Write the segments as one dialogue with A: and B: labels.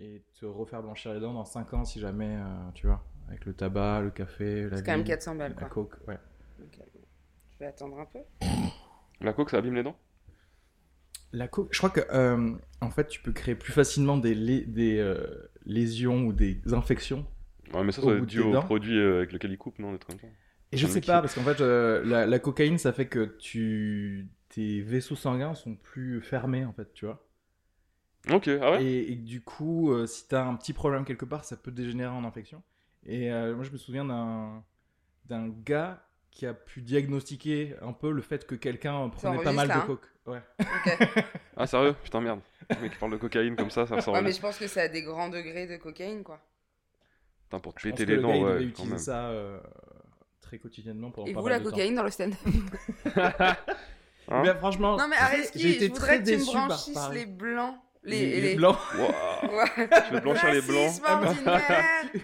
A: et te refaire blanchir les dents dans 5 ans si jamais, euh, tu vois, avec le tabac, le café, la
B: C'est quand même
A: vie,
B: 400 balles,
A: la
B: quoi.
A: coke, ouais.
B: Donc, euh, je vais attendre un peu.
C: La coque, ça abîme les dents
A: La coke, je crois que euh, en fait, tu peux créer plus facilement des, lé- des euh, lésions ou des infections.
C: Ouais, mais ça,
A: Au
C: ça doit
A: bout
C: être
A: de
C: dû
A: tes
C: au
A: dents
C: produit euh, avec lequel ils coupent, non des trucs comme ça.
A: Et je
C: Ah,
A: sais
C: mais qui-
A: pas, parce qu'en fait, euh, la, la cocaïne, ça fait que tu tes vaisseaux sanguins sont plus fermés, en fait, tu vois.
C: Ok, ah ouais
A: et, et que du coup, euh, si t'as un petit problème quelque part, ça peut dégénérer en infection. Et euh, moi, je me souviens d'un d'un gars qui a pu diagnostiquer un peu le fait que quelqu'un prenait pas
B: enregistre,
A: mal
B: là,
A: de
B: hein
A: coke. Ouais.
C: Ah, sérieux Putain, merde. Le mec qui parle de cocaïne comme ça, ça sort.
B: Ouais,
C: une-
B: mais je pense que c'est à des grands degrés de cocaïne, quoi.
C: Putain, pour te
A: Je pense
C: péter
A: que
C: les
A: le
C: dents,
A: gars, il devait
C: ouais, quand
A: utiliser
C: même.
A: ça euh, très quotidiennement pendant
B: Et
A: pas
B: vous,
A: mal
B: la
A: de temps.
B: cocaïne dans le stand
C: Hein
A: Mais franchement,
B: Non, mais
A: très- j'ai
B: Areski,
A: été
B: je voudrais
A: très
B: que tu me
A: déçu par
B: branchisses
A: Paris.
B: les blancs. Les,
A: les, les
B: les-
A: blancs,
C: Waouh.
B: Ouais.
C: Je vais blanchir les blancs.
B: Racisme ordinaire.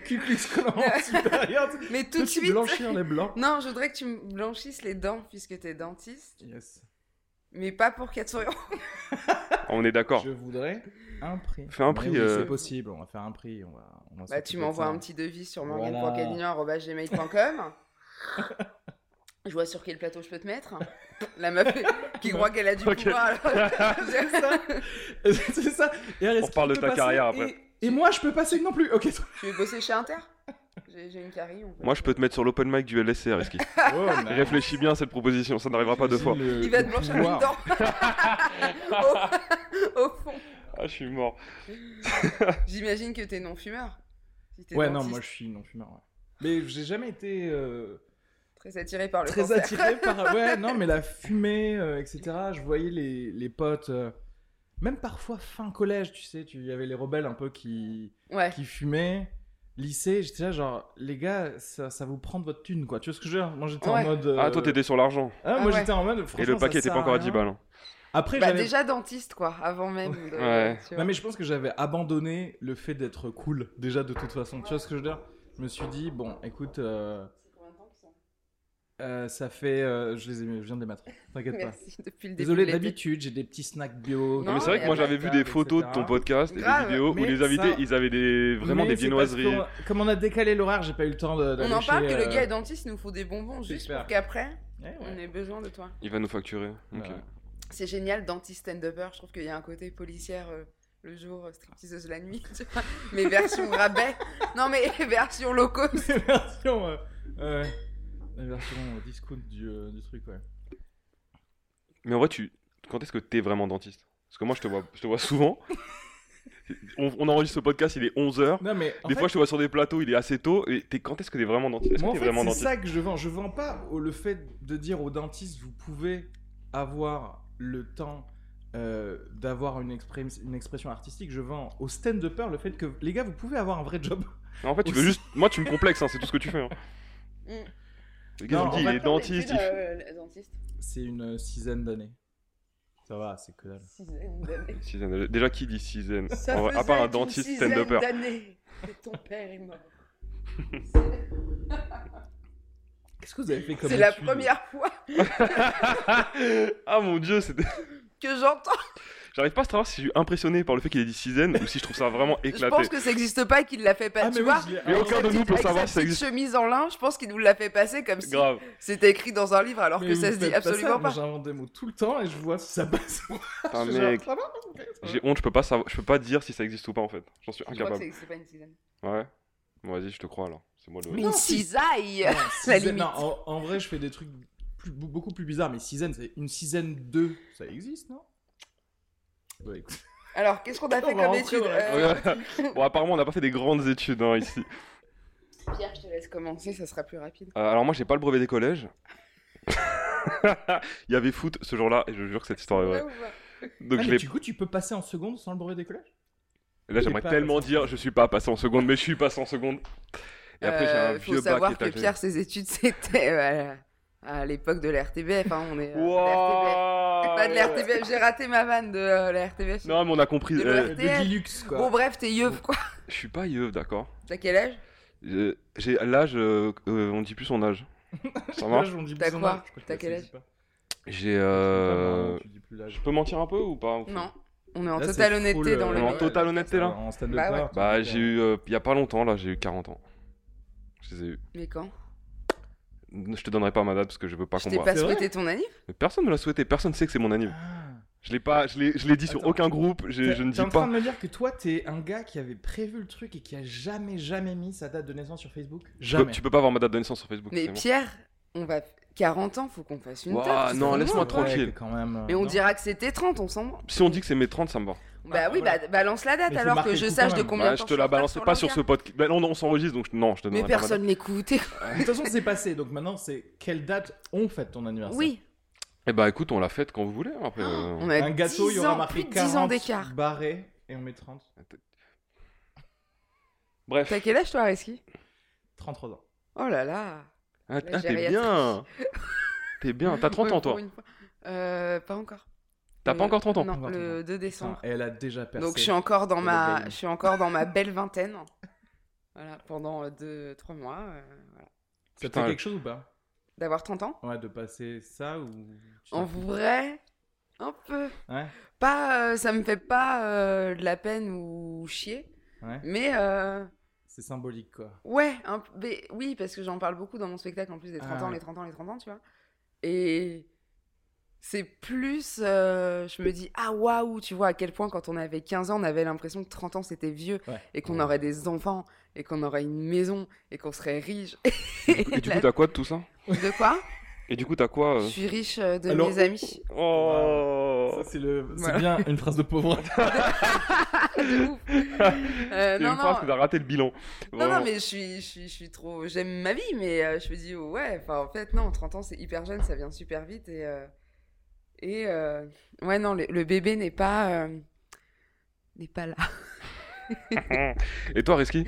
A: Ku Klux Klan supérieur.
B: Mais tout de
A: Peux-tu
B: suite.
A: blanchir les blancs.
B: Non, je voudrais que tu me blanchisses les dents, puisque t'es dentiste.
A: Yes.
B: Mais pas pour 400 euros.
C: Ah, On est d'accord.
A: Je voudrais un prix.
C: Fais un prix,
A: Mais oui,
C: euh.
A: C'est possible, on va faire un prix. On va, on va
B: Bah,
A: s'occuper
B: tu
A: de
B: m'envoies
A: ça.
B: un petit devis sur
A: Voilà.
B: morgane.cadignan.gmail.com. Je vois sur quel plateau je peux te mettre. La meuf qui croit qu'elle a du
C: Ok.
B: pouvoir. alors-
A: C'est ça. Et Ares,
C: On
A: qui
C: parle de
A: peut
C: ta
A: passer
C: carrière
A: et-
C: après.
A: Et, moi, je peux passer non plus. Ok.
B: Tu veux bosser chez Inter J'ai j'ai une carie. on peut-
C: Moi, je peux te mettre sur l'open mic du LSC, Risky.
A: Oh,
C: Réfléchis bien à cette proposition, ça n'arrivera pas deux fois.
B: Il va te blanchir une dent. au, au fond.
C: Ah, je suis mort.
B: J'imagine que t'es non-fumeur. Si t'es
A: Ouais, non,
B: dentiste,
A: moi, je suis non fumeur. Ouais. Mais j'ai jamais été euh,
B: Très attiré par le
A: très
B: cancer.
A: attiré par. Ouais, non, mais la fumée, euh, etc. Je voyais les, les potes. euh, Même parfois fin collège, tu sais, tu- il y avait les rebelles un peu qui,
B: Ouais.
A: qui fumaient. Lycée, j'étais là genre, les gars, ça, ça vous prend de votre thune, quoi. Tu vois ce que je veux dire Moi, j'étais
B: Ouais.
A: en mode... euh,
C: Ah, toi, t'étais sur l'argent.
A: Ah,
B: Ah
A: moi,
B: ouais.
A: j'étais en mode...
C: Et
A: franchement,
C: le
A: ça
C: paquet était
A: sert
C: pas encore à 10
A: rien.
C: balles. hein.
A: Après,
B: Bah,
A: j'avais...
B: déjà dentiste, quoi, avant même. de-
C: Ouais.
B: tu vois.
A: Non, mais je pense que j'avais abandonné le fait d'être cool, déjà, de toute façon. Tu vois ce que je veux dire Je me suis dit, bon, écoute, euh, euh, ça fait... euh, je les ai mis, je viens de les mettre. T'inquiète pas.
B: Merci, depuis le début.
A: Désolé,
B: de l'été.
A: d'habitude, j'ai des petits snacks bio.
C: Non, mais
B: Non,
C: c'est vrai que moi,
B: mais
C: j'avais vu des photos de ton podcast et des
B: Grave,
C: vidéos où
A: mais
C: les invités,
A: ça-
C: ils avaient des vraiment des viennoiseries.
A: Comme on a décalé l'horaire, j'ai pas eu le temps de...
B: On
A: d'aller
B: en parle
A: chez,
B: que le
A: euh,
B: gars est dentiste, il nous faut des bonbons juste
A: J'espère.
B: pour qu'après,
A: eh, ouais.
B: on ait besoin de toi.
C: Il va nous facturer. Ok.
A: Bah,
B: C'est génial, dentiste stand-upper. Je trouve qu'il y a un côté policière euh, le jour, euh, stripteaseuse la nuit. tu vois. Mais version rabais. Non, mais version low cost.
A: C'est la version. euh, euh, la version euh, discount du, euh, du truc, ouais.
C: Mais en vrai, tu... quand est-ce que t'es vraiment dentiste Parce que moi, je te vois, je te vois souvent. on, on enregistre ce podcast, il est 11h.
A: Non, mais. en
C: Des
A: fait,
C: fois, je te vois sur des plateaux, il est assez tôt. Et t'es... quand est-ce que t'es vraiment dentiste Est-ce
A: moi, en
C: que t'es
A: fait,
C: vraiment
A: c'est
C: dentiste
A: ça que je vends. Je vends pas au- le fait de dire au dentiste, vous pouvez avoir le temps euh, d'avoir une, exprim- une expression artistique. Je vends au stand-upper le fait que, les gars, vous pouvez avoir un vrai job.
C: Non, En fait, tu veux
A: Aussi.
C: juste. Moi, tu me complexes, hein, c'est tout ce que tu fais. hein.
B: Mm.
C: Le gars,
A: Non, euh,
C: il me dit,
A: en
C: il est dentiste. il-
B: dentiste.
A: C'est une euh, sixaine d'années. Ça va, c'est que dalle.
C: Sixaine. Déjà, qui dit sixaine En vrai, À part un dentiste stand-upper.
B: Ton père est mort.
A: Qu'est-ce que vous avez fait comme
B: C'est la
A: étude
B: première fois
C: ah mon dieu, c'était-
B: que j'entends.
C: j'arrive pas à savoir si je suis impressionné par le fait qu'il ait dit sixaine ou si je trouve ça vraiment
B: Je pense
C: éclaté.
B: que ça n'existe pas et qu'il l'a fait
A: Ah,
B: passer.
A: mais
B: tu
A: oui,
B: vois
A: je l'ai-
C: Mais
A: ah,
C: aucun de nous peut
B: Avec sa
C: savoir si ça
B: petite
C: existe.
B: chemise en lin, je pense qu'il nous l'a fait passer comme si
C: Grave.
B: c'était écrit dans un livre alors
A: mais
B: que
A: vous
B: ça se dit
A: faites pas ça,
B: absolument
A: moi,
B: pas.
A: J'invente des mots tout le temps et je vois si ça passe ou pas.
D: Ah,
C: Putain,
A: Je suis genre,
C: mec,
A: ça va Ok, ça va.
C: j'ai honte, je peux pas savoir, je peux pas dire si ça existe ou pas en fait. J'en suis
B: Je crois que ça
C: incapable.
B: n'existe pas une cisaille.
C: Ouais. Bon, vas-y, je te crois alors. C'est moi le.
A: Mais non,
B: Une cisaille
A: Non,
B: euh,
A: si-
B: La limite.
A: non, en, en vrai, je fais des trucs
D: plus- beaucoup plus bizarre, mais Season, c'est une Season 2, ça existe, non
A: Bah,
D: Ouais, écoute.
B: Alors, qu'est-ce qu'on a
D: On
B: fait
D: va
B: comme
D: rentrer
B: étude
D: dans la-
B: Euh,
C: Bon, apparemment, on n'a pas fait des grandes études hein, ici.
B: Pierre, je te laisse commencer, ça sera plus rapide.
C: Euh, alors, moi, j'ai pas le brevet des collèges. Il y avait foot ce jour-là, et je jure que cette histoire est vraie.
B: Ouais, ouais.
C: Donc,
D: Ah,
C: je
D: mais
C: l'ai-
D: du coup, tu peux passer en seconde sans le brevet des collèges
C: là, j'aimerais
D: pas
C: tellement
D: passé.
C: dire je suis pas passé en seconde, mais je suis passé en seconde. Et après, j'ai un
B: Euh,
C: vieux
B: faut savoir
C: bac et
B: que Pierre, ses études, c'était euh, à l'époque de la RTBF. hein, on est euh, de la RTBF.
C: Wouah
B: Pas de la RTBF, j'ai raté ma vanne de euh, la RTBF.
C: Non, mais on a compris.
B: De
C: euh,
B: l'ORT.
D: De Gilux, quoi.
B: Bon, bref, t'es yeuf, quoi.
C: je suis pas yeux, d'accord.
B: T'as quel âge
C: Je- J'ai l'âge, euh, euh, on dit plus son âge. Ça marche.
D: L'âge, on dit
B: T'as
D: plus son
B: quoi
D: âge, je crois que
B: T'as
D: ça
B: quel
D: se
B: âge
D: dit pas.
C: J'ai.
D: C'est
C: euh,
D: pas vraiment, tu dis plus
C: Je
D: l'âge.
C: peux mentir un peu ou pas enfin
B: Non, on est en
D: Là, c'est
B: totale
D: full,
B: honnêteté dans
D: euh,
B: le.
C: En totale honnêteté là.
D: En stand-up
B: Bah ouais.
D: art,
C: Bah
D: tu
C: j'ai
D: dis,
C: eu, euh, il y a pas longtemps là, j'ai eu 40 ans. Je les ai eu.
B: Mais quand
C: Je te donnerai pas ma date parce que je veux pas
B: Je
C: qu'on
B: t'ai
C: voit.
B: pas
D: C'est vrai
B: souhaité ton anniv
C: Mais Personne me l'a souhaité, personne sait que c'est mon
D: euh,
C: anime.
D: ah.
C: Je l'ai pas, je l'ai, je l'ai dit sur
D: Attends.
C: aucun groupe, je,
D: T'es-
C: je ne
D: T'es en
C: dis
D: train
C: pas.
D: de me dire que toi, t'es un gars qui avait prévu le truc et qui a jamais, jamais mis sa date de naissance sur Facebook
C: Tu peux-
D: Jamais.
C: Tu peux pas avoir ma date de naissance sur Facebook.
B: Mais
C: c'est bon.
B: Pierre, on va. 40 ans, faut qu'on fasse une
C: Ouah,
B: tarte, tu
C: non,
B: sais.
C: laisse-moi
D: Ouais,
C: tranquille.
D: que quand même. euh,
B: Mais on
D: non.
B: dira que c'était 30, on s'en branle.
C: Si on dit que c'est mes 30, ça me va.
B: Bah
D: Ah,
B: oui,
D: voilà.
B: bah balance la date
D: Mais faut
B: alors
D: marquer
B: que
D: le
B: je
D: coup
B: sache
D: quand
B: de
D: même.
B: combien
C: Bah,
B: de
C: je
B: temps
C: te la
B: suis en retard
C: balance pas sur
B: l'orga.
C: ce Bah, podcast. Bah, non, non, on s'enregistre donc je- non, je te donnerai
B: Mais
C: pas ma date.
B: personne n'écoute. et-
D: De toute façon, c'est passé. Donc maintenant, c'est quelle date on fête ton anniversaire
B: Oui,
C: Eh bah écoute, on la fête quand vous voulez. hein, Après, euh,
B: Ah, on a
D: Un gâteau, il
B: 10
D: y aura
B: ans, plus
D: marqué
B: de
D: 40
B: 10 ans d'écart.
D: barré et on met 30.
C: Bref.
B: T'as quel âge toi, Reski
D: 33 ans.
B: Oh là là
C: Ah,
B: la
C: ah, t'es
B: gériatrie.
C: bien. t'es bien. T'as 30
B: Ouais,
C: ans
B: pour
C: toi.
B: une fois. Euh, Pas encore.
C: T'as pas
B: Euh,
C: encore 30 ans.
B: Non,
D: Encore
B: le 2
D: Putain,
B: décembre.
D: et elle a déjà percé.
B: Donc je suis encore dans
D: Et
B: ma,
D: le baby.
B: je suis encore dans ma belle vingtaine. Voilà, pendant 2-3 mois. euh, voilà.
D: Ça te fait
C: Putain.
D: quelque chose ou pas
B: D'avoir 30 ans
D: Ouais, de passer ça ou. tu
B: En
D: t'en fous
B: vrai, un peu.
D: Ouais.
B: Pas, euh, ça me fait pas euh, de la peine ou chier.
D: Ouais.
B: Mais euh,
D: C'est symbolique quoi.
B: ouais, un p- mais oui, parce que j'en parle beaucoup dans mon spectacle en plus des 30
D: Ah
B: ans,
D: ouais.
B: les 30 ans, les 30 ans, tu vois. Et c'est plus, euh, je me dis, ah waouh, tu vois, à quel point quand on avait 15 ans, on avait l'impression que 30 ans c'était vieux
D: Ouais.
B: et qu'on aurait des enfants et qu'on aurait une maison et qu'on serait riche.
C: Et du coup- et du coup, t'as quoi de tout ça
B: de quoi
C: Et du coup, t'as quoi
B: Je
C: euh
B: suis Euh, riche euh, de
D: Alors-
B: mes amis.
C: Oh
D: Ça, c'est le... c'est
B: Voilà.
D: bien une phrase de pauvre.
B: De ouf. Euh,
C: C'est
B: non,
C: une phrase
B: non,
C: que t'as raté le bilan.
B: Non, non,
C: Vraiment.
B: mais je suis, je suis, je suis trop. J'aime ma vie, mais euh, je me dis, ouais, enfin, en fait, non, 30 ans, c'est hyper jeune, ça vient super vite. Et. euh, et euh, ouais, non, le, le bébé n'est pas. euh, n'est pas là.
C: Et toi, Reski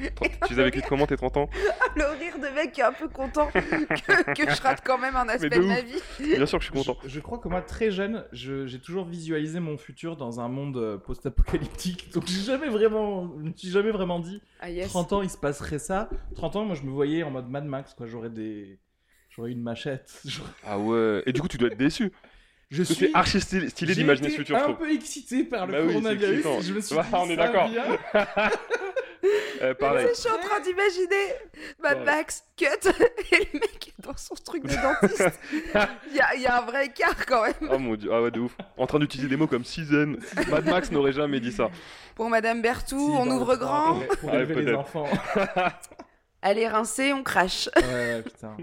C: Tu les avais écrites comment tes 30 ans
B: le rire de mec qui est un peu content que, que je rate quand même un aspect
C: de
B: de, ma
C: ouf.
B: vie.
C: Bien sûr que je suis content.
D: Je, je crois que moi, très jeune, je- j'ai toujours visualisé mon futur dans un monde euh, post-apocalyptique. Donc, j'ai jamais vraiment, je me suis jamais vraiment dit,
B: Ah, yes.
D: 30 ans, il se passerait ça. 30 ans, moi, je me voyais en mode Mad Max, quoi. J'aurais des. J'aurais une machette. J'aurais-
C: Ah ouais. Et du coup, tu dois être déçu.
D: Je
C: Parce que c'est archi stylé, stylé
D: j'ai
C: d'imaginer
D: été
C: ce futur, je
D: un
C: trouve.
D: peu excité par le
C: Bah oui, c'est
D: coronavirus.
C: excitant.
D: Je me suis
C: Bah,
D: dit,
C: on est
D: ça
C: d'accord.
D: vient.
C: Euh, pareil.
B: Je suis en train d'imaginer Mad
C: Ouais.
B: Max cut et le mec est dans son truc de dentiste. Il y, a- il y a un vrai écart quand même.
C: Oh mon dieu, ah ouais, de ouf. En train d'utiliser des mots comme season. Mad Max n'aurait jamais dit ça.
B: Pour Madame Berthoud,
D: Si,
B: on
D: dans
B: ouvre
D: le train,
B: grand.
D: Pour, pour
C: Ouais,
D: élever les
C: peut-être.
D: enfants.
B: Allez rincer, on crache.
D: Ouais, ouais, putain.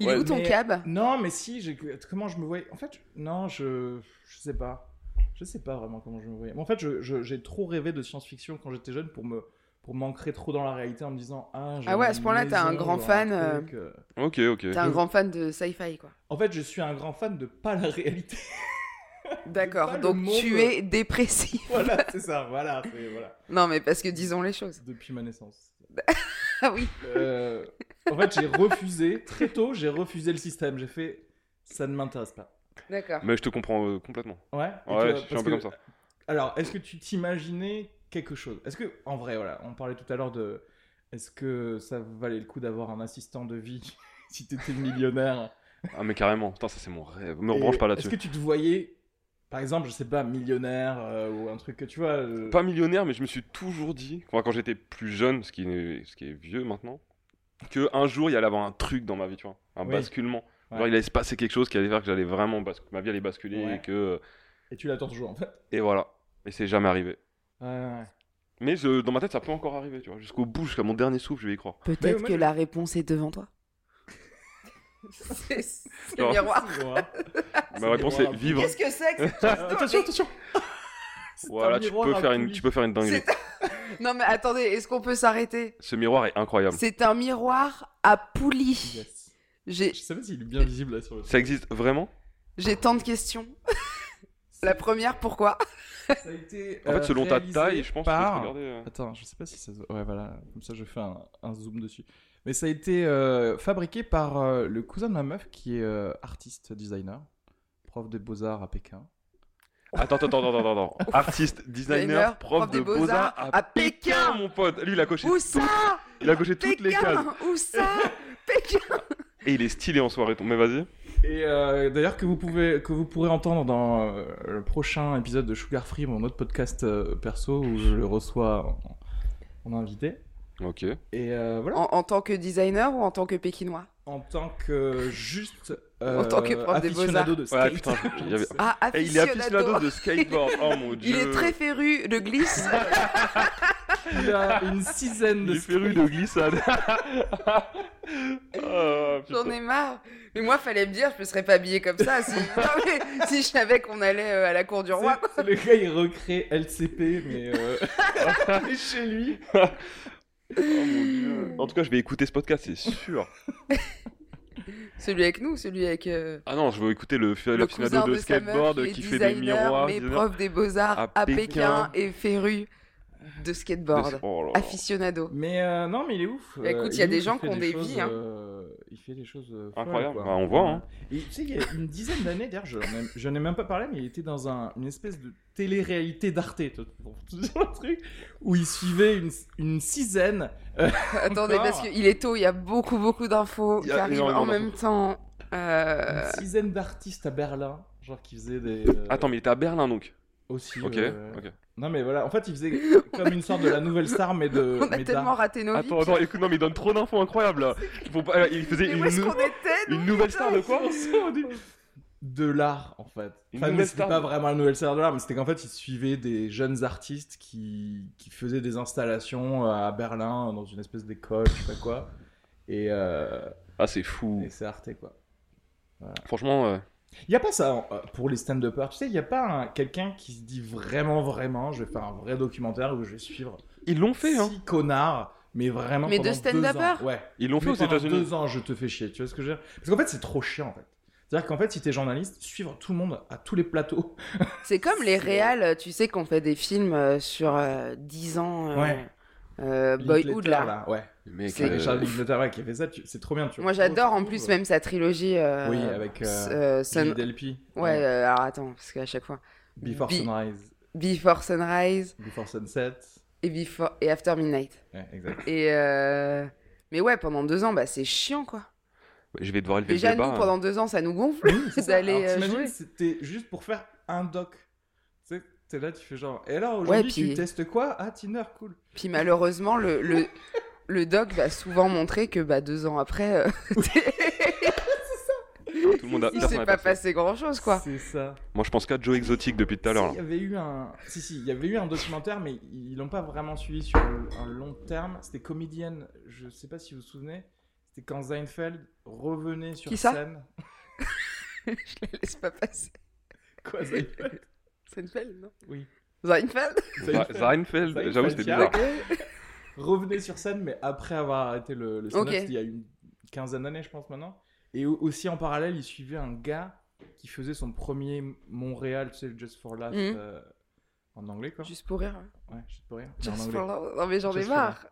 B: Il est
C: Ouais,
B: où ton
D: mais- Euh,
B: cab
D: Non, mais si, j'ai- comment je me voyais En fait, je- non, je... je sais pas. Je sais pas vraiment comment je me voyais. Mais en fait, je- je- j'ai trop rêvé de science-fiction quand j'étais jeune pour me pour m'ancrer trop dans la réalité en me disant ah, j'aurais
B: Ah ouais, à
D: une
B: ce point-là, t'es un
D: maison,
B: grand
D: j'aurais
B: fan,
D: un truc, euh.
C: Ok, ok.
B: T'es un grand fan de sci-fi, quoi.
D: En fait, je suis un grand fan de pas la réalité. pas
B: D'accord,
D: le
B: donc
D: monde.
B: tu es dépressif.
D: voilà, c'est ça. Voilà, c'est- voilà.
B: Non, mais parce que disons les choses.
D: Depuis ma naissance.
B: Ah oui.
D: Euh, en fait, j'ai refusé très tôt. J'ai refusé le système. J'ai fait ça ne m'intéresse pas.
B: D'accord.
C: Mais je te comprends euh, complètement.
D: Ouais. Et toi,
C: Ouais, je suis
D: parce
C: un peu
D: que-
C: comme ça.
D: Alors, est-ce que tu t'imaginais quelque chose Est-ce que, en vrai, voilà, on parlait tout à l'heure de. Est-ce que ça valait le coup d'avoir un assistant de vie si t'étais millionnaire
C: Ah, mais carrément. Putain, ça c'est mon rêve. Mais on
D: Et
C: branche pas
D: Est-ce
C: là-dessus.
D: que tu te voyais, par exemple, je sais pas, millionnaire euh, ou un truc que tu vois euh,
C: Pas millionnaire, mais je me suis toujours dit, enfin, quand j'étais plus jeune, ce qui est, ce qui est vieux maintenant, que un jour il allait avoir un truc dans ma vie, tu vois, un
D: Oui.
C: basculement.
D: Ouais.
C: Genre il allait se passer quelque chose qui allait faire que j'allais vraiment bas- que ma vie allait basculer
D: Ouais.
C: et que euh,
D: Et tu l'attends toujours, en fait.
C: et voilà. Et c'est jamais arrivé.
D: Ouais, ouais.
C: Mais je- dans ma tête, ça peut encore arriver, tu vois, jusqu'au bout, jusqu'à mon dernier souffle, je vais y croire.
D: Mais
B: Peut-être
D: moi,
B: que
D: je-
B: la réponse est devant toi. C'est c'est
C: Non.
B: le miroir.
C: Ma réponse est vivre.
B: Qu'est-ce que c'est que cette
D: attention,
B: chose
D: attention
C: Voilà, tu peux, faire une, tu peux faire une dinguerie.
B: C'est- Non, mais attendez, est-ce qu'on peut s'arrêter
C: Ce miroir est incroyable.
B: C'est un miroir à poulie. J'ai
D: Je sais pas s'il est bien visible là sur le.
C: Ça existe vraiment
B: j'ai tant de questions. La première, pourquoi
D: Ça a été. euh,
C: En fait,
B: Euh,
C: selon ta taille, je pense que tu peux regarder. euh,
D: Attends, je sais pas si ça se... Ouais, voilà, comme ça je fais un, un zoom dessus. Mais ça a été euh, fabriqué par euh, le cousin de ma meuf qui est euh, artiste designer, prof de beaux-arts à Pékin.
C: Attends, attends, attends, attends, attends. Artiste, designer, prof, de
B: des
C: beaux-arts
B: à
C: Pékin,
B: Pékin.
C: mon pote. Lui, il a coché,
B: Où
C: tout-
B: ça
C: il a coché toutes les cases.
B: Pékin Où ça Pékin
C: Et il est stylé en soirée. ton- Mais vas-y.
D: Et euh, d'ailleurs que vous pouvez que vous pourrez entendre dans euh, le prochain épisode de Sugar Free, mon autre podcast euh, perso où je le reçois en, en invité.
C: Ok.
D: Et euh, voilà.
B: en, en tant que designer ou en tant que pékinois
D: En tant que juste euh,
B: En tant que prof des
D: aficionado de
C: Voilà,
D: skate.
C: putain, je- il y avait-
B: Ah,
C: Et il est
B: aficionado.
C: aficionado de skateboard. Oh mon dieu.
B: Il est très féru de glisse.
D: Il a une dizaine
C: Il
D: de
C: est féru de glissade. Ah, putain.
B: J'en ai marre. Mais moi, fallait me dire, je me serais pas habillée comme ça si, Non, mais si je savais qu'on allait euh, à la cour du roi.
D: C'est- Le gars il recrée LCP mais euh, mais chez lui.
C: Oh mon dieu. En tout cas, je vais écouter ce podcast, c'est sûr.
B: Celui avec nous, celui avec euh,
C: Ah non, je vais écouter le, le,
B: le
C: aficionado
B: cousin
C: de,
B: de sa meuf,
C: skateboard
B: est
C: qui fait des
B: designer,
C: miroirs.
B: mais
C: designer.
B: prof des beaux-arts
C: à
B: à,
C: Pékin.
B: Pékin et féru de skateboard.
C: Oh là là.
B: Aficionado.
D: Mais euh, non mais il est ouf.
B: Bah, écoute,
D: Euh,
B: il y a
D: est
B: des
D: ouf,
B: gens
D: il fait
B: qui ont des
D: choses,
B: vies, hein.
D: euh, Il fait des choses euh, folles,
C: Incroyable.
D: quoi.
C: Bah, on voit, hein.
D: Et tu sais, il y a une dizaine d'années, d'ailleurs, je n'en ai- je n'en ai même pas parlé, mais il était dans un- une espèce de télé-réalité d'Arte, toi, pour te dire un truc, où il suivait une, une dizaine.
B: Attendez,
D: Encore.
B: parce qu'il est tôt, il y a beaucoup, beaucoup d'infos
C: Oh. Ah. Il y
B: qui
C: a
B: arrivent
C: énormément
B: en même temps. Euh,
D: Une dizaine d'artistes à Berlin, genre qui faisaient des. euh,
C: Attends, mais il était à Berlin donc.
D: Aussi.
C: Ok,
D: euh,
C: ok.
D: Non, mais voilà, en fait, il faisait comme une sorte de la nouvelle star, mais de.
B: on a
D: Euh, mais
B: tellement
D: d'art.
B: raté nos vies.
C: Attends, attends, écoute, non, mais il donne trop d'infos incroyables là. Il, faut pas- euh, il faisait
B: Mais
C: une,
B: où est-ce
C: nou-
B: qu'on était nous
C: une nouvelle star de quoi
D: De l'art, en fait.
C: Une
D: Enfin, mais
C: nouvelle
D: c'était
C: star
D: pas
C: de-
D: vraiment la nouvelle star de l'art, mais c'était qu'en fait, il suivait des jeunes artistes qui... qui faisaient des installations euh, à Berlin, dans une espèce d'école, je sais pas quoi. Et. euh,
C: Ah, c'est fou.
D: Et c'est Arte, quoi.
C: Franchement, euh,
D: Il n'y a pas ça euh, pour les stand-uppers. Tu sais, il n'y a pas un- quelqu'un qui se dit vraiment, vraiment, je vais faire un vrai documentaire où je vais suivre
C: ils l'ont fait,
D: six
C: hein.
D: connards, mais vraiment.
B: Mais de
D: pendant deux
B: stand-uppers
D: ans. Ouais.
C: Ils l'ont fait
D: Mais
C: aux
D: pendant
C: États-Unis.
D: deux ans, je te fais chier. Tu vois ce que je veux dire Parce qu'en fait, c'est trop chiant, en fait. C'est-à-dire qu'en fait, si t'es journaliste, suivre tout le monde à tous les plateaux.
B: C'est comme les réals, tu sais, qu'on fait des films euh, sur euh, 10 ans. euh,
D: Ouais.
B: euh, Boyhood,
D: Linklater,
B: là.
D: Ouais.
C: Le mec,
B: C'est-
C: euh,
D: Et Charles Linklater, ouais, qui a fait ça, tu- c'est trop bien. Tu
B: Moi, j'adore en plus même sa trilogie. euh,
D: Oui, avec, euh,
B: s- euh, Sun-
D: Sun... Delpy.
B: Ouais, euh, alors attends, parce qu'à chaque fois.
D: Before
B: Bi-
D: Sunrise,
B: Before Sunrise
D: Before Sunset.
B: et, before... et After Midnight.
D: Ouais, exact.
B: Et. euh, Mais ouais, pendant deux ans, bah, c'est chiant, quoi.
C: Je vais devoir élever
B: Déjà,
C: le débat.
B: nous,
C: hein.
B: pendant deux ans, ça nous gonfle.
D: c'est ça.
B: d'aller,
D: Alors,
B: euh,
D: t'imagines,
B: jouer.
D: c'était juste pour faire un doc. Tu sais, t'es là, tu fais genre. Et alors, aujourd'hui,
B: Ouais, puis-
D: tu testes quoi Ah, Tinder, cool.
B: Puis malheureusement, le, le, le doc va souvent montrer que bah, deux ans après, euh,
C: hein. Tout le monde a...
B: il
C: personne
B: s'est
C: n'a
B: pas
C: percé.
B: passé grand-chose, quoi.
D: C'est ça.
C: Moi, je pense qu'à Joe Exotic depuis tout à l'heure.
D: Si, Il
C: là.
D: y avait eu un. Si, si, il y avait eu un documentaire, mais ils l'ont pas vraiment suivi sur le- un long terme. C'était comédienne. Je sais pas si vous vous souvenez. C'était quand Seinfeld revenait sur
B: Qui ça
D: scène.
B: Je la laisse pas passer.
D: Quoi, Seinfeld
B: Seinfeld, non
D: Oui.
B: Seinfeld
C: Za- Seinfeld, j'avoue, c'était bizarre.
D: revenait sur scène, mais après avoir arrêté le, le stand-up,
B: Ok.
D: c'était il y a une quinzaine d'années, je pense maintenant. Et au- aussi en parallèle, il suivait un gars qui faisait son premier Montréal, tu sais, le Just for Laugh,
B: Mhm.
D: euh, en anglais quoi.
B: Juste pour rire.
D: Ouais, je sais pas rien. mais en
B: Just
D: anglais.
B: for love. Non mais j'en ai
D: Just for
B: marre.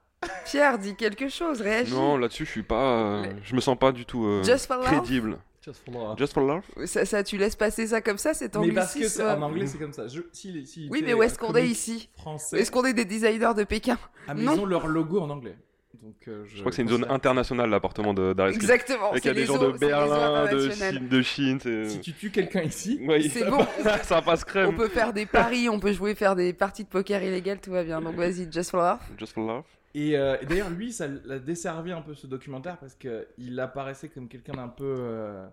B: Pierre, dis quelque chose, réagis.
C: Non, là-dessus, je suis pas. euh, Je me sens pas du tout euh,
B: Just for love
C: crédible.
D: Just for Laugh.
C: Just for love
B: Ça, ça, tu laisses passer ça comme ça, c'est
D: Mais
B: anglicisme.
D: parce que c'est- en
B: euh.
D: anglais, c'est comme ça. Je- s'il- s'il
B: Oui,
D: était
B: mais où est-ce
D: un
B: qu'on est
D: comique
B: ici
D: Français.
B: Est-ce qu'on est des designers de Pékin
D: Ah, mais
B: Non.
D: ils ont leur logo en anglais. Donc, euh, je,
C: Je crois que c'est une zone
D: considère-
C: internationale, l'appartement de- d'Areski.
B: Exactement.
C: Et qu'il y
B: C'est
C: a des
B: les
C: gens
B: eaux-
C: de
B: c'est les eaux
C: Berlin, de
B: internationales.
C: Chine, de Chine. c'est-
D: Si tu tues quelqu'un ici,
C: Ouais,
B: C'est bon,
C: ça passe
B: on
C: crème.
B: peut faire des paris, on peut jouer, faire des parties de poker illégales, tout va bien. Donc vas-y, Just for love.
C: Just for love
D: Et, euh, et d'ailleurs, lui, ça l'a desservi un peu ce documentaire parce qu'il apparaissait comme quelqu'un d'un peu euh,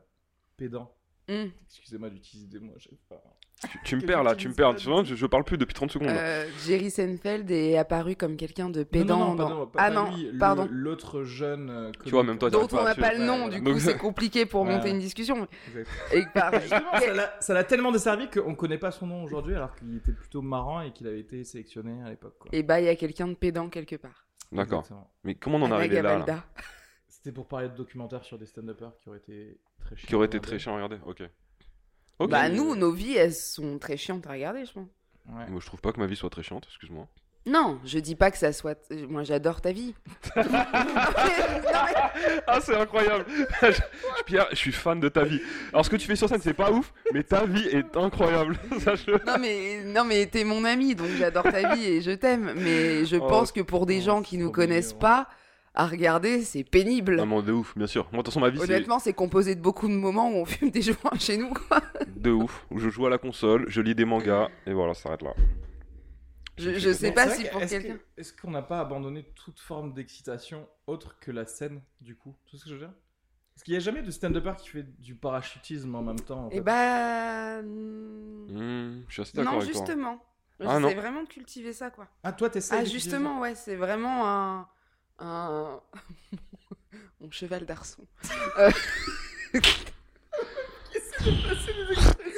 D: pédant.
B: Hum.
D: Excusez-moi d'utiliser des mots, je sais pas.
C: Tu, tu me perds là, tu me perds. Tu vois, je, je parle plus depuis 30 secondes. là.
B: Euh, Jerry Seinfeld est apparu comme quelqu'un de pédant.
D: non, non,
B: dans-
D: pardon, pas-
B: ah
D: pas
B: non,
D: lui, le-
B: pardon.
D: L'autre jeune. euh,
C: Tu vois,
D: comique.
C: même toi,
B: Dont
C: t'arrives
B: on n'a
C: à-
B: pas le
D: ouais,
B: nom, du
D: ouais,
C: ouais.
B: coup c'est compliqué pour
D: Ouais.
B: monter une discussion.
D: Exact.
B: Et que pareil.
D: Justement, ça l'a- ça l'a tellement desservi qu'on connaît pas son nom aujourd'hui alors qu'il était plutôt marrant et qu'il avait été sélectionné à l'époque. quoi.
B: Et bah il y a quelqu'un de pédant quelque part.
C: D'accord.
D: Exactement.
C: Mais comment on en est
B: Avec
C: arrivé là, là
B: Avalda.
D: C'était pour parler de documentaires sur des stand-uppers qui auraient été très chiants.
C: Qui aurait été
D: à
C: très
D: regarder.
C: chiant à regarder. Ok. Ok.
B: Bah nous, nos vies, elles sont très chiantes à regarder, je pense.
D: Ouais.
C: Moi, je trouve pas que ma vie soit très chiante, excuse-moi.
B: Non, je dis pas que ça soit... Moi j'adore ta vie. Non, mais-
C: Ah, c'est incroyable. Je- Pierre, je suis fan de ta vie. Alors, ce que tu fais sur scène, c'est pas ouf, mais ta vie est incroyable. Sache-le.
B: Non mais non mais t'es mon ami donc j'adore ta vie et je t'aime mais je
C: Oh,
B: pense que pour des
D: oh,
B: gens
D: c'est
B: qui nous
D: trop
B: connaissent
D: mignon.
B: pas à regarder c'est pénible.
C: Non, mais de ouf, bien sûr. Moi, de toute façon, ma vie, c'est
B: Honnêtement c'est composé de beaucoup de moments où on fume des joints chez nous quoi.
C: de ouf. Où je joue à la console, je lis des mangas, et voilà, ça s'arrête là.
B: Je, je sais
D: Non,
B: pas
D: c'est
B: si
D: vrai que-
B: pour
D: est-ce que-
B: quelqu'un.
D: Est-ce qu'on n'a pas abandonné toute forme d'excitation autre que la scène, du coup Tu vois ce que je veux dire Parce qu'il n'y a jamais de stand-upper qui fait du parachutisme en même temps. en
B: Et
D: fait.
B: Eh bah
C: Hmm, je suis assez
D: hein.
C: d'accord
B: non
C: avec toi.
B: justement.
C: Ah, non.
B: J'essaie vraiment de cultiver ça quoi.
D: Ah, toi, t'essayes
B: Ah
D: d'utiliser-
B: justement ouais c'est vraiment un un mon cheval d'arçon.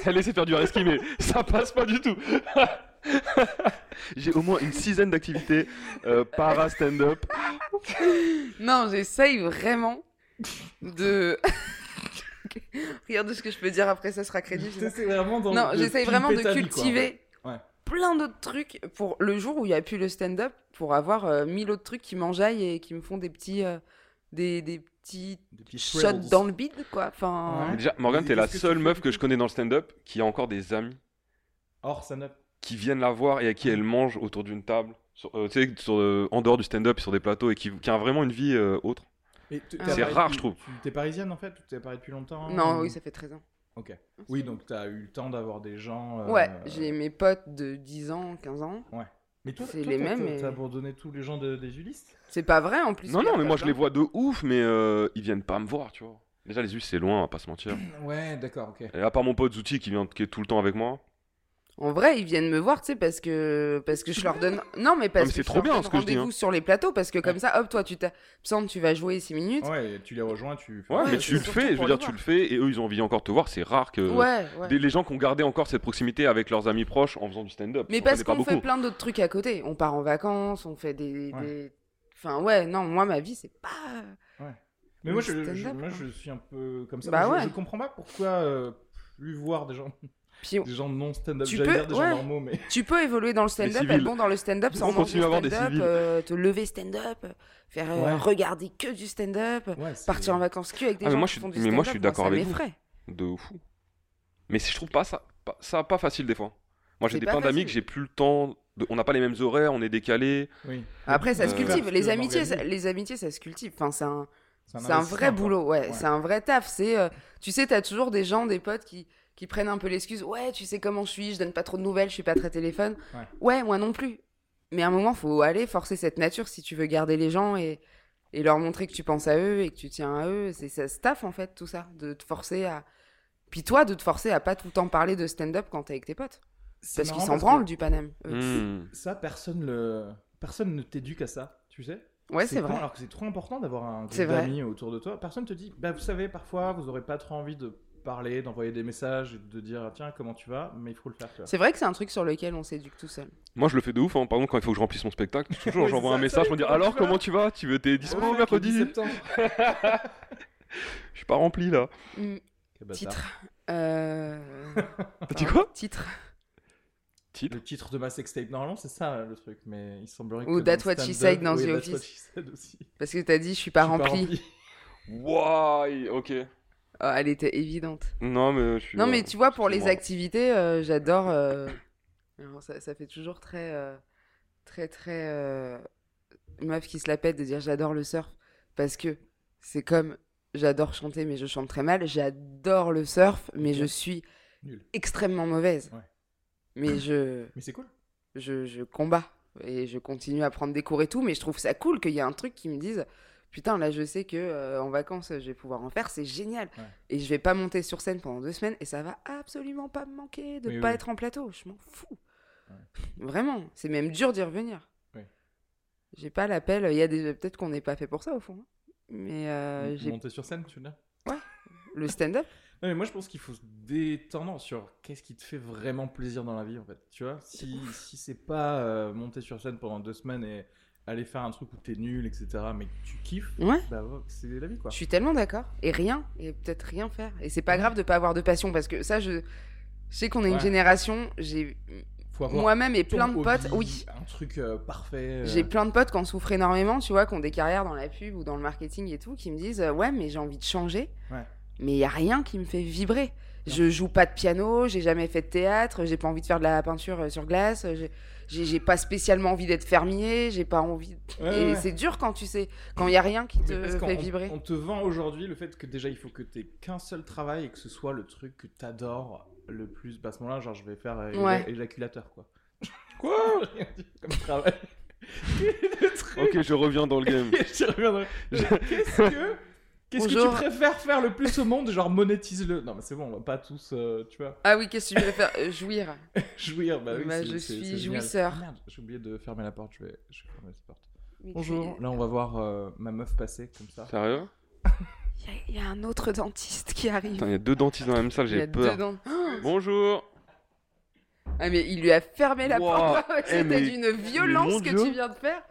C: Elle essaie de faire du reski, mais ça passe pas du tout. J'ai au moins une sixaine d'activités euh, para stand-up.
B: Non, j'essaye vraiment de. Ok. Regarde de ce que je peux dire après, ça sera crédible. sinon.
D: T'essayes vraiment d'en-
B: Non,
D: de
B: j'essaye vraiment de
D: pimper ta vie, quoi.
B: cultiver
D: Ouais.
B: plein d'autres trucs pour le jour où il n'y a plus le stand-up, pour avoir euh, mille autres trucs qui m'enjaillent et qui me font des petits. euh, des, des petits
D: Des petits
B: shots
D: thrills.
B: dans le bide, quoi. Enfin.
D: Ouais.
C: Mais déjà, Morgane,
D: Mais
C: t'es la
D: qu'est-ce que
C: seule
D: tu
C: meuf
D: fais
C: que je connais dans le stand-up qui a encore des amis
D: Hors stand-up.
C: qui viennent la voir et à qui elle mange autour d'une table, sur- euh, tu sais, sur, euh, en dehors du stand-up, sur des plateaux, et qui, qui a vraiment une vie euh, autre.
D: Mais t-
B: Ah.
D: t'es
B: C'est
D: apparu
C: rare,
D: depuis-
C: je trouve.
D: tu- T'es parisienne en fait ou T'es apparu depuis longtemps
B: Non,
D: ou-
B: oui, ça fait 13 ans.
D: Ok. Oui, donc t'as eu le temps d'avoir des gens. euh,
B: Ouais, j'ai mes potes de 10 ans, 15 ans.
D: Mais toi,
B: c'est
D: toi,
B: les
D: t'as-
B: mêmes,
D: t'as-
B: mais-
D: T'as abandonné tous les gens de- des Ulysses
B: C'est pas vrai en plus.
C: non,
B: il y a
C: non, mais
B: pas
C: moi je
B: plein.
C: les vois de ouf, mais euh, ils viennent pas me voir, tu vois. Déjà, les us, c'est loin, on va pas se mentir.
D: Ouais, d'accord, ok.
C: Et à part mon pote Zouti qui, vient, qui est tout le temps avec moi.
B: En vrai, ils viennent me voir, tu sais, parce que parce que je leur donne. Non, mais parce
C: mais
B: que
C: c'est
B: je
C: trop
B: leur
C: bien,
B: donne
C: ce que je dis, hein.
B: rendez-vous sur les plateaux, parce que comme ça, hop, toi, tu t'absentes, tu vas jouer 6 minutes.
D: Ouais, et tu les rejoins, tu.
C: Ouais,
B: Ouais,
C: mais
B: c'est
C: tu le
B: surtout
C: fais, je
B: pour
C: veux
B: les
C: dire,
B: voir.
C: tu le fais, et eux, ils ont envie encore de te voir, c'est rare que.
B: Ouais, ouais.
C: Des- les gens qui ont gardé encore cette proximité avec leurs amis proches en faisant du stand-up.
B: Mais
C: on
B: parce
C: connaît pas
B: qu'on fait
C: beaucoup.
B: plein d'autres trucs à côté. On part en vacances, on fait des.
D: Ouais.
B: des- Enfin, ouais, non, moi, ma vie, c'est pas.
D: Mais
B: Le
D: moi, je, je-
B: stand-up,
D: moi,
B: quoi.
D: je suis un peu comme ça.
B: Bah
D: Moi, je,
B: ouais.
D: je comprends pas pourquoi euh, plus voir des gens,
B: Puis on-
D: des gens non stand-up.
B: Tu
D: J'allais
B: peux-
D: dire des gens
B: ouais.
D: normaux, mais.
B: tu peux évoluer dans le stand-up,
C: civils.
B: être bon dans le stand-up sans
C: On
B: manger
C: continue à avoir des
B: stand-up,
C: civils.
B: euh, te lever stand-up, faire euh,
D: Ouais.
B: regarder que du stand-up,
D: Ouais, c'est-
B: partir en vacances que avec des
C: Ah, mais
B: gens
C: moi,
B: qui
C: je suis-
B: font du
C: mais
B: stand-up.
C: moi, je suis d'accord
B: ça
C: avec vous.
B: m'effraie.
C: de fou. Mais si je trouve pas ça, pas, ça pas facile des fois. Moi j'ai
B: C'est
C: des
B: pas
C: plein d'amis
B: facile.
C: que j'ai plus le temps. de- On n'a pas les mêmes horaires, on est décalés.
D: Oui.
B: Après, ça
C: Euh,
B: se cultive.
D: parce
B: Les
D: que
B: amitiés, ça-
D: Morgane-
B: les amitiés, ça se cultive. Enfin, c'est un. C'est un
D: investissement,
B: vrai
D: quoi.
B: boulot, ouais.
D: Ouais.
B: C'est un vrai taf. C'est, euh, tu sais, t'as toujours des gens, des potes qui, qui prennent un peu l'excuse. Ouais, tu sais comment je suis, je donne pas trop de nouvelles, je suis pas très téléphone.
D: Ouais.
B: moi non plus. Mais à un moment, faut aller forcer cette nature si tu veux garder les gens et, et leur montrer que tu penses à eux et que tu tiens à eux. C'est ça se taffe, en fait, tout ça, de te forcer à. Puis toi, de te forcer à pas tout le temps parler de stand-up quand t'es avec tes potes.
D: C'est
B: Parce qu'ils
D: marrant
B: s'en
D: que
B: branlent du Panem. eux.
C: Hmm.
D: Ça, personne le, personne ne t'éduque à ça, tu sais.
B: Ouais, c'est
D: con,
B: vrai.
D: Alors que c'est trop important d'avoir un
B: C'est
D: groupe
B: vrai.
D: d'amis autour de toi. Personne te dit, bah vous savez, parfois vous aurez pas trop envie de parler, d'envoyer des messages, et de dire tiens comment tu vas, mais il faut le faire. tu vois.
B: C'est vrai que c'est un truc sur lequel on s'éduque tout seul.
C: Moi je le fais de ouf. hein. Par exemple, quand il faut que je remplisse mon spectacle, toujours
D: Oui,
C: j'envoie
D: c'est
C: un
D: ça.
C: message
D: Salut,
C: pour dire
D: comment tu
C: Alors
D: vas
C: comment tu vas Tu veux t'es dispo
D: Ouais, le 10
C: mercredi
D: septembre.
C: Je suis pas rempli là.
B: Hmm,
D: Quel
C: Bah,
D: bâtard.
B: titre. Euh...
C: T'as dit quoi
B: Titre.
C: Titre
D: Le titre de ma sextape, normalement c'est ça le truc, mais il semblerait
B: Ou
D: que.
B: That's
D: dans le
B: What She
D: stand-up-
B: Said dans
D: oui,
B: The
D: That's
B: Office.
D: What She Said aussi.
B: Parce que t'as dit, je suis pas
D: Je suis
B: rempli.
C: Why Ok.
B: Oh, elle était évidente.
C: Non mais je suis.
B: Non, mais tu vois, pour les
C: excuse-moi.
B: activités, euh, j'adore. euh, alors, ça, ça fait toujours très, euh, très, très euh, meuf qui se la pète de dire j'adore le surf. Parce que c'est comme j'adore chanter, mais je chante très mal. J'adore le surf, mais je suis
D: Nul.
B: extrêmement mauvaise.
D: Ouais.
B: Mais je,
D: Mais c'est cool.
B: je, je combats et je continue à prendre des cours et tout. Mais je trouve ça cool qu'il y ait un truc qui me dise putain, là, je sais que euh, en vacances, je vais pouvoir en faire, c'est génial.
D: Ouais.
B: Et je vais pas monter sur scène pendant deux semaines et ça va absolument pas me manquer de
D: Oui,
B: pas
D: oui.
B: être en plateau. Je m'en fous.
D: Ouais.
B: Vraiment, c'est même dur d'y revenir.
D: Ouais.
B: J'ai pas l'appel. Il y a des peut-être qu'on n'est pas fait pour ça au fond. hein. Mais euh, j'ai
D: Monter sur scène, tu veux dire
B: le stand-up.
D: Non, mais moi je pense qu'il faut se détendre sur qu'est-ce qui te fait vraiment plaisir dans la vie en fait. Tu vois, si, si c'est pas euh, monter sur scène pendant deux semaines et aller faire un truc où t'es nul, etc., mais que tu kiffes,
B: Ouais.
D: bah ouais, c'est la vie quoi.
B: Je suis tellement d'accord. Et rien, et peut-être rien faire. Et c'est pas grave de pas avoir de passion parce que ça, je, je sais qu'on est une
D: Ouais.
B: génération. J'ai
D: Faut avoir
B: moi-même et
D: ton
B: plein de
D: hobby,
B: potes. Oui.
D: Un truc euh, parfait. euh,
B: J'ai plein de potes qui en souffrent énormément, tu vois, qui ont des carrières dans la pub ou dans le marketing et tout, qui me disent euh, Ouais, mais j'ai envie de changer,
D: Ouais.
B: mais il n'y a rien qui me fait vibrer. Je joue pas de piano, j'ai jamais fait de théâtre, j'ai pas envie de faire de la peinture euh, sur glace, euh, j'ai- j'ai j'ai pas spécialement envie d'être fermier, j'ai pas envie.
D: ouais, ouais,
B: et
D: ouais.
B: c'est dur quand tu sais, quand il y a rien qui
D: Mais
B: te
D: parce qu'on-
B: fait vibrer.
D: On te vend aujourd'hui le fait que déjà il faut que t'aies qu'un seul travail et que ce soit le truc que t'adores le plus. Bah à ce moment-là, genre je vais faire euh, éja-
B: Ouais.
D: éjaculateur quoi. Quoi Comme travail. Le truc.
C: Ok, je reviens dans le game.
D: Je reviendrai. Qu'est-ce que. Qu'est-ce que tu
B: Bonjour.
D: préfères faire le plus au monde Genre monétise-le. Non, mais c'est bon, on va pas tous, euh, tu vois,
B: Ah oui, qu'est-ce que tu préfères Euh, Jouir.
D: jouir. Bah, oui,
B: Bah,
D: c'est-
B: je
D: c'est-
B: suis
D: c'est génial.
B: jouisseur.
D: Ah, Merde, j'ai oublié de fermer la porte. Je vais, je vais fermer cette porte.
B: Mais
D: Bonjour. Là, on va voir euh, ma meuf passer comme ça.
C: Sérieux
B: Il y a- il y, a un autre dentiste qui arrive.
C: Putain, il y a deux dentistes dans la même salle,
B: Il y a
C: j'ai
B: deux
C: peur.
B: dents.
C: Bonjour
B: Ah mais il lui a fermé la
C: Wouah,
B: porte.
C: eh,
B: C'était
C: mais-
B: d'une
C: mais
B: violence
C: mon
B: que
C: Dieu.
B: tu viens de faire.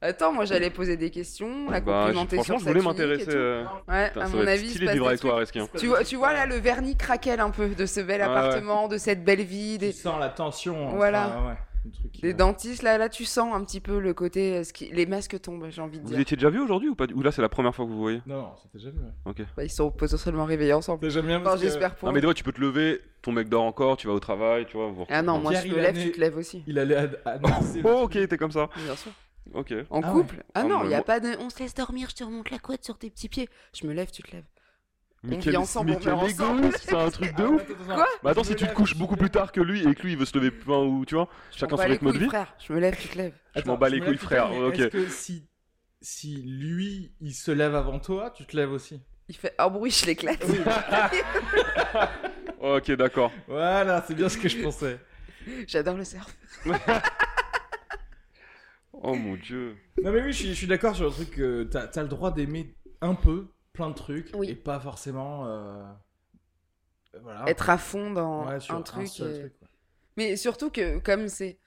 B: Attends, moi j'allais poser des questions, la
C: Bah, je-
B: complimenter sur
C: franchement, je
B: sa
C: voulais
B: tunique et
C: m'intéresser.
B: tout.
C: euh,
B: Ouais,
C: putain,
B: à
C: ça
B: mon
C: va être
B: avis, il se
C: stylé de
B: passe
C: vivre
B: des
C: avec toi,
B: trucs.
C: Areski. hein.
B: Tu vois, tu vois là le vernis craquelle un peu de ce bel
C: Ouais,
B: appartement, de cette belle vie,
D: Tu
B: des,
D: sens la tension. hein,
B: Voilà.
D: ça, ouais, le truc qui
B: des
D: va-
B: dentistes. Là, là, tu sens un petit peu le côté, euh, ce qui- les masques tombent, j'ai envie de
C: Vous
B: dire.
C: étiez déjà vu aujourd'hui ou pas Ou là, c'est la première fois que vous voyez
D: Non, non, c'était jamais. Ouais.
B: Bah, ils sont potentiellement réveillés ensemble.
D: C'était jamais.
B: Enfin, j'espère pour.
C: Non, mais
B: eux.
C: des fois, tu peux te lever, ton mec dort encore, tu vas au travail, tu vois. vous-
B: Ah non, moi
D: Pierre,
B: je me
D: il a
B: lève,
D: né-
B: tu te lèves aussi.
D: Il allait ad- annoncer. le-
C: Oh, ok, t'es comme ça.
B: Bien sûr.
C: Ok.
B: En
D: Ah ouais.
B: couple Ah
C: Ah,
B: non,
C: moi,
B: il n'y a
C: moi-
B: pas de. On se laisse dormir, je te remonte la couette sur tes petits pieds. Je me lève, tu te lèves.
C: Mais
B: On
C: quel-
B: vit ensemble,
C: mais
B: on
C: quel
B: meurt ensemble.
C: égoïste, c'est un truc
D: Ah,
C: de ouf.
D: attends, attends,
B: Quoi
C: Bah attends,
D: Je
C: si
D: me
C: tu te
D: lève,
C: couches
D: je
C: beaucoup
D: me
C: plus tard que lui et que lui il veut se lever enfin, ou tu vois, chacun
B: On
C: son
B: bat les
C: rythme de
B: couilles,
C: vie.
B: frère. Je me lève, tu te lèves.
D: lève.
C: Je m'en bats les
D: me
C: couilles,
D: lève, tu te
C: frère,
D: lèves,
C: ouais,
D: mais Est-ce
C: ok.
D: que si, si lui, il se lève avant toi, tu te lèves aussi
B: Il fait un bruit, je l'éclate.
C: Ok, d'accord.
D: Voilà, c'est bien ce que je pensais.
B: J'adore le surf.
C: Oh mon dieu.
D: Non mais oui, je suis, je suis d'accord sur le truc que t'as as le droit d'aimer un peu plein de trucs
B: Oui.
D: et pas forcément euh, voilà,
B: Ah. Être à fond dans
D: ouais, sur
B: un truc.
D: seul
B: et-
D: truc, quoi.
B: Mais surtout que, comme c'est.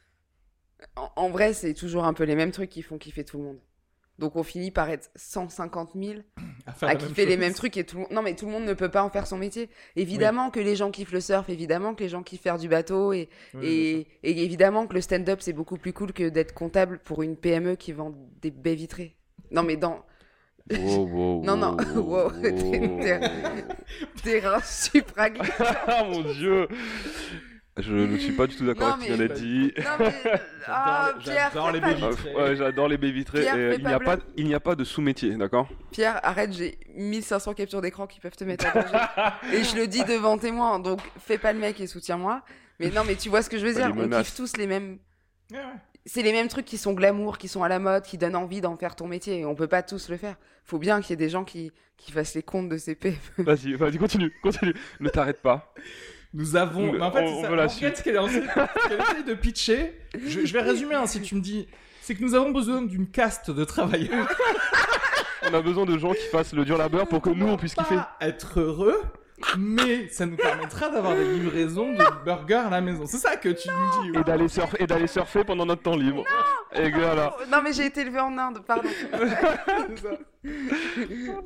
B: En, en vrai, c'est toujours un peu les mêmes trucs qui font kiffer tout le monde. Donc on finit par être 150 000
D: À, faire
B: à
D: la même
B: kiffer les
D: chose.
B: mêmes trucs et tout le monde. Non, mais tout le monde ne peut pas en faire son métier. Évidemment que les gens kiffent le surf, évidemment que les gens kiffent faire du bateau et,
D: Oui, bien sûr.
B: Et, et évidemment que le stand-up, c'est beaucoup plus cool que d'être comptable pour une PME qui vend des baies vitrées. Non, mais dans.
C: Wow, wow,
B: Non, non, wow, t'es- t'es- Terrain supra
C: Ah mon dieu. Je ne suis pas du tout d'accord
B: Non,
C: avec ce qu'il
B: mais-
C: vient d'être dit.
B: Non, mais. euh, Ah,
D: J'adore-
B: Pierre,
D: j'adore
B: fais
D: les
B: pas-
D: baies
C: Euh,
D: vitrées.
C: ouais, j'adore les baies vitrées
B: Pierre,
C: et
B: fais
C: il
B: pas
C: n'y a pas
B: blague.
C: il n'y a pas de sous-métier, d'accord
B: Pierre, arrête, j'ai 1500 captures d'écran qui peuvent te mettre à danger. et je le dis devant témoin, donc fais pas le mec et soutiens-moi. Mais non, mais tu vois ce que je veux
C: Pas
B: dire,
C: les
B: on
C: menaces.
B: kiffe tous les mêmes.
D: Ah Ouais, ouais.
B: C'est les mêmes trucs qui sont glamour, qui sont à la mode, qui donnent envie d'en faire ton métier. Et on peut pas tous le faire. Faut bien qu'il y ait des gens qui, qui fassent les comptes de CP.
C: Vas-y, vas-y, continue, continue. Ne t'arrête pas.
D: Nous avons.
C: Mais
D: mais en fait,
C: on-
D: c'est
C: on
D: ça.
C: veut la
D: En fait, ce qu'elle est en- ce qu'elle essaye de pitcher, je, je vais résumer hein, si tu me dis. C'est que nous avons besoin d'une caste de travailleurs.
C: On a besoin de gens qui fassent le dur labeur pour que nous on puisse
D: Pas
C: kiffer.
D: être heureux, mais ça nous permettra d'avoir des livraisons de burgers à la maison. C'est ça que tu me dis.
C: Et d'aller surfer, et d'aller surfer pendant notre temps libre. et voilà.
B: Non, mais j'ai été élevée en Inde, pardon.
D: Oh, C'est ça.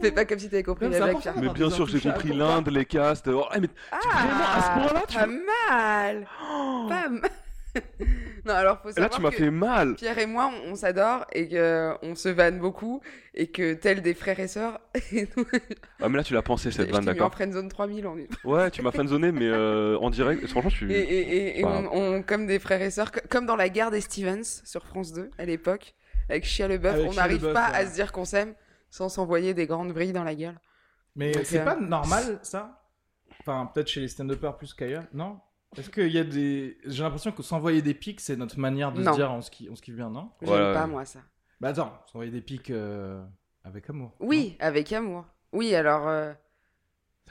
B: Fais pas comme si t'avais compris
D: Non,
B: la
D: c'est
B: blague,
D: important.
B: Pierre.
C: Mais bien sûr, j'ai compris l'Inde, les castes. Oh, eh, mais vraiment, à ce
B: Ah,
C: point-là, tu
B: pas mal
D: Oh.
B: Pas mal Non, alors faut
C: Là,
B: savoir
C: tu m'as
B: que
C: fait mal.
B: Pierre et moi, on, on s'adore et qu'on se vanne beaucoup et que, tels des frères et sœurs, et nous,
C: Ah, mais là, tu l'as pensé
B: je
C: cette vanne,
B: t'ai mis en
C: d'accord
B: friendzone 3000 en une.
C: Ouais, tu m'as fanzoné, mais euh, en direct. Franchement, je
B: Et,
C: suis.
B: et- et- et
C: Wow.
B: on, on- comme des frères et sœurs, co- comme dans la guerre des Stevens sur France 2 à l'époque, avec Chia Leboeuf,
D: Avec
B: on
D: Shia
B: n'arrive
D: LaBeouf,
B: pas
D: ouais.
B: à se dire qu'on s'aime sans s'envoyer des grandes brilles dans la gueule.
D: Mais
B: Donc,
D: c'est
B: euh,
D: pas normal ça Enfin, peut-être chez les stand-uppers plus qu'ailleurs, non Est-ce qu'il y a des. J'ai l'impression que s'envoyer des pics, c'est notre manière de
B: Non.
D: se dire on se kiffe on se kiffe bien, non
B: J'aime
C: Ouais, ouais.
B: pas, moi, ça.
D: Bah attends, s'envoyer des pics. euh, Avec amour.
B: Oui, avec amour. Oui, alors. euh,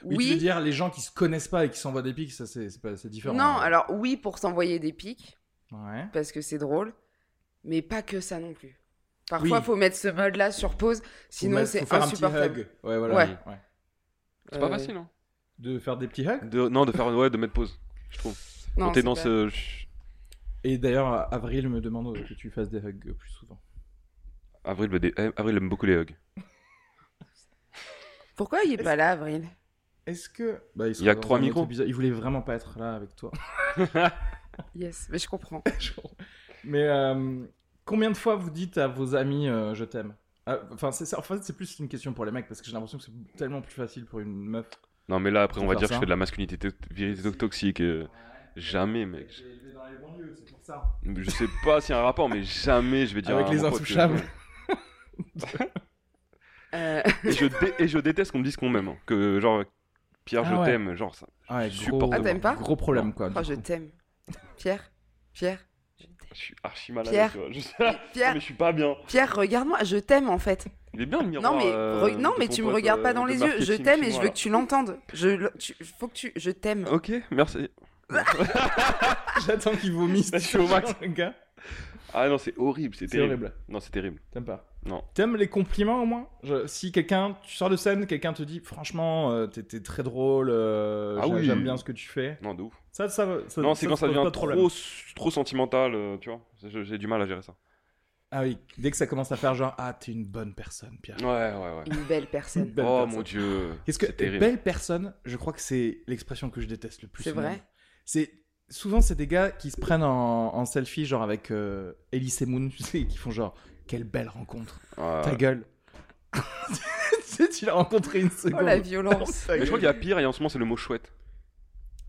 D: Non Oui. Tu veux dire les gens qui se connaissent pas et qui s'envoient des pics, ça c'est c'est pas- c'est différent.
B: Non,
D: hein.
B: alors oui pour s'envoyer des pics,
D: Ouais.
B: parce que c'est drôle, mais pas que ça non plus. Parfois,
D: Oui.
B: faut mettre ce mode-là sur pause,
D: Faut
B: sinon
D: mettre- faut
B: c'est
D: faire un petit
B: insupportable.
D: hug. Ouais, voilà.
B: Ouais.
D: oui, ouais.
C: C'est pas
B: Euh,
C: facile, hein.
D: De faire des petits hugs.
C: De- non, de faire ouais, de mettre pause, je trouve.
B: non,
C: Quand t'es
B: c'est
C: dans
B: pas-
C: ce. ch-
D: Et d'ailleurs, Avril me demande que tu fasses des hugs plus souvent.
C: Avril, me dé- eh, Avril aime beaucoup les hugs.
B: Pourquoi il est pas là, Avril
D: Est-ce que. Bah,
C: Il y a que trois micros.
D: Il voulait vraiment pas être là avec toi.
B: Yes, mais je comprends.
D: Mais euh, combien de fois vous dites à vos amis euh, je t'aime Ah, Enfin, c'est ça. En fait, c'est plus une question pour les mecs parce que j'ai l'impression que c'est tellement plus facile pour une meuf.
C: Non, mais là, après,
D: Faut
C: on va
D: faire
C: dire que je
D: ça.
C: fais de la masculinité to- virilité to- toxique. euh, Jamais, mec.
D: J'ai élevé dans les banlieues, c'est pour ça.
C: Je sais pas s'il y a un rapport, mais jamais je vais dire.
D: Avec
C: à
D: les
C: mon pote que-
D: intouchables.
B: Euh,
C: Et je, dé- et je déteste qu'on me dise qu'on m'aime. hein. Que genre, Pierre,
D: Ah
C: je
D: ouais.
C: t'aime. Genre, ça.
D: Ouais,
C: Je
D: gros,
C: supporte.
B: Ah, t'aimes pas
D: gros problème quoi. du
B: oh, je
D: coup.
B: t'aime. Pierre Pierre je t'aime.
C: Je suis archi mal à
B: Pierre.
C: l'aise, tu vois. Je sais-
B: Pierre,
C: mais je suis pas bien.
B: Pierre, regarde-moi, je t'aime en fait.
C: Il est bien le miroir.
B: Non mais,
C: euh,
B: re- non
C: de
B: mais
C: ton
B: tu me
C: pote,
B: regardes
C: euh,
B: pas dans
C: de
B: les yeux. Je
C: marketing
B: t'aime et je veux
C: chinois, là. Euh,
B: que tu l'entendes. Je, tu- faut que tu, je t'aime.
C: Ok, merci.
D: J'attends qu'il vomisse.
C: Je suis au max.
D: le gars.
C: Ah non, c'est horrible, c'est
D: C'est
C: terrible.
D: horrible.
C: Non, c'est terrible.
D: T'aimes pas
C: Non.
D: T'aimes les compliments au moins Je- Si quelqu'un, tu sors de scène, quelqu'un te dit franchement, euh, t'es t'es très drôle, euh,
C: Ah
D: j'a-
C: oui.
D: j'aime bien ce que tu fais.
C: Non, de ouf.
D: Ça, ça, ça
C: non, c'est quand
D: te
C: ça
D: pose
C: devient
D: pas de problème.
C: trop, s- trop sentimental, euh, tu vois. Je- J'ai du mal à gérer ça.
D: Ah oui, dès que ça commence à faire genre ah t'es une bonne personne, Pierre.
C: Ouais, ouais, ouais.
B: Une belle personne.
D: Belle
C: oh
D: personne.
C: mon dieu.
D: Qu'est-ce que
C: c'est
D: t'es
C: terrible.
D: belle personne Je crois que c'est l'expression que je déteste le plus.
B: C'est
D: au monde.
B: vrai
D: C'est souvent c'est des gars qui se prennent en, en selfie genre avec euh, Elise et Moon, tu sais, qui font genre quelle belle rencontre.
C: Ah, Ouais.
D: Ta gueule. tu sais, tu l'as rencontré une seconde.
B: Oh la violence.
D: Ta
C: Mais je crois
D: gueule.
C: qu'il y a pire et en ce moment c'est le mot chouette.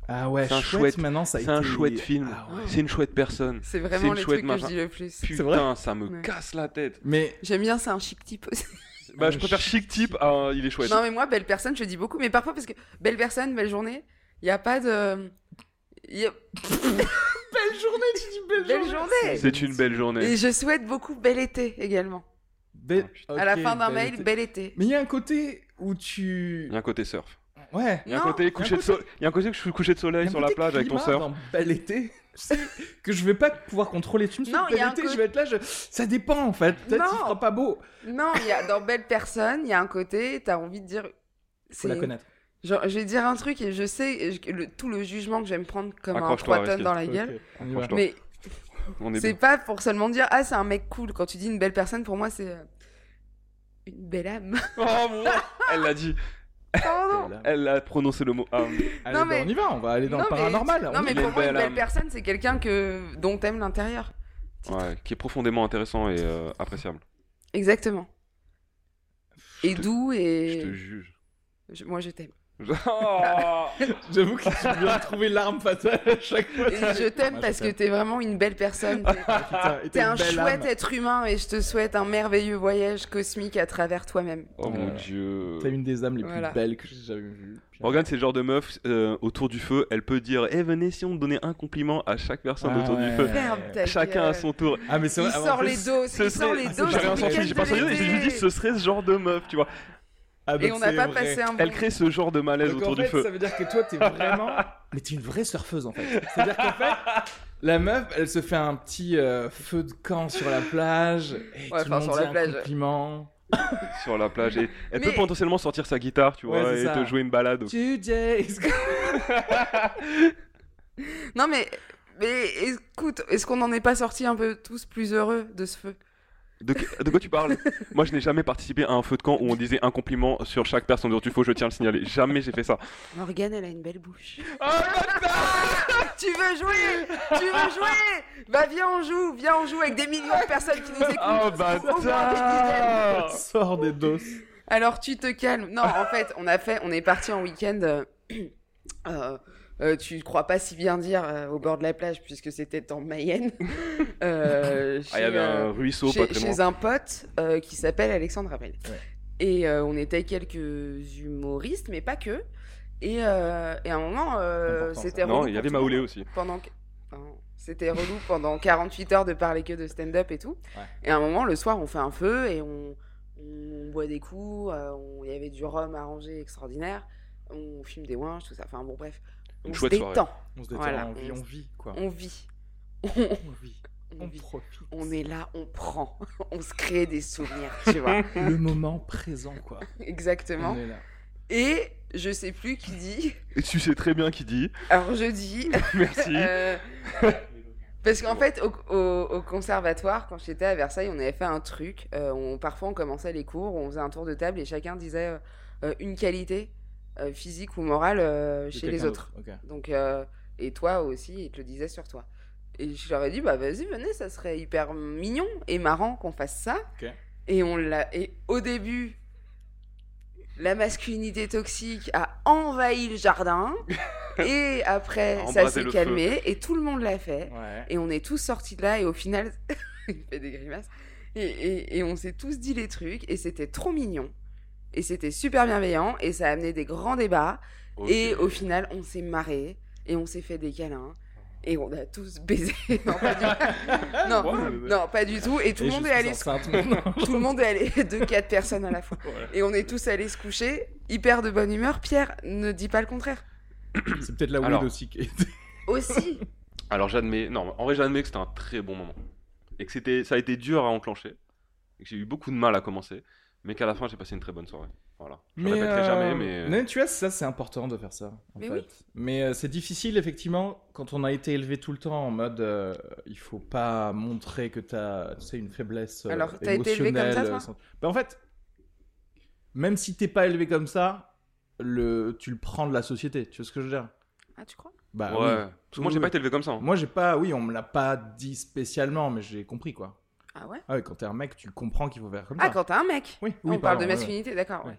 D: Ah ouais,
C: C'est un
D: chouette,
C: chouette-
D: maintenant ça a
C: C'est un
D: été-
C: chouette film.
D: Ah ouais.
C: C'est une chouette personne.
B: C'est
C: C'est
B: vraiment
C: une
B: les
C: chouette
B: trucs que
C: machin.
B: je dis le plus.
D: C'est vrai
C: Putain, ça me
B: Ouais.
C: casse la tête.
D: Mais
B: J'aime bien, c'est un chic type aussi.
D: Ah,
C: Bah, je préfère chic type à euh, il est chouette.
B: Non mais moi, belle personne, je dis beaucoup, mais parfois parce que belle personne, belle journée, il n'y a pas de... y a-
D: belle journée, tu dis belle,
B: Belle journée
C: C'est une belle journée.
B: Et je souhaite beaucoup bel été également.
D: Belle-
C: Ah, putain.
B: à la
D: Ok,
B: fin d'un
D: belle
B: mail,
D: été.
B: bel été.
D: Mais il y a un côté où tu.
C: Il y a un côté surf.
D: Ouais.
C: Il y a un
B: Non,
C: côté coucher de
D: côté-
C: soleil. Il y a un côté que je suis couché de
D: Il y
C: soleil
D: a
C: sur
D: un
C: la
D: côté
C: plage avec ton
D: climat
C: surf.
D: dans Bel été. tu sais, que je vais pas pouvoir contrôler. Tu me
B: Non,
D: souviens,
B: il y a
D: bel
B: un
D: été,
B: côté-
D: je vais être là. je- Ça dépend en fait. Peut-être
B: Non.
D: qu'il fera pas beau.
B: Non, il y a, dans belle personne, il y a un côté, t'as envie de dire...
D: Faut la
B: c'est-
D: connaître.
B: Genre, je vais dire un truc et je sais et je- le- tout le jugement que je vais me prendre comme un
C: Accroche-toi,
B: 3 tonnes
C: Aristide.
B: dans la gueule.
D: Ok, on y va.
C: Accroche-toi.
B: Mais
C: On est
B: c'est
C: bien.
B: pas pour seulement dire ah c'est un mec cool. Quand tu dis une belle personne, pour moi c'est euh, une belle âme.
C: Oh mon Elle l'a dit.
B: Pardon.
C: Elle a prononcé le mot âme.
D: Allez,
B: Non,
D: bah,
B: mais-
D: on y va. On va aller dans
B: Non,
D: le
B: mais-
D: paranormal.
B: Non
D: on y
B: mais
D: va.
B: pour moi une
C: belle
B: belle
C: âme.
B: personne c'est quelqu'un que dont t'aimes l'intérieur.
C: Ouais, qui est profondément intéressant et euh, appréciable.
B: Exactement. Et
C: te-
B: doux
C: Je te
B: et
C: juge.
B: je- moi je t'aime.
C: Oh
D: J'avoue que tu viens de trouver l'arme fatale à chaque fois.
B: Et je t'aime parce que t'es vraiment une belle personne. T'es-
D: Putain, et
B: T'es un
D: belle
B: chouette
D: âme.
B: être humain et je te souhaite un merveilleux voyage cosmique à travers toi-même.
C: Oh mon
D: Voilà.
C: dieu.
D: T'as une des âmes les
B: Voilà.
D: plus belles que j'ai jamais vues.
C: Morgane, c'est le genre de meuf euh, autour du feu. Elle peut dire Eh, venez, si on donnait un compliment à chaque personne
D: Ah
C: autour
D: ouais.
C: du feu.
B: Ferme ta
C: Chacun à
B: gueule.
C: son tour.
D: Ah mais c'est
B: euh, Il
D: vrai. en
B: sort
D: plus-
B: les doses,
C: Ce
B: il sort
C: serait.
B: les
D: Ah,
B: doses.
C: J'ai rien
B: du
C: sorti,
B: week-end
C: j'ai
B: de
C: pas sorti. Je
B: l'été.
C: vous dis, ce serait ce genre de meuf, tu vois.
D: Ah,
B: Et
D: donc
B: on n'a
D: c'est
B: pas
D: vrai.
B: passé un bon
C: Elle crée ce genre de malaise
D: Donc,
C: autour
D: en fait,
C: du feu.
D: ça veut dire que toi, t'es vraiment. Mais t'es une vraie surfeuse en fait. C'est-à-dire qu'en fait, la meuf, elle se fait un petit euh, feu de camp sur la plage. Et tout
B: enfin,
D: le monde
B: sur
D: dit
B: la
D: un
B: plage.
D: Compliment.
C: sur la plage et elle
B: Mais-
C: peut potentiellement sortir sa guitare, tu vois,
D: Ouais, c'est
C: et
D: ça.
C: te jouer une balade.
D: Today is good.
B: Non mais, mais écoute, est-ce qu'on n'en est pas sorti un peu tous plus heureux de ce feu
C: De, de quoi tu parles Moi, je n'ai jamais participé à un feu de camp où on disait un compliment sur chaque personne dont tu faut, je tiens à le signaler. Jamais j'ai fait ça. Ah,
B: Morgane, elle a une belle bouche.
C: Oh,
B: tu veux jouer Tu veux jouer Bah viens on joue, viens on joue avec des millions de personnes qui nous écoutent.
C: Oh
B: Au moins, tu t'aimes.
C: bâtard
D: Sors des doses.
B: Alors tu te calmes. Non, en fait, on a fait, on est parti en week-end. euh, euh, euh, tu crois pas si bien dire euh, au bord de la plage puisque c'était en Mayenne. Euh,
C: Ah, il y
B: chez,
C: avait
B: euh,
C: un ruisseau
B: chez,
C: pas très loin.
B: chez un pote euh, qui s'appelle Alexandre Rappel.
D: Ouais.
B: Et euh, on était quelques humoristes, mais pas que. Et, euh, et à un moment, euh,
D: Important, ça.
B: c'était relou
C: Non, il y
B: pour
C: avait
B: tout le
C: Maolé
B: monde
C: aussi.
B: pendant que- pardon. c'était relou pendant 48 heures de parler que de stand-up et tout.
D: Ouais.
B: Et à un moment, le soir, on fait un feu et on, on on boit des coups, euh, on- il y avait du rhum arrangé extraordinaire, on fume des winches, tout ça. Enfin bon, bref,
C: Une
B: on se
C: chouette soirée.
B: détend,
D: On se détend,
B: Voilà,
D: on, vit,
B: on-
D: on vit, quoi.
B: on vit,
D: On vit,
B: on
D: on
B: vit.
D: profite.
B: On est là, on prend, on se crée des souvenirs, tu vois.
D: Le moment présent, quoi.
B: Exactement.
D: On est là.
B: Et je sais plus qui dit.
C: Et tu sais très bien qui dit.
B: Alors je dis.
C: Merci.
B: euh, parce qu'en fait, au, au- au conservatoire, quand j'étais à Versailles, on avait fait un truc. euh, on, parfois, on commençait les cours, on faisait un tour de table et chacun disait euh, euh, une qualité euh, physique ou morale euh,
D: De
B: chez les
D: quelqu'un
B: autres.
D: d'autre, ok.
B: Donc, euh, et toi aussi, ils te le disaient sur toi. Et je leur ai dit, bah vas-y, venez, ça serait hyper mignon et marrant qu'on fasse ça.
D: Ok.
B: Et on l'a. Et au début, la masculinité toxique a envahi le jardin. et après,
C: A
B: ça
C: embrasé
B: s'est
C: le
B: calmé et tout le monde l'a fait.
D: Ouais.
B: Et on est tous sortis de là et au final, il fait des grimaces. Et, et- et on s'est tous dit les trucs et c'était trop mignon. Et c'était super bienveillant et ça a amené des grands débats.
C: Ok.
B: Et au final, on s'est marré et on s'est fait des câlins et on a tous baisé. non, pas du, non,
C: Ouais, ouais.
B: non, pas du tout. Et tout le
D: Et
B: monde est
D: je suis
B: allé, se-
D: enceinte maintenant.
B: tout le monde est allé deux, quatre personnes à la fois. Et on est tous allés se coucher hyper de bonne humeur. Pierre ne dit pas le contraire.
D: C'est peut-être la weed
C: Alors.
D: aussi qui est-
B: Aussi.
C: Alors j'admets, non, en vrai j'admets que c'était un très bon moment. Et que c'était, ça a été dur à enclencher. Et que j'ai eu beaucoup de mal à commencer. Mais qu'à la fin j'ai passé une très bonne soirée. Voilà. Je
D: Mais,
C: répéterai
D: euh,
C: jamais, mais.
D: non, tu vois, ça, c'est important de faire ça. en
B: Mais
D: fait.
B: oui.
D: Mais euh, c'est difficile, effectivement, quand on a été élevé tout le temps en mode euh, il faut pas montrer que t'as tu sais, une faiblesse. euh,
B: Alors, t'as été élevé comme ça,
D: émotionnelle,
B: toi
D: euh, sans- Bah, en fait, même si t'es pas élevé comme ça, le... tu le prends de la société. Tu vois ce que je veux dire
B: Ah, tu crois
D: Bah,
C: ouais.
D: oui.
C: Parce que moi j'ai
D: Oui,
C: pas
D: oui.
C: été élevé comme ça. hein.
D: Moi, j'ai pas. Oui, on me l'a pas dit spécialement, mais j'ai compris, quoi.
B: Ah ouais
D: Ah oui, quand t'es un mec, tu comprends qu'il faut faire comme
B: Ah,
D: ça.
B: quand t'as un mec.
D: Oui,
B: on
D: oui,
B: parle de
D: pardon, ouais, ouais.
B: masculinité, d'accord.
D: Ouais.
B: ouais.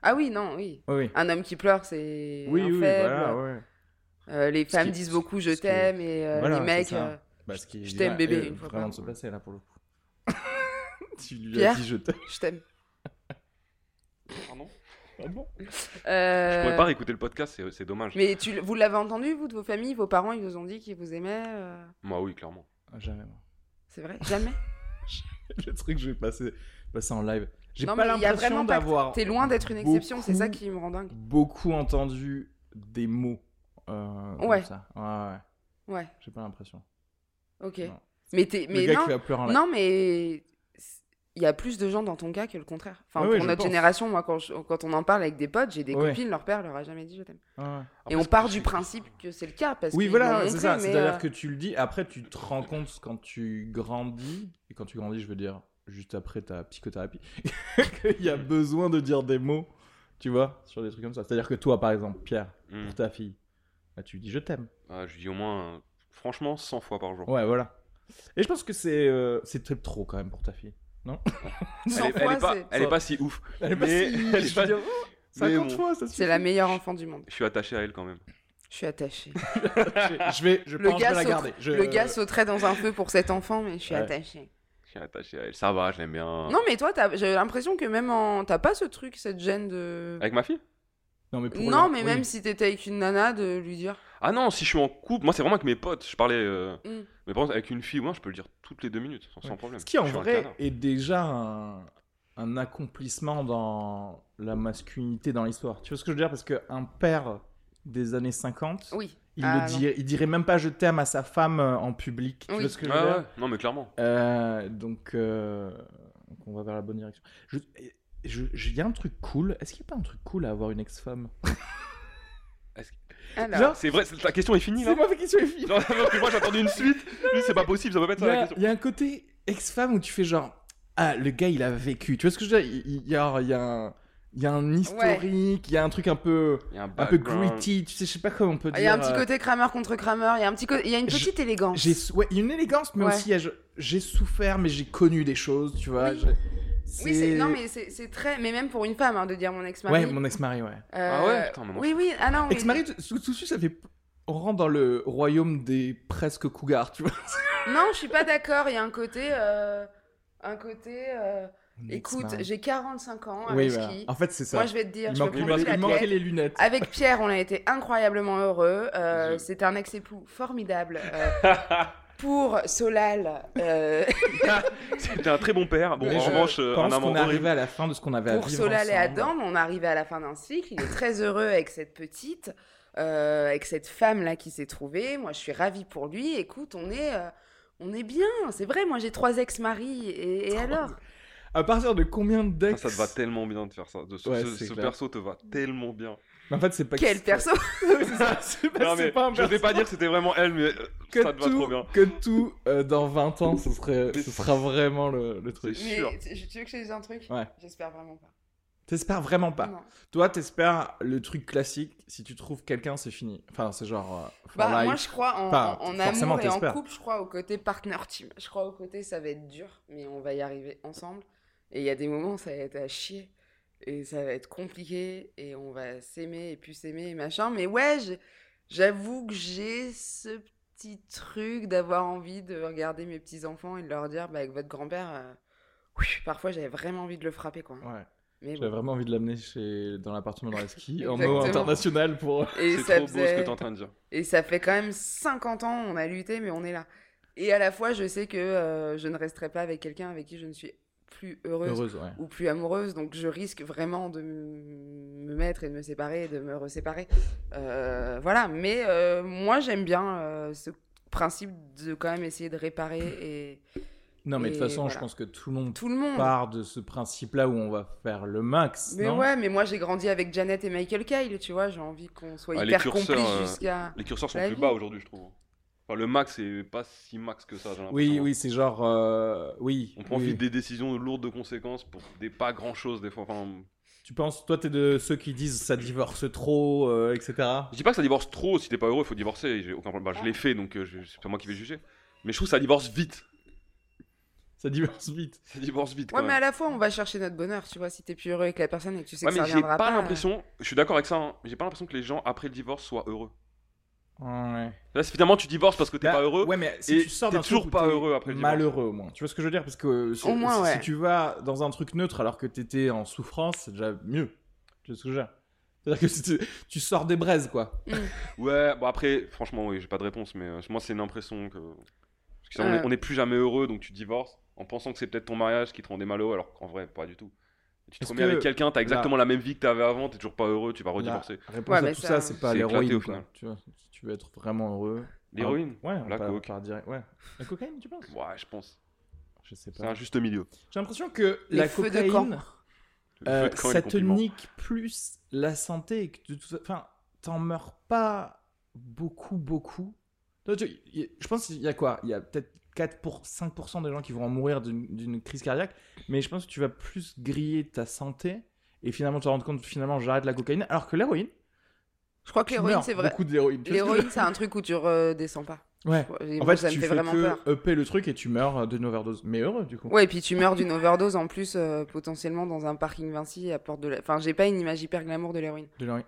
B: Ah oui, non, oui.
D: Oui, oui.
B: Un homme qui pleure, c'est
D: Oui,
B: un
D: oui,
B: faible.
D: voilà, ouais.
B: Euh, les femmes
D: qui-
B: disent beaucoup je
D: ce qui-
B: t'aime et euh,
D: Voilà,
B: les
D: c'est
B: mecs.
D: ça.
B: euh,
D: Bah, ce qui est
B: Je t'aime,
D: évident,
B: bébé,
D: et
B: une fois
D: vraiment
B: par
D: de se
B: an.
D: passer là pour le coup. tu lui as
B: Pierre
D: dit je t'aime.
B: je t'aime.
C: Pardon Je
B: Euh,
C: pourrais pas réécouter le podcast, c'est, c'est dommage.
B: Mais tu, l- vous l'avez entendu, vous, de vos familles, vos parents, ils vous ont dit qu'ils vous aimaient euh,
C: Moi oui, clairement.
D: Ah, jamais. moi.
B: C'est vrai Jamais
D: le truc que je vais passer, passer en live. J'ai
B: Non,
D: pas
B: mais il y a
D: l'impression
B: vraiment pas-
D: d'avoir.
B: T'es loin d'être une
D: beaucoup-
B: exception, c'est ça qui me rend dingue.
D: Beaucoup entendu des mots. Euh, comme
B: Ouais.
D: ça. Ouais, ouais. ouais.
B: Ouais,
D: J'ai pas l'impression.
B: ok.
D: Non.
B: Mais, t'es, mais
D: le gars
B: non,
D: qui va pleurer en live.
B: non, mais c'est- il y a plus de gens dans ton cas que le contraire. Enfin,
D: Ah oui,
B: pour
D: je
B: notre
D: pense.
B: génération, moi, quand, je- quand on en parle avec des potes, j'ai des
D: Ouais. Ah, bah,
B: copines, leur père leur a jamais dit je t'aime.
D: Ouais, ouais.
B: Et
C: Après,
B: on
C: c'est-
B: part du principe que c'est le cas. Parce
D: Oui,
B: qu'ils l'ont
D: voilà,
B: montré,
D: c'est ça.
B: mais,
D: C'est-à-dire
B: euh,
D: que tu le dis, après tu te rends compte quand tu grandis, et quand tu grandis, je veux dire, juste après ta psychothérapie, qu'il y a besoin de dire des mots, tu vois, sur des trucs comme ça. C'est-à-dire que toi, par exemple, Pierre,
C: Hmm.
D: pour ta fille, bah, tu lui dis je t'aime.
C: Ah, je lui dis au moins, euh, franchement, 100 fois par jour.
D: Ouais, voilà. Et je pense que c'est euh, c'est très trop quand même pour ta fille.
C: Elle, est,
B: 100
C: elle est
B: fois,
C: pas,
B: c'est-
C: elle est pas si ouf.
D: Elle est pas
C: Mais-
D: si-
C: elle est
D: je
C: pas-
D: veux dire, oh, 50
C: bon.
D: fois, ça suffit.
B: C'est la meilleure enfant du monde.
C: Je suis attaché à elle quand même.
B: Je suis attachée.
D: Je je vais, je
B: Le
D: pense que je
B: gars
D: vais la
B: saute-
D: garder. Je-
B: Le gars sauterait dans un feu pour cet enfant, mais je suis
D: Ouais.
B: attachée.
C: Je suis attaché à elle. Ça va, je l'aime bien.
B: Non, mais toi, t'as- j'ai l'impression que même en. T'as pas ce truc, cette gêne de.
C: Avec ma fille
D: Non, mais, pour
B: Non,
D: le-
B: mais
D: oui.
B: même si t'étais avec une nana, de lui dire.
C: Ah non, si je suis en couple, moi c'est vraiment avec mes potes. Je parlais. euh,
B: Mm.
C: Mais par exemple, avec une fille, moi je peux le dire toutes les deux minutes, sans, sans
D: Ouais.
C: problème.
D: Ce qui en
C: Je suis un
D: vrai
C: canard.
D: est déjà un, un accomplissement dans la masculinité dans l'histoire. Tu vois ce que je veux dire Parce qu'un père des années 50,
B: Oui.
D: il,
B: Ah,
D: le
B: non.
D: dirait, il dirait même pas je t'aime à sa femme euh, en public. Tu
B: Oui.
D: vois ce que je veux
C: Ah
D: dire
C: ouais, non mais clairement.
D: Euh, donc, euh, donc on va vers la bonne direction. Je, je, je- il y a un truc cool. Est-ce qu'il n'y a pas un truc cool à avoir une ex-femme
B: Alors,
D: Genre,
C: C'est vrai, c'est- ta question est finie là
D: C'est ma question est finie.
C: Non, parce que moi j'attendais une suite. Lui, c'est pas possible, ça peut pas être
D: Il y
C: ça la
D: a-
C: question.
D: il y, a un côté ex-femme où tu fais genre ah le gars il a vécu. Tu vois ce que je veux dire Il- Il il y a, il y a un il y a un historique, il y a un truc un peu
C: Il y a
D: un peu
C: background.
D: gritty. Tu sais, je sais pas comment on peut
B: Ah, il y
D: dire.
B: a un petit
D: euh,
B: côté Kramer contre Kramer, il y a, un petit co- il y a une
D: Je-
B: petite élégance.
D: J'ai ouais, il y a une élégance, mais
B: Ouais.
D: aussi il y a je- j'ai souffert, mais j'ai connu des choses. Tu vois.
B: Oui.
D: je-
B: Oui, c'est... non, mais c'est, c'est très. Mais même pour une femme, hein, de dire mon ex-mari.
D: ouais, mon ex-mari, ouais.
B: Euh,
C: Ah ouais, putain, mais moi,
B: Oui, oui, ah non. oui.
D: Ex-mari, tout- tout tout de suite, ça fait. On rentre dans le royaume des presque cougars, tu vois.
B: Non, je suis pas d'accord, il y a un côté. euh, Un côté. euh, Écoute,
D: Ex-mari.
B: j'ai 45 ans, avec
D: Oui,
B: qui.
D: voilà. En fait, c'est ça. Ah,
B: Moi, je vais te dire,
D: il
B: je veux
D: manquait,
B: prendre
C: parce
B: une
D: il manquait
B: claquette.
D: les lunettes.
B: Avec Pierre, on a été incroyablement heureux. Euh,
C: Je-
B: C'était un ex-époux formidable. Euh, pour Solal, euh,
C: C'était un très bon père. Bon,
D: Mais
C: en
D: je
C: revanche, euh, un
D: pense qu'on
C: amant
D: est arrivé
C: horrible.
D: à la fin de ce qu'on avait à
B: pour
D: vivre
B: Solal et
D: ensemble.
B: Adam, on arrivait à la fin d'un cycle. Il est très heureux avec cette petite, euh, avec cette femme là qui s'est trouvée. Moi, je suis ravie pour lui. Écoute, on est, euh, on est bien. C'est vrai. Moi, j'ai trois ex-maris. Et, et alors
D: À partir de combien
C: Ah,
D: d'ex
C: Ça te va tellement bien de faire ça. De ce
D: Ouais,
C: ce-
D: c'est
C: ce
D: clair.
C: perso te va tellement bien.
D: Mais En fait, c'est pas que-
B: Quel perso
D: C'est ça, c'est pas,
C: Non,
D: Bah, c'est
C: mais
D: pas un
C: je vais
D: perso.
C: pas dire que c'était vraiment elle, mais euh,
D: que
C: ça te va
D: tout,
C: trop bien.
D: que tout euh, dans 20 ans, ce, serait, ce sera vraiment le, le truc.
C: C'est sûr.
B: Mais tu, tu veux que je te dise un truc
D: Ouais.
B: J'espère vraiment pas.
D: T'espères vraiment pas.
B: Non.
D: Toi, t'espères le truc classique, si tu trouves quelqu'un, c'est fini. Enfin, c'est genre... euh, for
B: Bah, moi,
D: life.
B: je crois en,
D: Pas-
B: en- en
D: forcément,
B: amour et en
D: t'espères.
B: couple, je crois au côté partner team. Je crois au côté ça va être dur, mais on va y arriver ensemble. Et il y a des moments, ça va être à chier. Et ça va être compliqué. Et on va s'aimer et puis s'aimer et machin. Mais ouais, j'ai- j'avoue que j'ai ce petit truc d'avoir envie de regarder mes petits-enfants et de leur dire, bah, avec votre grand-père, euh, oui, parfois j'avais vraiment envie de le frapper, quoi.
D: Ouais.
B: Mais
D: J'avais
B: bon.
D: vraiment envie de l'amener chez... dans l'appartement dans la ski, en eau
B: Exactement.
D: international pour... euh,
B: Et
C: C'est
B: ça
C: trop beau ce que
B: faisait-
C: t'es en train de dire.
B: Et ça fait quand même 50 ans, on a lutté, mais on est là. Et à la fois, je sais que euh, je ne resterai pas avec quelqu'un avec qui je ne suis plus heureuse,
D: Heureuse, ouais.
B: ou plus amoureuse, donc je risque vraiment de m- me mettre et de me séparer et de me reséparer. Euh, voilà, mais euh, moi j'aime bien euh, ce principe de quand même essayer de réparer et
D: Non, mais de toute
B: Et
D: façon, je
B: voilà.
D: pense que tout le monde
B: tout le monde.
D: part de ce principe-là où on va faire le max,
B: mais
D: non
B: ouais, mais moi j'ai grandi avec Janet et Michael Kyle, tu vois, j'ai envie qu'on soit
C: Ah, les
B: hyper
C: curseurs,
B: complices
C: euh,
B: jusqu'à.
C: Les curseurs sont
B: La
C: plus
B: vie.
C: bas aujourd'hui, je trouve. Enfin, le max, c'est pas si max que ça, j'ai l'impression.
D: Oui, oui, c'est genre... euh, Oui.
C: On prend
D: oui.
C: vite des décisions lourdes de conséquences pour des pas grand chose des fois. Enfin,
D: Tu penses, toi, t'es de ceux qui disent ça divorce trop, euh, etc.
C: je dis pas que ça divorce trop. Si t'es pas heureux, il faut divorcer. J'ai aucun problème. Bah, je l'ai fait, donc euh, je- c'est pas moi qui vais juger. Mais je trouve que ça divorce vite.
D: Ça divorce vite.
C: Ça divorce vite.
B: Ouais,
C: quand
B: mais
C: même.
B: à la fois on va chercher notre bonheur, tu vois, si t'es plus heureux avec la personne et que tu sais
C: Ouais,
B: que ça
C: mais j'ai
B: reviendra
C: pas,
B: pas. euh,
C: l'impression. Je suis d'accord avec ça. hein, mais j'ai pas l'impression que les gens après le divorce soient heureux.
D: Ouais.
C: Là, c'est finalement tu divorces parce que t'es
D: Bah,
C: pas heureux.
D: Ouais, mais si
C: et
D: tu sors
C: t'es
D: d'un
C: toujours
D: truc où
C: pas
D: t'es
C: heureux après le divorce.
D: Malheureux au moins. Tu vois ce que je veux dire Parce que si,
B: Au moins,
D: si-
B: ouais.
D: si tu vas dans un truc neutre alors que t'étais en souffrance, c'est déjà mieux. Tu vois ce que je veux dire C'est-à-dire que si tu, tu sors des braises, quoi.
C: Ouais, bon après, franchement, oui, j'ai pas de réponse, mais euh, moi, c'est une impression que. Parce que ça, on
D: Euh.
C: est-
B: Ouais.
C: on n'est plus jamais heureux, donc tu divorces en pensant que c'est peut-être ton mariage qui te rendait malheureux, alors qu'en vrai, pas du tout. Tu te
D: Est-ce
C: remets
D: que-
C: avec quelqu'un, t'as exactement la même vie que t'avais avant, t'es toujours pas heureux, tu vas
D: La
C: redivorcer.
D: réponse
B: Ouais,
D: à
B: mais
D: tout ça,
B: ça-
D: c'est pas
C: C'est éclaté,
D: l'héroïne,
C: au
D: quoi.
C: final.
D: Tu vois, si tu veux être vraiment heureux.
C: L'héroïne
D: Ouais, on
C: La
D: part-
C: coke.
D: part direct. Ouais. La cocaïne, tu penses
C: Ouais, je pense.
D: Je sais
C: C'est un
D: pas.
C: juste milieu.
D: J'ai l'impression que
B: Les
D: la
B: feux de
D: cocaïne.
B: camp.
C: Le
D: Euh,
C: feu de camp et
D: ça
C: le
D: te
C: compliment.
D: nique plus la santé et que de toute fa- enfin t'en meurs pas beaucoup beaucoup Toi, tu- y- y- je pense qu'il y a quoi il y a peut-être 4 pour 5% des gens qui vont en mourir d'une- d'une crise cardiaque mais je pense que tu vas plus griller ta santé et finalement tu te rends compte finalement j'arrête la cocaïne alors que l'héroïne
B: Je crois que
D: tu
B: l'héroïne,
D: meurs
B: c'est vrai.
D: beaucoup d'héroïne Tu vois ce que je-
B: L'héroïne, c'est un truc où tu redescends pas.
D: ouais
B: Et
D: en
B: moi,
D: fait
B: ça me
D: tu
B: fait
D: fais
B: vraiment peur.
D: que upper le truc et tu meurs d'une overdose mais heureux du coup
B: Ouais, et puis tu meurs d'une overdose en plus, euh, potentiellement dans un parking Vinci à Porte de la. Enfin, j'ai pas une image hyper glamour de l'héroïne.
D: De l'héroïne.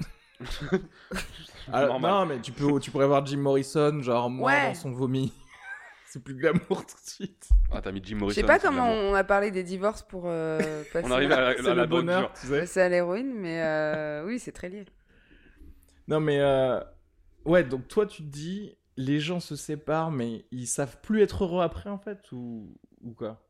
D: Alors,
C: Normal.
D: non, mais tu, peux, tu pourrais voir Jim Morrison, genre, moi,
B: Ouais.
D: dans son vomi. C'est plus glamour tout de suite.
C: Ah, t'as mis Jim
B: Je
C: Morrison.
B: sais pas
C: c'est
B: comment
C: de l'amour.
B: on a parlé des divorces pour euh, passer,
C: On arrive à la, à
D: C'est
C: la
D: le
C: drogue
D: bonheur,
C: dure.
D: tu sais.
B: passer à l'héroïne, mais euh, oui, c'est très lié.
D: Non, mais... euh, Ouais, donc toi, tu te dis, les gens se séparent, mais ils savent plus être heureux après, en fait, ou, ou quoi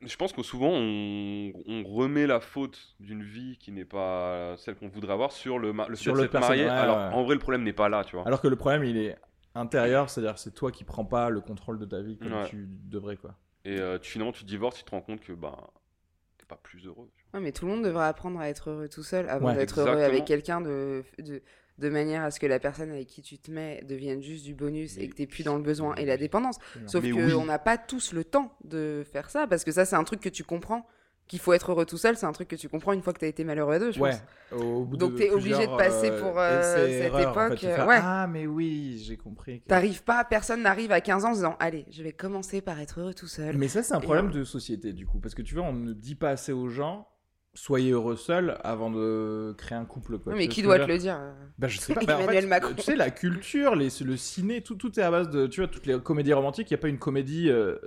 C: Je pense que souvent, on, on remet la faute d'une vie qui n'est pas celle qu'on voudrait avoir sur le, ma- le fait
D: Sur
C: de
D: l'autre
C: s'être
D: personne,
C: marié.
D: ouais,
C: alors,
D: ouais.
C: en vrai, le problème n'est pas là, tu vois.
D: Alors que le problème, il est intérieur, c'est-à-dire que c'est toi qui prends pas le contrôle de ta vie comme
C: Ouais.
D: tu devrais, quoi.
C: Et euh, tu, finalement, tu divorces, tu te rends compte que bah, t'es pas plus heureux. tu
B: Ouais, mais tout le monde devrait apprendre à être heureux tout seul avant
D: Ouais.
B: d'être heureux
C: Exactement.
B: avec quelqu'un de, de, de manière à ce que la personne avec qui tu te mets devienne juste du bonus
C: Mais-
B: et que t'es plus dans le besoin et la dépendance. Sauf
C: Mais
B: qu'on
C: oui.
B: n'a pas tous le temps de faire ça parce que ça, c'est un truc que tu comprends. Qu'il faut être heureux tout seul, c'est un truc que tu comprends une fois que t'as été malheureux à deux, je
D: Ouais.
B: pense.
D: Au bout
B: Donc
D: de
B: t'es obligé de
D: plusieurs,
B: passer pour, euh,
D: essais,
B: cette
D: erreurs, en fait,
B: époque,
D: tu fais,
B: euh, ouais.
D: Ah, mais oui, j'ai compris. que-
B: T'arrives pas, personne n'arrive à 15 ans en se disant Allez, je vais commencer par être heureux tout
C: Mm.
B: seul.
D: Mais ça, c'est un
B: Et
D: problème
B: voilà.
D: de société, du coup. Parce que tu vois, on ne dit pas assez aux gens, soyez heureux seuls avant de créer un couple. Quoi.
B: Oui, mais
D: Tu vois
B: qui
D: ce que
B: doit
D: je
B: te
D: veux dire
B: le dire euh
D: Bah, je sais pas. Bah, en
B: Emmanuel
D: fait,
B: Macron.
D: Tu sais, la culture, les, le ciné, tout, tout est à base de. Tu vois, toutes les comédies romantiques, il n'y a pas une comédie euh,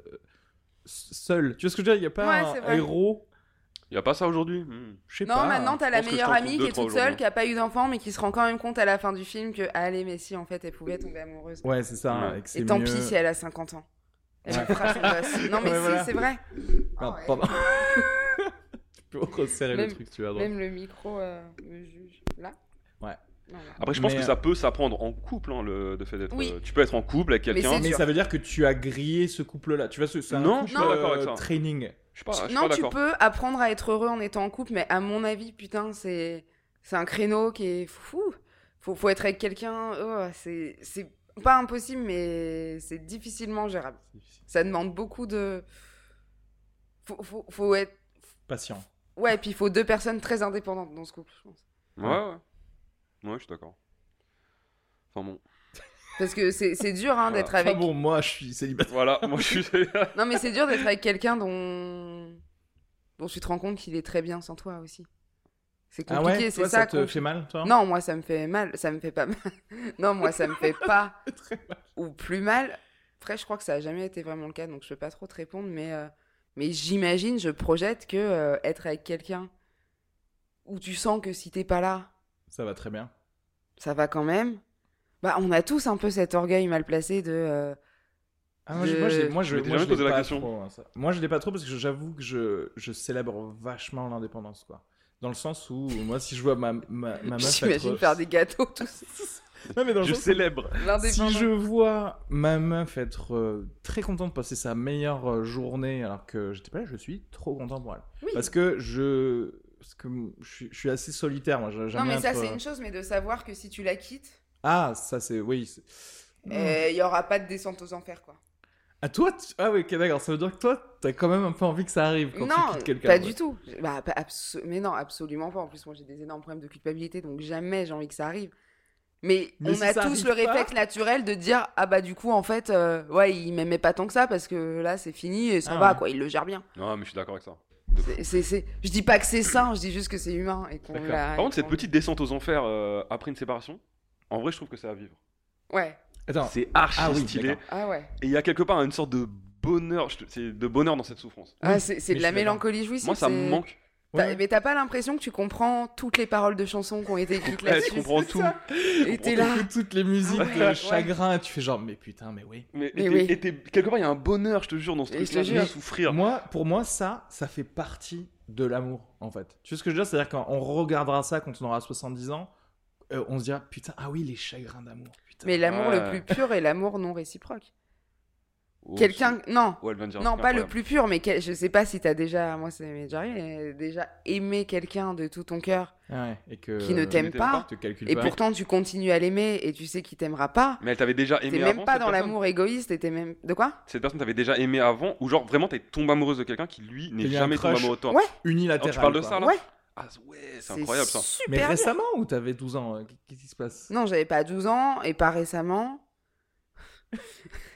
D: s- seule. Tu vois ce que je veux dire Il n'y a pas
B: Ouais, c'est
D: un
B: vrai.
D: héros.
C: Y a pas ça aujourd'hui hmm.
D: Je sais
B: Non,
D: pas.
B: maintenant t'as la
C: pense que je
B: meilleure
C: t'en trouve
B: amie
C: deux,
B: qui est
C: trois
B: toute seule,
C: aujourd'hui.
B: qui a pas eu d'enfant, mais qui se rend quand même compte à la fin du film que Allez, mais si, en fait, elle pouvait tomber amoureuse.
D: Ouais, c'est ça.
C: Ouais.
D: que c'est
B: Et tant
D: mieux.
B: pis si elle a 50 ans. Elle me fera son boss. Non, mais
D: Ouais,
B: si,
D: voilà.
B: c'est vrai.
D: Non,
B: Ah ouais.
D: pardon. tu peux resserrer
B: Même-
D: le truc, tu vois. donc.
B: Même le micro euh, me juge. Là
D: Ouais.
B: Non, là.
C: Après, je pense
D: Mais,
C: que
D: euh,
C: ça peut s'apprendre en couple, hein, le, de fait d'être.
B: Oui.
C: euh, tu peux être en couple avec
B: Mais
C: quelqu'un.
B: c'est-
D: Mais ça veut dire que tu as grillé ce couple-là. Tu vois, c'est c'est un
C: Non,
D: couple,
C: je suis pas d'accord avec
D: euh,
C: ça.
D: training.
C: Je sais pas, je suis
B: non,
C: pas
B: tu
C: d'accord.
B: peux apprendre à être heureux en étant en couple, mais à mon avis, putain, c'est c'est un créneau qui est fou. Faut, faut être avec quelqu'un. oh, c'est c'est pas impossible, mais c'est difficilement gérable. Ça demande beaucoup de. Faut, faut, faut être.
D: Patient.
B: Ouais, puis il faut deux personnes très indépendantes dans ce couple, je pense.
C: Ouais, ouais. Ouais, je suis d'accord. Enfin bon.
B: Parce que c'est c'est dur hein, d'être
D: Enfin
B: avec.
D: Ah bon, moi, je suis célibataire.
C: Voilà, moi je suis.
B: Non, mais c'est dur d'être avec quelqu'un dont. dont tu te rends compte qu'il est très bien sans toi aussi. C'est
D: Ah
B: compliqué,
D: ouais
B: c'est
D: Toi,
B: ça.
D: ça te
B: qu'on-
D: fait mal, toi
B: Non, moi, ça me fait mal. Ça me fait pas mal. Non, moi, ça me fait pas ou plus mal. Après, je crois que ça a jamais été vraiment le cas, donc je peux pas trop te répondre. Mais, euh, mais j'imagine, je projette que euh, être avec quelqu'un où tu sens que si t'es pas là,
D: Ça va très bien.
B: ça va quand même. Bah, on a tous un peu cet orgueil mal placé de. euh,
D: Ah, moi,
B: De-
D: je, moi, j'ai- moi, je,
C: Je m'étais
D: moi, je
C: jamais
D: l'ai
C: posé la
D: pas
C: question.
D: trop, hein, ça. Moi, je l'ai pas trop parce que j'avoue que je, je célèbre vachement l'indépendance, quoi. Dans le sens où, moi, si je vois ma, ma, ma meuf
B: J'imagine
D: être... euh,
B: faire des gâteaux, tout ça.
D: Non, mais dans le
C: je
D: sens où-
C: célèbre.
B: L'indépendant.
D: Si je vois ma meuf être euh, très contente de passer sa meilleure euh, journée alors que j'étais pas là, je suis trop content pour elle.
B: Oui.
D: Parce que je, parce que je, suis- je suis assez solitaire, moi. j'aime
B: Non, mais
D: être,
B: ça, c'est
D: euh,
B: une chose, mais de savoir que si tu la quittes, euh,
D: Ah, ça c'est, oui. c'est- Mm.
B: il y aura pas de descente aux enfers, quoi.
D: Ah toi, tu- ah oui, ok, d'accord. Ça veut dire que toi, t'as quand même un peu envie que ça arrive quand tu
B: non,
D: quittes quelqu'un.
B: pas
D: ouais.
B: du tout. Bah, pas abso- mais non, absolument pas. En plus, moi, j'ai des énormes problèmes de culpabilité, donc jamais j'ai envie que ça arrive. Mais,
D: Mais
B: on
D: si
B: a
D: ça
B: tous
D: arrive
B: le
D: pas-
B: réflexe naturel de dire ah bah du coup en fait euh, ouais il m'aimait pas tant que ça parce que là c'est fini et ça
D: Ah
B: va
D: ouais.
B: quoi il le gère bien.
C: Non, mais je suis d'accord avec ça.
B: C'est- c'est- c'est- Je dis pas que c'est sain, je dis juste que c'est humain et qu'on
C: D'accord.
B: l'a-
C: Par contre, cette
B: qu'on-
C: petite descente aux enfers euh, après une séparation, en vrai, je trouve que c'est à vivre.
B: ouais
D: Attends.
C: C'est archi
D: Ah oui,
C: stylé.
D: d'accord.
B: ah ouais
C: Et il y a quelque part une sorte de bonheur, je te- c'est de bonheur dans cette souffrance.
B: Ah, c'est c'est
D: mais
B: de
D: je
B: la
D: suis d'accord.
B: mélancolie jouissive.
C: Moi, ça me
B: c'est-
C: manque.
B: T'as-
D: Ouais.
B: Mais t'as pas l'impression que tu comprends toutes les paroles de chansons qui ont été écrites
C: Ouais, je
B: là-dessus.
C: comprends tout.
B: Et t'es là.
D: T'écoutes toutes les musiques,
B: Ah ouais,
D: le
B: ouais.
D: chagrin, et tu fais genre, mais putain, mais oui.
C: Mais,
B: Mais
C: et
B: oui.
C: t'es- et t'es- quelque part, il y a un bonheur, je te jure, dans ce
B: Et je
C: truc-là,
B: te
C: de
B: jure.
C: souffrir.
D: Moi, pour moi, ça, ça fait partie de l'amour, en fait. Tu vois ce que je veux dire C'est-à-dire qu'on regardera ça quand on aura 70 ans, euh, on se dira, putain, ah oui, les chagrins d'amour. putain.
B: Mais l'amour
C: Ouais.
B: le plus pur est l'amour non réciproque.
C: Oh,
B: Quelqu'un non
C: c'est- Ouais, elle vient de dire un
B: Non,
C: truc
B: pas le
C: incroyable.
B: plus pur, mais quel- je sais pas si t'as déjà, moi ça m'est déjà arrivé, mais déjà aimé quelqu'un de tout ton cœur
D: Ah ouais, et
C: Euh,
D: que,
B: qui ne t'aime
C: t'aime
B: pas,
D: te calcule
B: et
D: pas.
B: pourtant tu continues à l'aimer et tu sais qu'il t'aimera pas.
C: Mais elle t'avait déjà
B: T'es
C: aimé avant.
B: même pas
C: cette
B: dans
C: personne
B: l'amour égoïste, et t'es même. De quoi
C: Cette personne t'avait déjà aimé avant, ou genre vraiment t'es tombée amoureuse de quelqu'un qui lui n'est
D: Il y a un
C: jamais tombé
D: crush.
C: amoureux de toi.
B: Ouais.
D: Unilatéral.
C: Alors, Oh, tu parles de
D: quoi.
C: ça là
B: Ouais.
C: Ah ouais, c'est incroyable ça.
D: Mais
B: Super.
D: récemment ou t'avais 12 ans euh, Qu'est-ce qui se passe
B: Non, j'avais pas 12 ans et pas récemment.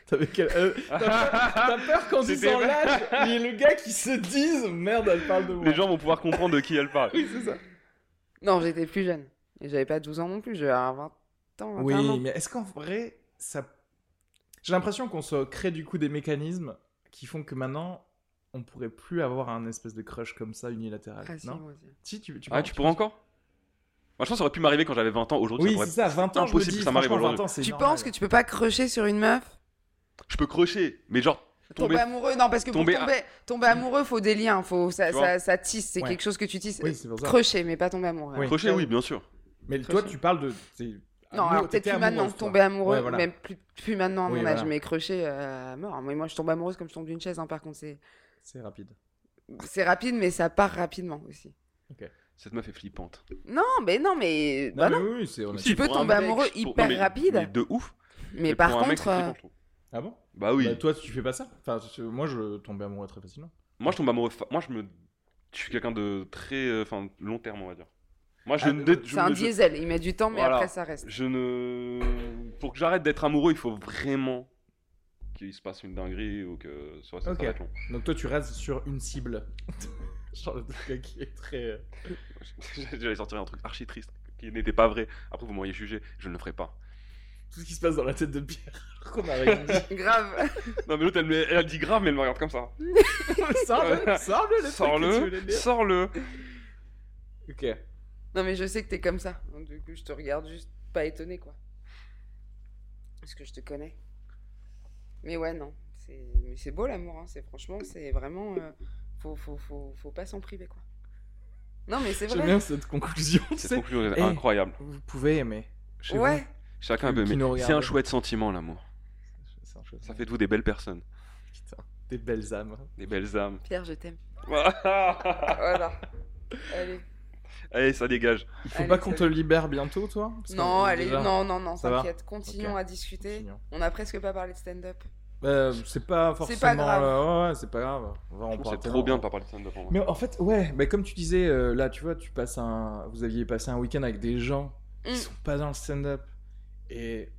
D: T'avais quel... euh, T'as peur qu'en
C: Ah, C'était-
D: disant l'âge, il y ait le gars qui se dise merde, elle parle de moi.
C: Les gens vont pouvoir comprendre de qui elle parle.
D: Oui, c'est ça.
B: Non, j'étais plus jeune. Et j'avais pas 12 ans non plus, j'avais 20 ans. 21 ans.
D: Oui, mais est-ce qu'en vrai, ça. J'ai l'impression qu'on se crée du coup des mécanismes qui font que maintenant, on pourrait plus avoir un espèce de crush comme ça unilatéral.
B: Ah, si,
D: non
B: moi aussi.
D: Si, tu, tu
C: Ah, tu pourrais encore Moi, je pense que ça aurait pu m'arriver quand j'avais 20 ans. Aujourd'hui,
D: Oui,
C: ça
D: c'est
C: pourrait-
D: ça, 20 ans, je me
C: impossible
D: dis,
C: que ça m'arrive
D: franchement, 20
C: aujourd'hui.
D: ans, c'est
B: Tu
D: normal.
B: penses que tu peux pas crocher sur une meuf
C: je peux crocher, mais genre
B: Tomber
C: tomber.
B: amoureux, non, parce que pour
C: tomber-
B: tomber, tomber amoureux, faut des liens, faut, ça,
C: Tu vois
B: ça, ça tisse, c'est
D: Ouais.
B: quelque chose que tu tisses.
D: Oui, c'est pour ça.
B: Crocher, mais pas tomber amoureux.
D: Oui.
C: Crocher, oui, bien sûr.
D: Mais toi, tu parles de. c'est-
B: Non,
D: Nous,
B: alors peut-être
D: t'étais
B: plus maintenant,
D: amoureuse, toi.
B: tomber amoureux,
D: Ouais, voilà.
B: même plus, plus maintenant à
D: Oui,
B: mon âge,
D: voilà.
B: mais crocher euh, à mort. Moi, moi, je tombe amoureuse comme je tombe d'une chaise, hein, par contre, c'est,
D: C'est rapide.
B: c'est rapide, mais ça part rapidement aussi.
C: Cette meuf est flippante.
B: Non, mais non, mais. bah
D: Non,
B: non.
D: mais oui, oui, c'est honnête.
B: Si. Tu peux
C: pour un
B: tomber amoureux
C: je- pour-
B: hyper
C: mais-
B: rapide.
C: mais de ouf.
B: Mais, par
C: pour un mec,
B: contre,
C: c'est
B: euh,
C: flippant, je trouve.
D: Ah bon
C: bah oui.
D: Bah, toi, tu fais pas ça Enfin, je- moi, je tombais amoureux très facilement.
C: Moi, je tombe amoureux. fa- Moi, je me. Je suis quelqu'un de très, euh, enfin, long terme, on va dire. Moi, je
D: Ah,
C: ne.
D: c'est
C: je
B: c'est un
C: ne- je-
B: diesel, il met du temps, mais
C: Voilà.
B: après, ça reste.
C: Je ne. Pour que j'arrête d'être amoureux, il faut vraiment qu'il se passe une dinguerie ou que soit ça
D: Ok.
C: s'arrête long.
D: Donc toi, tu restes sur une cible. Genre le truc qui est très... euh,
C: J'allais sortir un truc archi triste qui n'était pas vrai. Après, vous m'auriez jugé. Je ne le ferai pas.
D: Tout ce qui se passe dans la tête de Pierre. alors qu'on a rien dit.
B: Grave.
C: Non, mais l'autre, elle, me- elle dit grave, mais elle me regarde comme ça.
D: Sors-le, sors-le, les trucs que tu voulais
C: Sors-le,
D: dire.
C: sors-le.
D: Ok.
B: non, mais je sais que t'es comme ça. Donc, du coup, je te regarde juste pas étonné, quoi. Parce que je te connais. Mais ouais, non. C'est- Mais c'est beau l'amour, hein. c'est franchement, c'est vraiment. euh, faut, faut, faut, faut pas s'en priver, quoi. Non, mais c'est
D: J'aime
B: vrai.
D: bien cette conclusion. tu
C: Cette
D: sais.
C: conclusion est
D: Eh.
C: incroyable.
D: Vous pouvez aimer. chez vous.
B: Ouais,
C: Chacun
D: Qui-
C: peut
D: qui nous
C: aimer. C'est un
D: regarde.
C: chouette sentiment, l'amour.
D: C'est un chouette
C: Ça fait de vous des belles personnes,
D: moment. Putain, des belles âmes.
C: des belles âmes.
B: Pierre, je t'aime. voilà. Allez.
C: Allez, ça dégage.
D: Il faut
B: Allez,
D: pas qu'on te
B: salut.
D: libère bientôt, toi Parce
B: Non,
D: qu'on-
B: allez,
D: déjà,
B: non, non, non,
D: Ça va
B: t'inquiète, continuons
D: Ok.
B: à discuter.
D: signons.
B: On a presque pas parlé de stand-up.
D: Euh, c'est pas forcément.
B: grave.
D: euh, ouais, ouais, c'est pas grave. On va en
C: Je trouve que
D: parler
C: C'est trop bien de
D: tellement.
C: pas parler de stand-up. en vrai.
D: Mais en fait, ouais, mais comme tu disais, euh, là, tu vois, tu passes un, vous aviez passé un week-end avec des gens
B: Mm.
D: qui sont pas dans le stand-up. Et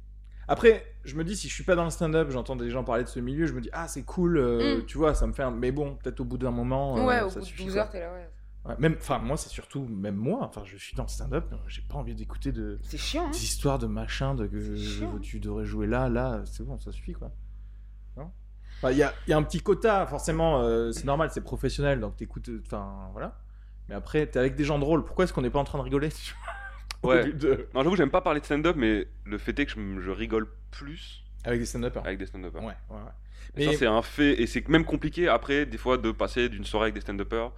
D: après, je me dis, si je suis pas dans le stand-up, j'entends des gens parler de ce milieu, je me dis, ah, c'est cool, euh,
B: Mm.
D: tu vois, ça me fait un. Mais bon, peut-être au bout d'un moment. euh,
B: ouais, au
D: ça
B: bout de
D: suffit,
B: 12
D: quoi.
B: heures, t'es là, ouais.
D: Ouais, même, enfin, moi, c'est surtout, même moi, enfin, je suis dans le stand-up, euh, j'ai pas envie d'écouter de,
B: C'est chiant, hein
D: des histoires de machin, de que
B: C'est chiant.
D: tu devrais jouer là, là, c'est bon, ça suffit quoi. Non Enfin, Il y, a, il y a un petit quota, forcément, euh, c'est normal, c'est professionnel, donc t'écoutes, euh, enfin voilà. Mais après, t'es avec des gens drôles, pourquoi est-ce qu'on n'est pas en train de rigoler tu vois, au
C: Ouais.
D: lieu de-
C: Non, j'avoue, j'aime pas parler de stand-up, mais le fait est que je, m- je rigole plus
D: Avec des stand-uppers.
C: avec des stand-uppers.
D: Ouais, ouais, ouais.
C: Et
D: Mais-
C: ça, c'est un fait, et c'est même compliqué après, des fois, de passer d'une soirée avec des stand-uppers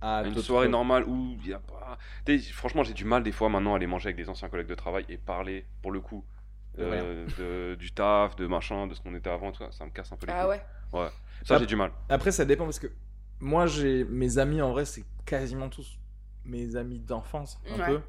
D: Ah,
C: à une
D: d'autres-
C: soirée normale où il y a pas. Tu sais, franchement, j'ai du mal des fois maintenant à aller manger avec des anciens collègues de travail et parler, pour le coup,
D: De
C: euh, de- du taf, de machin, de ce qu'on était avant, tout ça. Ça me casse un peu les
B: Ah
C: couilles.
B: ouais.
C: Ça, j'ai du mal.
D: Après, ça dépend parce que moi, j'ai mes amis en vrai, c'est quasiment tous mes amis d'enfance, un
B: Ouais.
D: peu.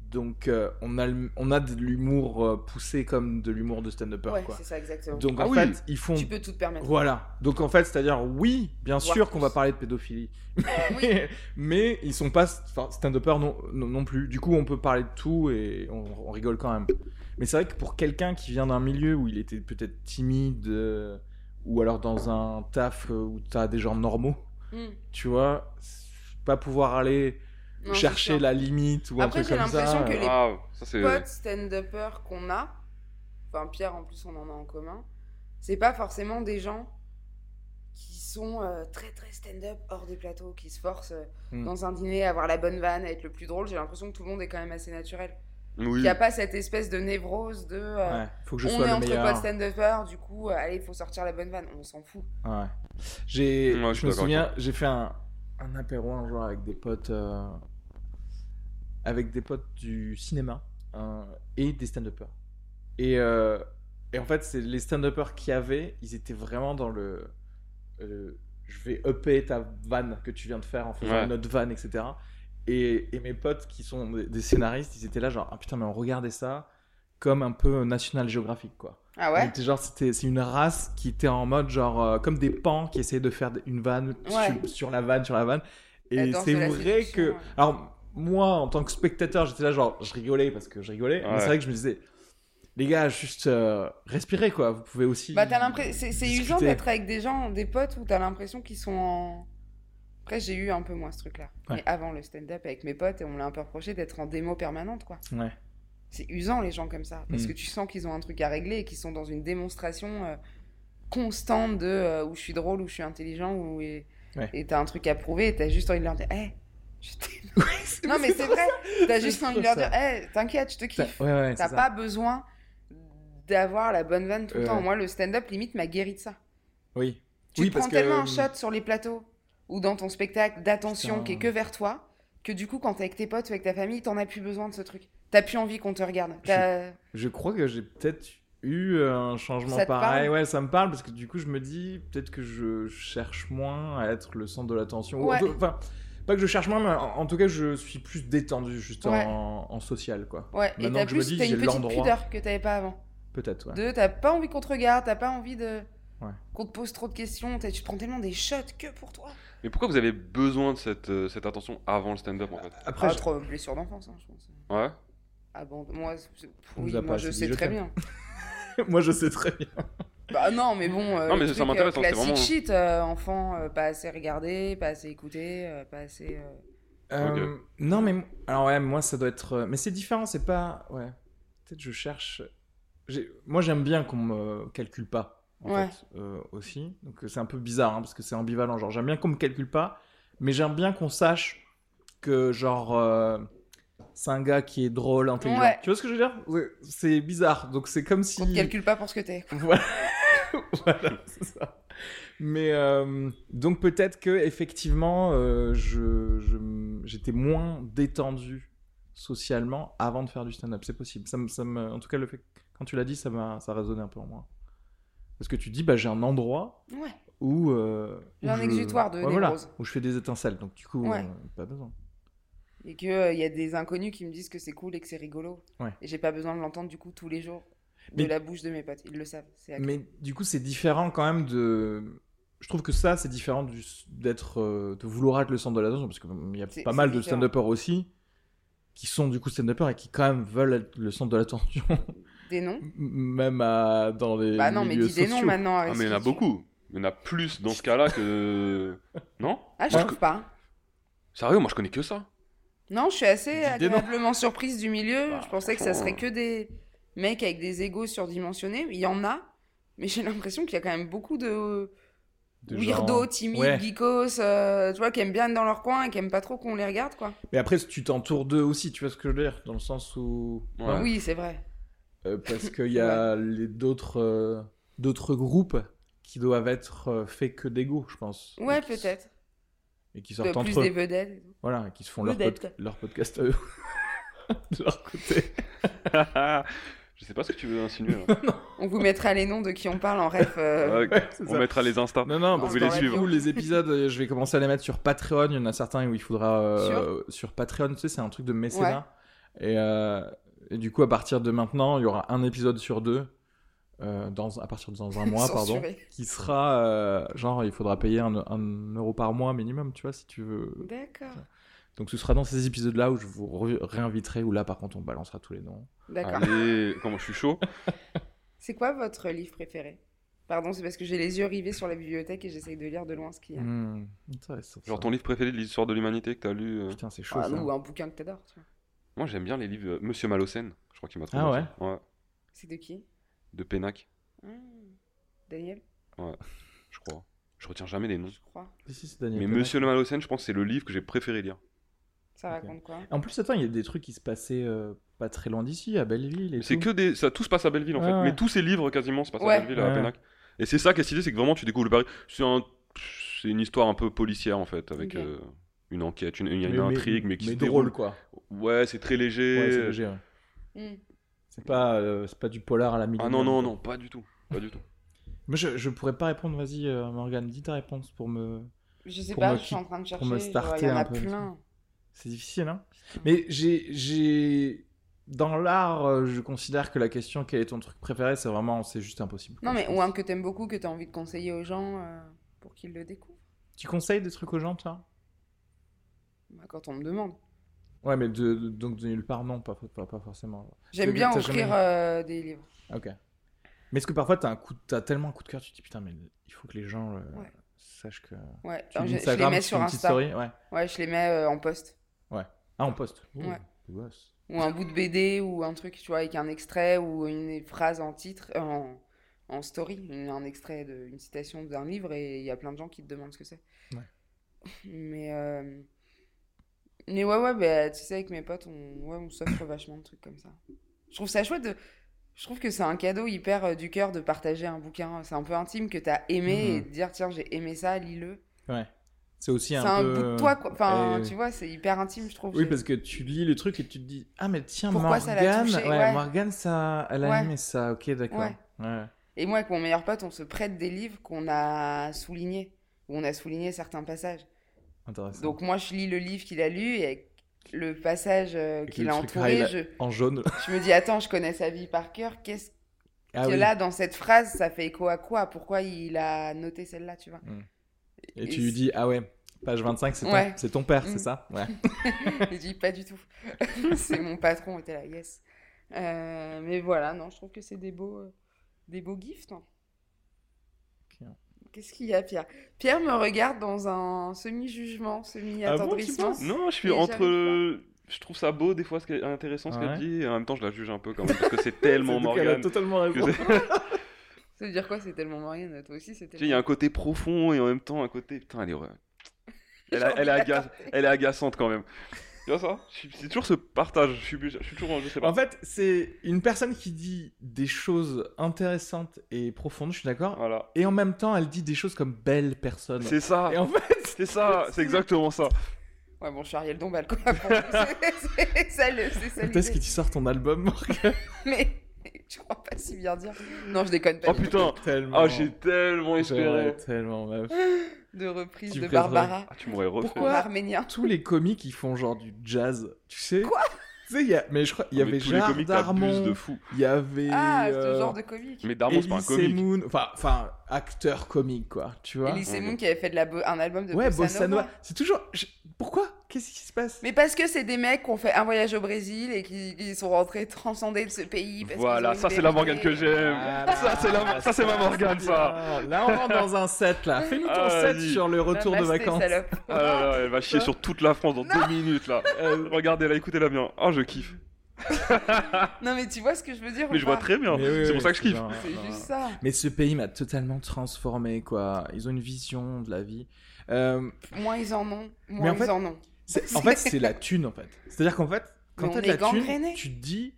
D: Donc, euh, on a, le- on a de l'humour euh, poussé comme de l'humour de stand-upper.
B: Ouais,
D: quoi.
B: c'est ça, exactement.
D: Donc,
C: Ah
D: en
C: oui.
D: fait, ils font.
B: Tu peux tout te permettre.
D: Voilà. Donc, en fait, c'est-à-dire, oui, bien
B: Voire
D: sûr qu'on va
B: plus.
D: parler de pédophilie.
B: Oui.
D: Mais ils sont pas enfin, stand-uppers non, non, non plus. Du coup, on peut parler de tout et on, on rigole quand même. Mais c'est vrai que pour quelqu'un qui vient d'un milieu où il était peut-être timide, euh, ou alors dans un taf euh, où t'as des gens normaux,
B: Hmm.
D: tu vois, pas pouvoir aller
B: Non, c'est
D: chercher
B: chiant.
D: la limite ou
B: Après,
D: un
B: j'ai
D: truc comme ça.
B: l'impression que
D: euh,
B: les
C: Ah, ça, c'est.
B: potes stand-uppers qu'on a, enfin Pierre en plus on en a en commun, c'est pas forcément des gens qui sont euh, très très stand-up hors des plateaux, qui se forcent euh,
D: Mm.
B: dans un dîner à avoir la bonne vanne, à être le plus drôle. J'ai l'impression que tout le monde est quand même assez naturel. Il
C: Oui.
B: n'y a pas cette espèce de névrose de euh,
D: Ouais, faut que je
B: on
D: sois
B: est
D: le
B: entre
D: meilleur.
B: potes stand-uppers, du coup euh, allez il faut sortir la bonne vanne, on s'en fout.
D: Ouais. J'ai,
C: Ouais, je suis
D: je me
C: d'accord
D: souviens, j'ai fait un, un apéro un jour avec des potes, euh, avec des potes du cinéma hein, et des stand-uppers. Et, euh, et en fait, c'est les stand-uppers qu'il y avait, ils étaient vraiment dans le, euh, je vais upper ta vanne que tu viens de faire en faisant
C: Ouais.
D: une autre vanne, etc. Et, et mes potes qui sont des, des scénaristes, ils étaient là genre ah putain mais on regardait ça comme un peu National Geographic quoi.
B: Ah
D: On
B: ouais
D: était genre, c'était, c'est une race qui était en mode genre euh, comme des pans qui essayaient de faire d- une vanne
B: Ouais.
D: sur, sur la vanne, sur la vanne.
B: La
D: Et
B: danse
D: c'est
B: de la
D: vrai
B: séduction,
D: que.
B: ouais.
D: Alors, moi, en tant que spectateur, j'étais là genre, je rigolais parce que je rigolais. Mais
C: Ouais.
D: c'est vrai que je me disais, les gars, juste euh, respirez quoi, vous pouvez aussi.
B: Bah t'as l'impression, c'est c'est
D: discuter.
B: usant d'être avec des gens, des potes où t'as l'impression qu'ils sont en. Après j'ai eu un peu moins ce truc-là.
D: Ouais.
B: Mais avant le stand-up avec mes potes, et on me l'a un peu reproché d'être en démo permanente quoi.
D: Ouais.
B: C'est usant les gens comme ça parce
D: Mm.
B: que tu sens qu'ils ont un truc à régler et qu'ils sont dans une démonstration euh, constante de euh, où je suis drôle, où je suis intelligent, où et
D: Ouais.
B: et t'as un truc à prouver et t'as juste envie de leur dire, hé, je t'aime.
D: C'est-
B: Non mais c'est vrai, t'as juste
D: trop
B: envie de leur
D: ça.
B: dire, hé, t'inquiète, je te
D: T'as-
B: kiffe.
D: Ouais, ouais,
B: T'as
D: c'est
B: pas
D: ça.
B: besoin d'avoir la bonne vanne tout le
D: Ouais.
B: temps. Moi, le stand-up, limite, m'a guéri de ça.
D: Oui.
B: Tu
D: oui,
B: te prends
D: parce que, euh,
B: tellement un shot sur les plateaux ou dans ton spectacle d'attention
D: Putain.
B: qui est que vers toi que du coup, quand t'es avec tes potes ou avec ta famille, t'en as plus besoin de ce truc. T'as plus envie qu'on te regarde. T'as-
D: Je crois que j'ai peut-être eu euh, un changement
B: Ça te
D: pareil.
B: parle
D: Ouais, ça me parle parce que du coup, je me dis peut-être que je cherche moins à être le centre de l'attention. Ou en
B: Ouais.
D: tout- Enfin, pas que je cherche moins, mais en, en tout cas, je suis plus détendu juste en-
B: Ouais.
D: en, social, quoi.
B: Ouais, et
D: Maintenant
B: t'as
D: que je me
B: plus
D: dis,
B: t'as
D: j'ai
B: une petite
D: l'endroit.
B: pudeur que t'avais pas avant.
D: Peut-être, ouais.
B: Deux, t'as pas envie qu'on te regarde, t'as pas envie de.
D: Ouais.
B: Qu'on te pose trop de questions, t'as- tu te prends tellement des shots que pour toi.
C: Mais pourquoi vous avez besoin de cette, euh, cette attention avant le stand-up en fait
D: Après,
B: Ah,
D: je-
B: trop blessure d'enfance, hein, je pense.
C: Ouais.
B: Ah bon, moi, c'est-
D: On
B: oui,
D: nous a
B: moi
D: pas
B: je
D: assez
B: sais
D: dit, je
B: très
D: t'aime.
B: bien.
D: moi, je sais très bien.
B: Bah non, mais bon, euh,
C: Non,
B: le
C: mais ça, ça
B: truc,
C: m'intéresse,
B: euh,
C: hein, c'est
B: classique
C: vraiment-
B: shit, euh, enfant, euh, pas assez regardé, pas assez écouté, euh, pas assez... euh,
D: Euh, non, mais m- alors ouais, moi, ça doit être. euh, Mais c'est différent, c'est pas. Ouais. Peut-être je cherche. j'ai- Moi, j'aime bien qu'on me calcule pas. En
B: Ouais.
D: fait, euh, aussi. Donc euh, c'est un peu bizarre, hein, parce que c'est ambivalent. Genre, j'aime bien qu'on me calcule pas, mais j'aime bien qu'on sache que genre. euh, C'est un gars qui est drôle, intelligent.
B: Ouais.
D: Tu vois ce que je veux dire Ouais, C'est bizarre. Donc c'est comme si.
B: Qu'on te calcule pas pour ce que t'es.
D: Voilà, Voilà, c'est ça. Mais euh, donc peut-être que effectivement, euh, je- je m- j'étais moins détendu socialement avant de faire du stand-up. C'est possible. Ça me, ça me- en tout cas, le fait quand tu l'as dit, ça m'a, ça résonnait un peu en moi. Parce que tu dis, bah j'ai un endroit
B: Ouais.
D: où, euh, où
B: J'ai un exutoire de
D: ouais, voilà,
B: névrose.
D: où je fais des étincelles. Donc du coup,
B: Ouais.
D: euh, pas besoin.
B: Et qu'il il y a des inconnus qui me disent que c'est cool et que c'est rigolo.
D: Ouais.
B: Et j'ai pas besoin de l'entendre du coup tous les jours de
D: Mais-
B: la bouche de mes potes. Ils le savent. C'est agréable.
D: Mais du coup, c'est différent quand même de. Je trouve que ça, c'est différent du- d'être, euh, de vouloir être le centre de l'attention, parce qu'il y a
B: C'est-
D: pas
B: c'est
D: mal de
B: différent.
D: stand-uppers aussi qui sont du coup stand-uppers et qui quand même veulent être le centre de l'attention,
B: Des noms
D: même à- dans les
B: Bah non, mais
D: milieux
B: dis des
D: sociaux.
B: noms maintenant.
C: Ah,
B: Aris,
C: mais il y en a
B: tu-
C: beaucoup. Il y en a plus dans ce cas-là que. Non
B: Ah, je
C: Moi, je
B: trouve pas.
C: Sérieux, moi je connais que ça.
B: Non, je suis assez
D: Dis des noms.
B: agréablement surprise du milieu.
C: Bah,
B: je pensais que ça
C: franchement,
B: serait que des mecs avec des égos surdimensionnés. Il y en a, mais j'ai l'impression qu'il y a quand même beaucoup de,
D: De
B: weirdos,
D: gens-
B: timides,
D: Ouais.
B: geekos, euh, tu vois, qui aiment bien être dans leur coin et qui aiment pas trop qu'on les regarde, quoi.
D: Mais après, tu t'entoures d'eux aussi, tu vois ce que je veux dire, dans le sens où.
C: Ouais.
D: Non
B: Oui, c'est vrai.
D: Euh, parce qu'il y a les- d'autres euh, d'autres groupes qui doivent être euh, faits que d'ego, je pense.
B: Ouais,
D: Et qui s-
B: peut-être.
D: Et qui
B: De
D: sortent
B: plus
D: entre
B: des
D: eux.
B: vedettes.
D: Voilà, qui se font leur,
B: Vedette.
D: pod- leur podcast à eux. de leur côté.
C: je sais pas ce que tu veux insinuer. hein. là.
B: On vous mettra les noms de qui on parle en ref. euh,
C: Euh,
D: Ouais, c'est
C: on
D: ça.
C: mettra les Insta.
D: Non, non,
B: On
D: parce
C: peut
D: que
C: les
D: dans la
C: suivre.
D: bio, les épisodes, euh, je vais commencer à les mettre sur Patreon. Il y en a certains où il faudra. euh, sur Patreon, tu sais, c'est un truc de mécénat. Et, euh, et du coup, à partir de maintenant, il y aura un épisode sur deux. euh, dans, à partir de dans un mois, pardon.
B: censurés.
D: qui sera euh, genre il faudra payer un, un euro par mois minimum tu vois si tu veux
B: D'accord.
D: donc ce sera dans ces épisodes là où je vous re- réinviterai où là par contre on balancera tous les noms
B: D'accord.
C: Allez, comment je suis chaud.
B: C'est quoi votre livre préféré Pardon, c'est parce que j'ai les yeux rivés sur la bibliothèque et j'essaye de lire de loin ce qu'il y a.
D: Hmm, intéressant ça.
C: Genre ton livre préféré de l'histoire de l'humanité que t'as lu. euh.
D: putain c'est chaud
B: Ah,
D: ça.
B: ou un bouquin que t'adores, tu vois.
C: Moi j'aime bien les livres euh, Monsieur Malocène, je crois qu'il m'a trouvé.
D: Ah
C: ouais Ouais,
B: C'est de qui
C: de Pénac,
B: Hmm. Daniel,
C: je crois. Je retiens jamais les noms.
B: je crois.
D: Si, si, c'est Daniel
C: Mais
D: Pennec.
C: Monsieur le Malocène, je pense que c'est le livre que j'ai préféré lire.
B: Ça
D: Ok.
B: raconte quoi
D: en plus attends il y a des trucs qui se passaient euh, pas très loin d'ici à Belleville et
C: C'est
D: tout.
C: que des. Ça, tout se passe à Belleville en
D: Ouais,
C: fait.
D: ouais.
C: Mais tous ces livres quasiment se passent
B: Ouais.
C: à Belleville, à
D: Ouais.
C: Pénac. Et c'est ça qui est stylé, c'est que vraiment tu découvres le Paris. C'est un- c'est une histoire un peu policière en fait, avec
B: Ok.
C: euh, une enquête, une, il y a
D: Mais-
C: une intrigue, mais, qui
D: mais
C: se
D: drôle
C: déroule.
D: quoi
C: Ouais, c'est très léger.
D: Ouais, c'est léger, ouais.
B: Hmm.
D: c'est pas euh, c'est pas du polar à la
C: ah
D: Millennium,
C: non, non,
D: quoi.
C: non, pas du tout. Pas du tout.
D: moi je, je pourrais pas répondre vas-y euh, Morgane dis ta réponse pour me
B: Je sais
D: Pour
B: pas,
D: me
B: je suis
D: qui-
B: en train de chercher.
D: pour me
B: je vois,
D: starter
B: Il y en
D: un
B: a
D: peu,
B: plein.
D: C'est difficile, hein Mais j'ai- j'ai... Dans l'art, euh, je considère que la question « Quel est ton truc préféré ?», c'est vraiment... C'est juste impossible. quoi,
B: Non, mais
D: je
B: ou
D: pense.
B: un que t'aimes beaucoup, que t'as envie de conseiller aux gens euh, pour qu'ils le découvrent.
D: Tu conseilles des trucs aux gens, toi
B: Bah, quand on me demande.
D: Ouais, mais de, de- donc de nulle part, non, pas, pas, pas forcément.
B: J'aime
D: veux dire,
B: bien
D: t'as
B: offrir
D: jamais-
B: euh, des livres.
D: Ok. Mais est-ce que parfois, t'as un coup- t'as tellement un coup de cœur, tu te dis « Putain, mais il faut que les gens euh,
B: Ouais.
D: sachent que... »
B: Ouais,
D: Tu
B: Alors, je, je les
D: Instagram,
B: mets
D: tu fais
B: sur
D: une petite
B: Insta.
D: story Ouais.
B: Ouais, je les mets euh, en post.
D: Ah, on poste. Ouh,
B: Ouais.
D: tu bosses.
B: Ou un bout de BD ou un truc, tu vois, avec un extrait ou une phrase en titre, euh, en, en story, une- un extrait, de, une citation d'un livre et il y a plein de gens qui te demandent ce que c'est.
D: Ouais.
B: Mais, euh, mais ouais, ouais, bah, tu sais, avec mes potes, on, ouais, on s'offre vachement de trucs comme ça. Je trouve ça chouette de. Je trouve que c'est un cadeau hyper euh, du cœur de partager un bouquin. C'est un peu intime que t'as aimé
D: Mhm.
B: et de dire tiens j'ai aimé ça, lis-le.
D: Ouais. C'est aussi
B: C'est
D: un
B: un
D: peu...
B: bout de toi quoi. Enfin
D: euh,
B: tu vois c'est hyper intime je trouve.
D: Oui,
B: C'est-
D: parce que tu lis le truc et tu te dis « Ah, mais tiens,
B: Pourquoi ça l'a
D: Morgane...
B: touché
D: ouais,
B: Ouais.
D: Morgane, ça... Elle a
B: Ouais.
D: aimé ça. Ok, d'accord.
B: Ouais.
D: ouais.
B: Et moi, avec mon meilleur pote, on se prête des livres qu'on a soulignés, où on a souligné certains passages.
D: Intéressant.
B: Donc moi, je lis le livre qu'il a lu et avec le passage euh,
D: Avec
B: qu'il
D: le
B: a
D: truc
B: entouré,
D: highlight.
B: je,
D: en jaune.
B: je me dis, attends, je connais sa vie par cœur. Qu'est-ce
D: Ah
B: que
D: oui.
B: là, dans cette phrase, ça fait écho à quoi Pourquoi il a noté celle-là, tu vois
D: Et tu lui dis, ah ouais, page 25, c'est ton-
B: Ouais.
D: c'est ton, père,
B: Mm.
D: c'est ça Ouais.
B: Il dit, pas du tout. c'est mon patron, était là, yes. Euh, mais voilà, non, je trouve que c'est des beaux, euh, des beaux gifts. hein.
D: Ok.
B: Qu'est-ce qu'il y a, Pierre Pierre me regarde dans un semi-jugement,
C: Ah bon, tu
B: semi-attendrissement.
C: penses Non, je suis
B: Et
C: entre.
B: j'arrive
C: Je trouve ça beau des fois, ce qui est intéressant ce
D: Ouais.
C: qu'elle dit, et en même temps je la juge un peu quand même, parce que c'est tellement
D: Donc, elle a
C: Morgane. que
D: totalement raison.
C: c'est- Tu
B: Ça veut dire quoi C'est tellement Morgane, toi aussi c'est
C: sais, il y a
B: tellement...
C: un côté profond et en même temps un côté. Putain, elle est. ouais.
B: J'ai
C: Elle, a-
B: envie
C: elle est,
B: de la
C: aga- elle est agaçante quand même. Tu vois ça Je suis- C'est toujours ce partage. Je suis, bu- je suis toujours, je sais pas.
D: En fait, c'est une personne qui dit des choses intéressantes et profondes, je suis d'accord.
C: voilà.
D: Et en même temps, elle dit des choses comme belle personne.
C: C'est ça.
D: Et en fait,
C: C'est ça. C'est exactement ça.
B: Ouais, bon, je suis Ariel Dombal, quoi. C'est- c'est ça, le- c'est ça
D: peut-être que
B: l'idée.
D: tu sors ton album, Morgan,
B: Mais tu crois pas si bien dire. Non, je déconne pas.
C: Oh
B: du tout.
D: Bah,
C: putain.
D: tellement.
C: Ah, j'ai tellement espéré.
D: J'aurais tellement, meuf.
B: De reprise
D: Tu
B: de
D: plaideras.
B: Barbara.
C: Ah, tu m'aurais refait.
B: Pour
D: Pourquoi
B: Arménien.
D: Tous les comiques, ils font genre du jazz, tu sais
B: Quoi
D: Tu sais, il y a... mais je crois, il y
C: Ah, Oh, Mais
D: avait
C: tous les
D: Gérard
C: comiques t'abuses
D: Darmon,
C: de fou.
D: il y avait...
B: Ah,
D: euh,
B: ce genre de comique.
C: Mais Darmon, c'est
D: Elie
C: pas un comique.
D: Semoun, enfin, enfin, acteur comique, quoi, tu vois
B: Elie
C: Ouais.
B: Semoun qui avait fait de la bo- un album de
D: Ouais,
B: Bossa
D: Bossa
B: Nova.
D: Nova. C'est toujours... je- Pourquoi Qu'est-ce qui se passe
B: Mais parce que c'est des mecs qui ont fait un voyage au Brésil et qui, qui sont rentrés transcendés de ce pays. parce
C: Voilà,
B: qu'ils ont
C: ça
B: une
C: c'est la
B: vérité.
C: Morgane que j'aime.
D: Voilà.
C: Ah, Ça, c'est la- ça, c'est ma Morgane, ça.
D: Ah, Bien. Là, on rentre dans un set, là. Fais-nous ton
C: Ah,
D: set
C: vas-y.
D: sur le
B: Bah,
D: retour
B: bah,
D: de
B: c'est
D: vacances.
B: salope.
C: Ah là là, elle va chier sur toute la France dans deux minutes là.
D: Euh,
C: Regardez là, écoutez la bien. Ah, je kiffe.
B: Non, mais tu vois ce que je veux dire
C: Mais
B: ou
C: je vois
B: pas
C: très bien.
D: mais
C: C'est
D: oui, oui,
C: pour ça que je kiffe.
D: genre,
B: C'est
D: genre,
B: juste ça.
D: Mais ce pays m'a totalement transformé, quoi. Ils ont une vision de la vie. Euh,
B: Moins ils en ont,
D: Mais
B: moins
D: en fait-
B: ils en ont.
D: c'est- en fait, c'est la thune, en fait. C'est-à-dire qu'en fait, quand
B: Mais on
D: t'as de
B: est
D: la thune,
B: gangrénés.
D: tu te dis,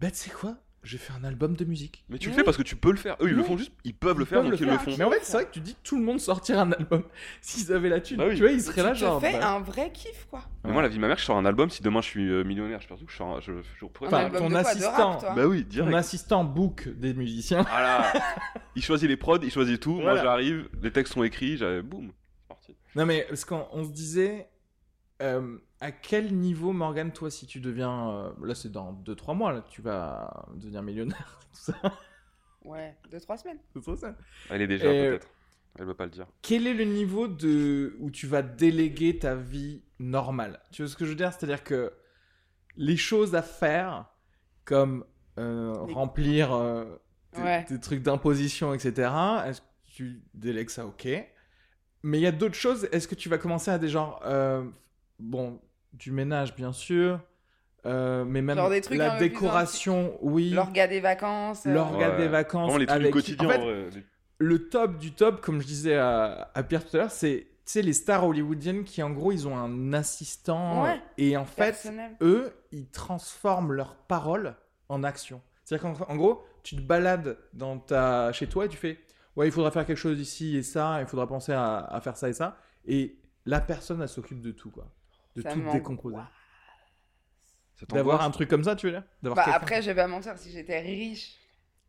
D: bah, tu sais quoi J'ai fait un album de musique.
C: Mais tu le
B: Oui.
C: fais parce que tu peux le faire. Eux, ils le
D: Oui.
C: font juste, ils peuvent le
D: Ils
C: faire,
D: peuvent
C: donc ils le
D: faire.
C: font.
D: Mais en fait, c'est vrai que tu dis, tout le monde sortirait un album s'ils avaient la thune.
C: Bah oui.
D: Tu vois, ils seraient là,
B: tu
D: genre.
B: te fais
D: bah,
B: un vrai kiff, quoi.
C: Mais moi, la vie de ma mère, je sors un album. Si demain je suis euh, millionnaire, je pense que je sors un. Je, je pourrais
D: Enfin,
B: un
C: faire un
B: album
C: album.
D: ton
B: de quoi, De
D: assistant.
B: rap, toi
C: Bah oui,
D: Ton
C: direct.
D: assistant book des musiciens.
C: Voilà. il choisit les prods, il choisit tout.
D: Voilà.
C: Moi, j'arrive, les textes sont écrits, j'avais boum. c'est parti.
D: Non mais parce qu'on on se disait euh, à quel niveau Morgan toi si tu deviens euh, là c'est dans 2 3 mois là tu vas devenir millionnaire tout ça,
B: Ouais, deux, trois semaines.
D: c'est trop ça.
C: Elle est déjà
D: Et-
C: peut-être. Elle veut pas le dire.
D: Quel est le niveau de où tu vas déléguer ta vie normale Tu vois ce que je veux dire C'est-à-dire que les choses à faire comme euh,
B: Les-
D: remplir euh, tes,
B: Ouais.
D: tes trucs d'imposition etc. Est-ce que tu délègues ça ok Mais il y a d'autres choses. Est-ce que tu vas commencer à des genres euh, bon du ménage bien sûr, euh, mais même
B: Genre des trucs un
D: la
B: peu plus
D: décoration oui,
B: L'orga des vacances. euh,
D: l'orga
C: Ouais.
D: des vacances
C: Vraiment, les trucs du
D: avec-
C: quotidien.
D: En fait,
C: en vrai, les-
D: le top du top, comme je disais à, à Pierre tout à l'heure, c'est tu sais, les stars hollywoodiennes qui, en gros, ils ont un assistant.
B: Ouais.
D: Et en fait,
B: personnel.
D: eux, ils transforment leurs paroles en action. C'est-à-dire qu'en en gros, tu te balades dans ta... chez toi et tu fais Ouais, il faudra faire quelque chose ici et ça, il faudra penser à, à faire ça et ça. Et la personne, elle s'occupe de tout, quoi. De
B: Ça
D: tout
B: m'angoisse.
D: décomposer.
C: ça t'angoisse.
D: D'avoir un truc comme ça, tu veux dire D'avoir
B: Bah,
D: quelqu'un-
B: après, je vais pas mentir, si j'étais riche,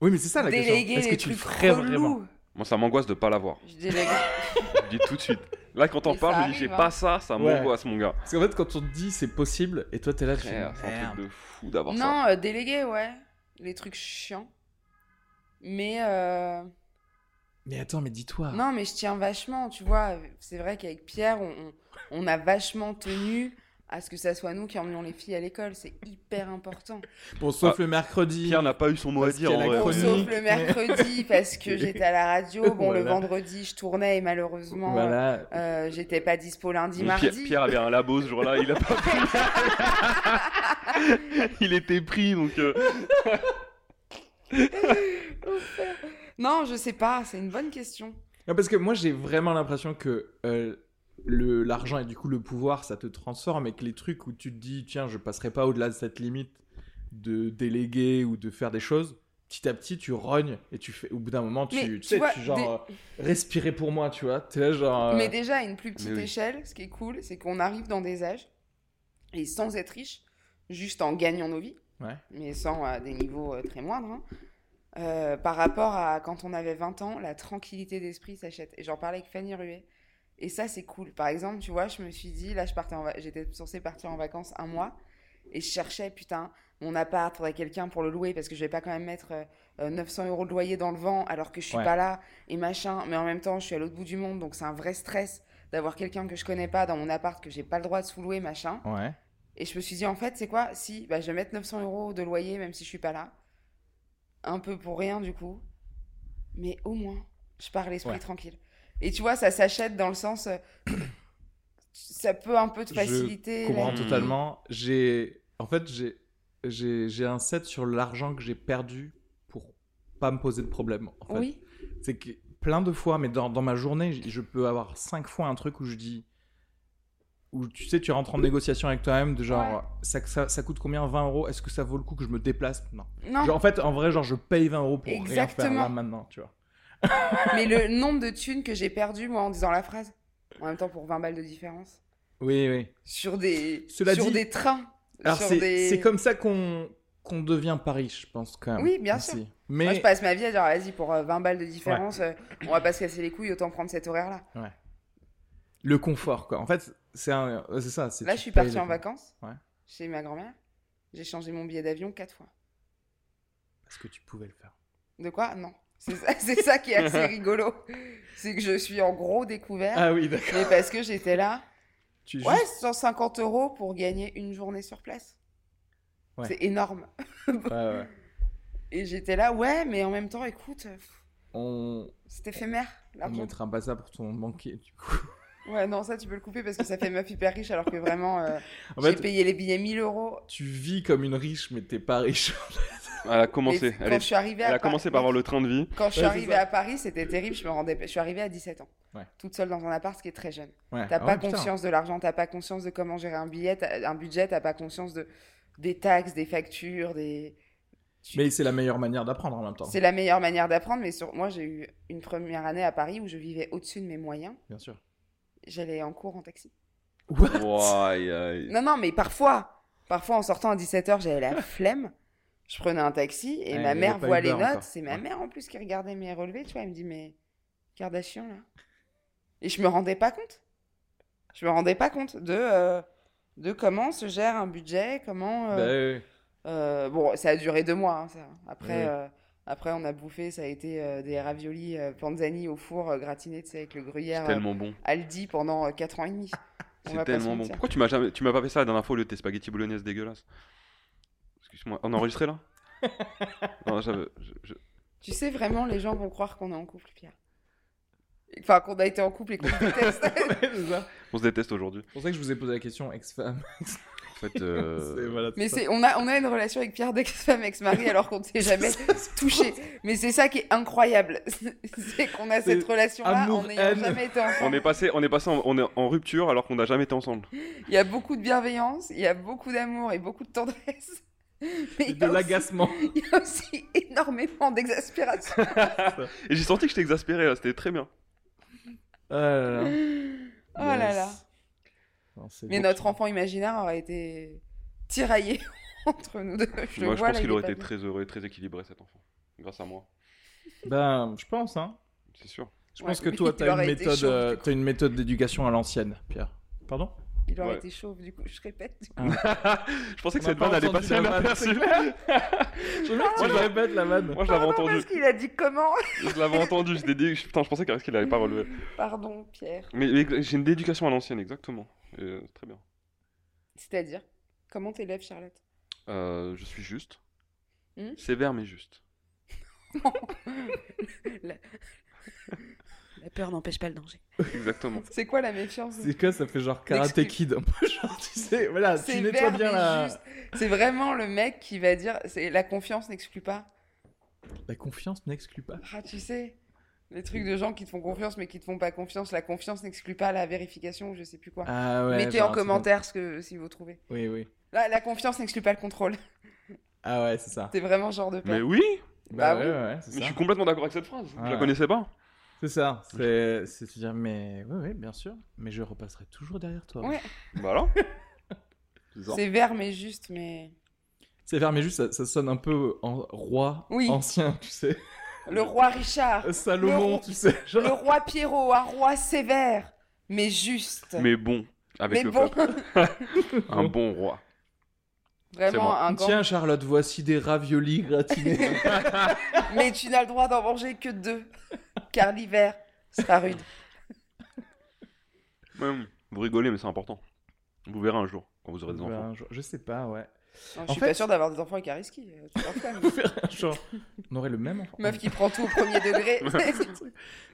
D: Oui, mais c'est ça la question.
B: déléguer
D: Est-ce que
B: les
D: tu le
B: trucs
D: ferais vraiment
B: relous.
C: Moi, ça m'angoisse de pas l'avoir.
B: Je délègue.
C: Je le dis tout de suite. Là, quand on
B: Mais
C: parle,
B: ça
C: je dis j'ai
B: arrive, hein.
C: pas ça, ça
D: Ouais.
C: m'angoisse, mon gars.
D: Parce qu'en fait, quand on te dit c'est possible, et toi, t'es là, tu fais,
C: Frère, C'est un
D: Merde.
C: truc de fou d'avoir ça.
B: non, euh, déléguer, ouais. Les trucs chiants. Mais euh,
D: Mais attends, mais dis-toi.
B: non, mais je tiens vachement, tu vois. C'est vrai qu'avec Pierre, on, on- on a vachement tenu à ce que ça soit nous qui emmenions les filles à l'école. C'est hyper important.
D: Bon, sauf
C: Ah.
D: le mercredi.
C: Pierre n'a pas eu son mot à
D: Parce
C: dire
D: qu'il
C: en
D: y a la
C: vrai.
B: Bon,
D: chronique.
B: sauf le mercredi parce que j'étais à la radio. Bon, le
D: Voilà.
B: vendredi, je tournais et malheureusement,
D: Voilà.
B: euh, j'étais pas dispo lundi,
C: Mon
B: mardi.
C: Pierre, Pierre avait un labo ce jour-là, il a pas pu. il était pris donc. euh,
B: Non, je sais pas. C'est une bonne question.
D: Non, parce que moi, j'ai vraiment l'impression que euh, le l'argent et du coup le pouvoir, ça te transforme et que les trucs où tu te dis, tiens, je passerai pas au-delà de cette limite de déléguer ou de faire des choses, petit à petit, tu rognes et tu fais. Au bout d'un moment, tu,
B: Mais
D: tu
B: tu
D: sais,
B: vois,
D: tu genre euh, respirer pour moi, tu vois. T'es là genre. euh,
B: Mais déjà, à une plus petite
C: Mais oui.
B: échelle, ce qui est cool, c'est qu'on arrive dans des âges, et sans être riche, juste en gagnant nos vies,
D: Ouais.
B: mais sans euh, des niveaux euh, très moindres, hein, euh, par rapport à quand on avait 20 ans, la tranquillité d'esprit s'achète. Et j'en parlais avec Fanny Ruet. Et ça, c'est cool. Par exemple, tu vois, je me suis dit, là, je partais en va- j'étais censée partir en vacances un mois, et je cherchais, putain, mon appart, faudrait quelqu'un pour le louer, parce que je vais pas quand même mettre euh, euh, 900 euros de loyer dans le vent, alors que je suis
D: Ouais.
B: pas là, et machin, mais en même temps, je suis à l'autre bout du monde, donc c'est un vrai stress d'avoir quelqu'un que je connais pas dans mon appart, que j'ai pas le droit de sous-louer, machin.
D: Ouais.
B: Et je me suis dit, en fait, c'est quoi Si, bah, je vais mettre 900 euros de loyer, même si je suis pas là. Un peu pour rien, du coup. Mais au moins, je pars l'esprit
D: Ouais.
B: tranquille. Et tu vois, ça s'achète dans le sens. euh, ça peut un peu te
D: Je
B: faciliter. la
D: comprends
B: vie.
D: totalement. J'ai. En fait, j'ai. J'ai j'ai un set sur l'argent que j'ai perdu pour pas me poser de problème. En fait.
B: Oui,
D: C'est que plein de fois, mais dans, dans ma journée, j- je peux avoir cinq fois un truc où je dis où tu sais, tu rentres en négociation avec toi-même, de genre,
B: Ouais.
D: ça, ça, ça coûte combien 20 euros Est-ce que ça vaut le coup que je me déplace Non.
B: Non,
D: Genre, en fait, en vrai, genre, je paye 20 euros pour rien
B: Ah.
D: faire
B: Exactement.
D: là maintenant, tu vois.
B: mais le nombre de thunes que j'ai perdu, moi, en disant la phrase, en même temps pour 20 balles de différence,
D: Oui, oui.
B: sur des,
D: Cela
B: sur
D: dit-
B: des trains.
D: Alors,
B: sur
D: c'est
B: des-
D: c'est comme ça qu'on qu'on devient pas riche, je pense, quand même.
B: Oui, bien
D: aussi.
B: sûr.
D: Mais
B: Moi, je passe ma vie à dire, vas-y, pour euh, 20 balles de différence, euh, on va pas se casser les couilles, autant prendre cet horaire-là.
D: le confort, quoi. En fait, c'est un- euh, c'est ça. c'est-
B: Là,
D: tu
B: je suis
D: payes
B: partie
D: le
B: en
D: confort.
B: vacances
D: Ouais.
B: chez ma grand-mère. J'ai changé mon billet d'avion quatre fois.
D: Parce que tu pouvais le faire.
B: De quoi Non. C'est ça, c'est ça qui est assez rigolo. C'est que je suis en gros découvert.
D: Ah oui, d'accord.
B: Mais parce que j'étais là,
D: Tu
B: ouais,
D: juste-
B: 150 euros pour gagner une journée sur place.
D: Ouais.
B: C'est énorme.
D: ouais, ouais.
B: Et j'étais là, ouais, mais en même temps, écoute, euh,
D: On,
B: c'est éphémère,
D: on
B: l'argent.
D: mettra pas ça pour ton banquier, du coup.
B: Ouais, non, ça, tu peux le couper parce que ça fait meuf hyper riche alors que vraiment, euh,
D: En
B: j'ai
D: fait,
B: payé les billets 1000 euros.
D: tu vis comme une riche, mais t'es pas riche.
C: Elle a
B: Et
C: commencé.
B: quand
C: Elle, est-
B: je suis arrivée à
C: elle a
B: Paris-
C: commencé par avoir le train de vie.
B: Quand je suis
D: Ouais, c'est
B: arrivée
D: ça.
B: à Paris, c'était terrible, je me rendais pas- Je suis arrivée à 17 ans.
D: Ouais.
B: Toute seule dans un appart, ce qui est très jeune.
D: Ouais.
B: T'as
D: Ah
B: pas
D: ouais, putain.
B: conscience de l'argent, t'as pas conscience de comment gérer un billet, t'as- un budget, t'as pas conscience de des taxes, des factures, des. tu-
D: Mais c'est la meilleure manière d'apprendre en même temps.
B: C'est la meilleure manière d'apprendre, mais sur... moi j'ai eu une première année à Paris où je vivais au-dessus de mes moyens.
D: Bien sûr.
B: J'allais en cours en taxi.
D: What
C: Ouaille, aïe.
B: Non, non, mais parfois, parfois en sortant à 17h, j'avais la flemme. Je prenais un taxi et
D: Ouais, il y
B: ma
D: avait
B: mère
D: pas
B: voit
D: Uber
B: les notes.
D: encore.
B: C'est ma
D: Ouais.
B: mère en plus qui regardait mes relevés, tu vois. Elle me dit, mais Kardashian là. Et je me rendais pas compte. Je me rendais pas compte de, euh, de comment se gère un budget, comment. euh,
D: Bah, ouais, ouais.
B: Euh, bon, ça a duré deux mois. hein, ça. Après,
D: Oui.
B: euh, après, on a bouffé. Ça a été euh, des raviolis euh, panzani au four euh, gratinés, tu sais, avec le
C: C'est
B: gruyère euh,
C: tellement bon.
B: Aldi pendant euh, quatre ans et demi. On va
C: C'est
B: pas se
C: tellement bon.
B: mentir.
C: Pourquoi tu m'as jamais... tu m'as pas fait ça la dernière fois au lieu de tes spaghettis bolognaises dégueulasses Excuse-moi. On a enregistré là Non, j'avais- je- je-
B: Tu sais vraiment, les gens vont croire qu'on est en couple, Pierre. Enfin, qu'on a été en couple et qu'on se déteste.
D: Ouais, c'est ça.
C: On se déteste aujourd'hui.
D: C'est pour ça que je vous ai posé la question ex-femme.
C: En fait, euh,
D: C'est- voilà,
B: Mais
D: c'est ça.
B: c'est, on a, on a une relation avec Pierre d'ex-femme, ex-mari, alors qu'on ne s'est jamais touché. Mais c'est ça qui est incroyable, c'est qu'on a cette
D: C'est
B: relation-là en
D: amour,
B: n'ayant
D: haine.
B: jamais été ensemble.
C: on est passé, on est passé en, on est en rupture alors qu'on n'a jamais été ensemble.
B: Il y a beaucoup de bienveillance, il y a beaucoup d'amour et beaucoup de tendresse. Mais il
D: Et
B: y,
D: de
B: a aussi,
D: l'agacement.
B: il y a aussi énormément d'exaspération.
C: Et j'ai senti que j'étais exaspéré là, c'était très bien.
D: Oh là
B: oh
D: là.
B: là
D: Yes.
B: là.
D: Non, c'est
B: Mais
D: beau.
B: notre enfant imaginaire aurait été tiraillé entre nous deux. Je vois,
C: Moi, je pense
B: là,
C: qu'il
B: il est
C: aurait
B: pas
C: été
B: bien.
C: très heureux, et très équilibré cet enfant, grâce à moi,
D: Ben, je pense, hein.
C: c'est sûr.
D: Je
B: Ouais,
D: pense que
B: mais
D: toi,
B: il
D: t'as
B: aurait
D: une
B: été
D: méthode,
B: chaud, du
D: euh,
B: coup.
D: t'as une méthode d'éducation à l'ancienne, Pierre. Pardon
B: Il aurait
C: Ouais.
B: été chauve, du coup, je répète.
C: je pensais que
D: On a
C: cette
D: pas
C: vanne allait
D: entendu
C: passer
D: la vanne.
C: inaperçue.
D: Je veux que
C: Moi,
D: tu
C: je-
D: répètes la vanne.
C: Moi, je l'avais
B: Pardon,
C: entendu.
B: parce qu'il a dit comment
C: Je l'avais entendu. j'étais dé- Putain, je pensais qu'il n'allait pas relever.
B: Pardon, Pierre.
C: Mais, mais j'ai une éducation à l'ancienne, exactement. Euh, c'est très bien.
B: C'est-à-dire Comment t'élèves Charlotte
C: Euh, je suis juste.
B: Hmm
C: Sévère, mais juste.
B: La peur n'empêche pas le danger.
C: Exactement.
B: C'est quoi la méfiance
D: C'est quoi, ça fait genre karaté
B: Excuse-
D: kid un peu, genre, tu sais, voilà, tu
B: C'est
D: nettoies
B: vert,
D: bien
B: mais
D: la...
B: juste. C'est vraiment le mec qui va dire c'est la confiance n'exclut pas.
D: La confiance n'exclut pas.
B: Ah, tu sais, les trucs de gens qui te font confiance mais qui te font pas confiance, la confiance n'exclut pas la vérification ou je sais plus quoi.
D: Ah ouais.
B: Mettez
D: genre,
B: en
D: c'est
B: commentaire ce que si vous trouvez.
D: comme- Oui, oui.
B: Là, la confiance n'exclut pas le contrôle.
D: Ah ouais, c'est ça.
B: T'es vraiment genre de
C: Mais
B: père.
C: oui
B: Bah
D: Bah, ouais,
B: oui.
D: ouais, ouais, c'est
C: Mais je
D: ça.
C: suis complètement d'accord avec cette phrase. Je la
D: Ouais.
C: connaissais pas.
D: C'est ça. C'est c'est se dire, mais oui, oui, bien sûr. Mais je repasserai toujours derrière toi.
B: Ouais.
C: Voilà. C'est ça.
B: C'est vert mais juste, mais
D: C'est faire, mais juste, ça, ça sonne un peu en roi
B: Oui.
D: ancien, tu sais.
B: le roi Richard,
D: Salomon,
B: Le-
D: tu sais.
B: le
D: Genre...
B: roi Pierrot, un roi sévère mais juste.
C: Mais bon, avec
B: Mais
C: le
B: bon,
C: peuple, un bon roi.
B: vraiment
C: moi.
B: un grand.
D: Tiens, Charlotte, voici des raviolis gratinés.
B: Mais tu n'as le droit d'en manger que deux, car l'hiver sera rude.
C: Hum, Vous rigolez, mais c'est important. Vous verrez un jour quand vous aurez des
D: Ben,
C: enfants.
D: je, je sais pas, ouais.
B: Non, je
D: En
B: suis
D: fait-
B: pas sûre d'avoir des enfants avec un risque. euh, tu vois, quand même.
D: Genre, on aurait le même enfant.
B: Meuf qui prend tout au premier degré.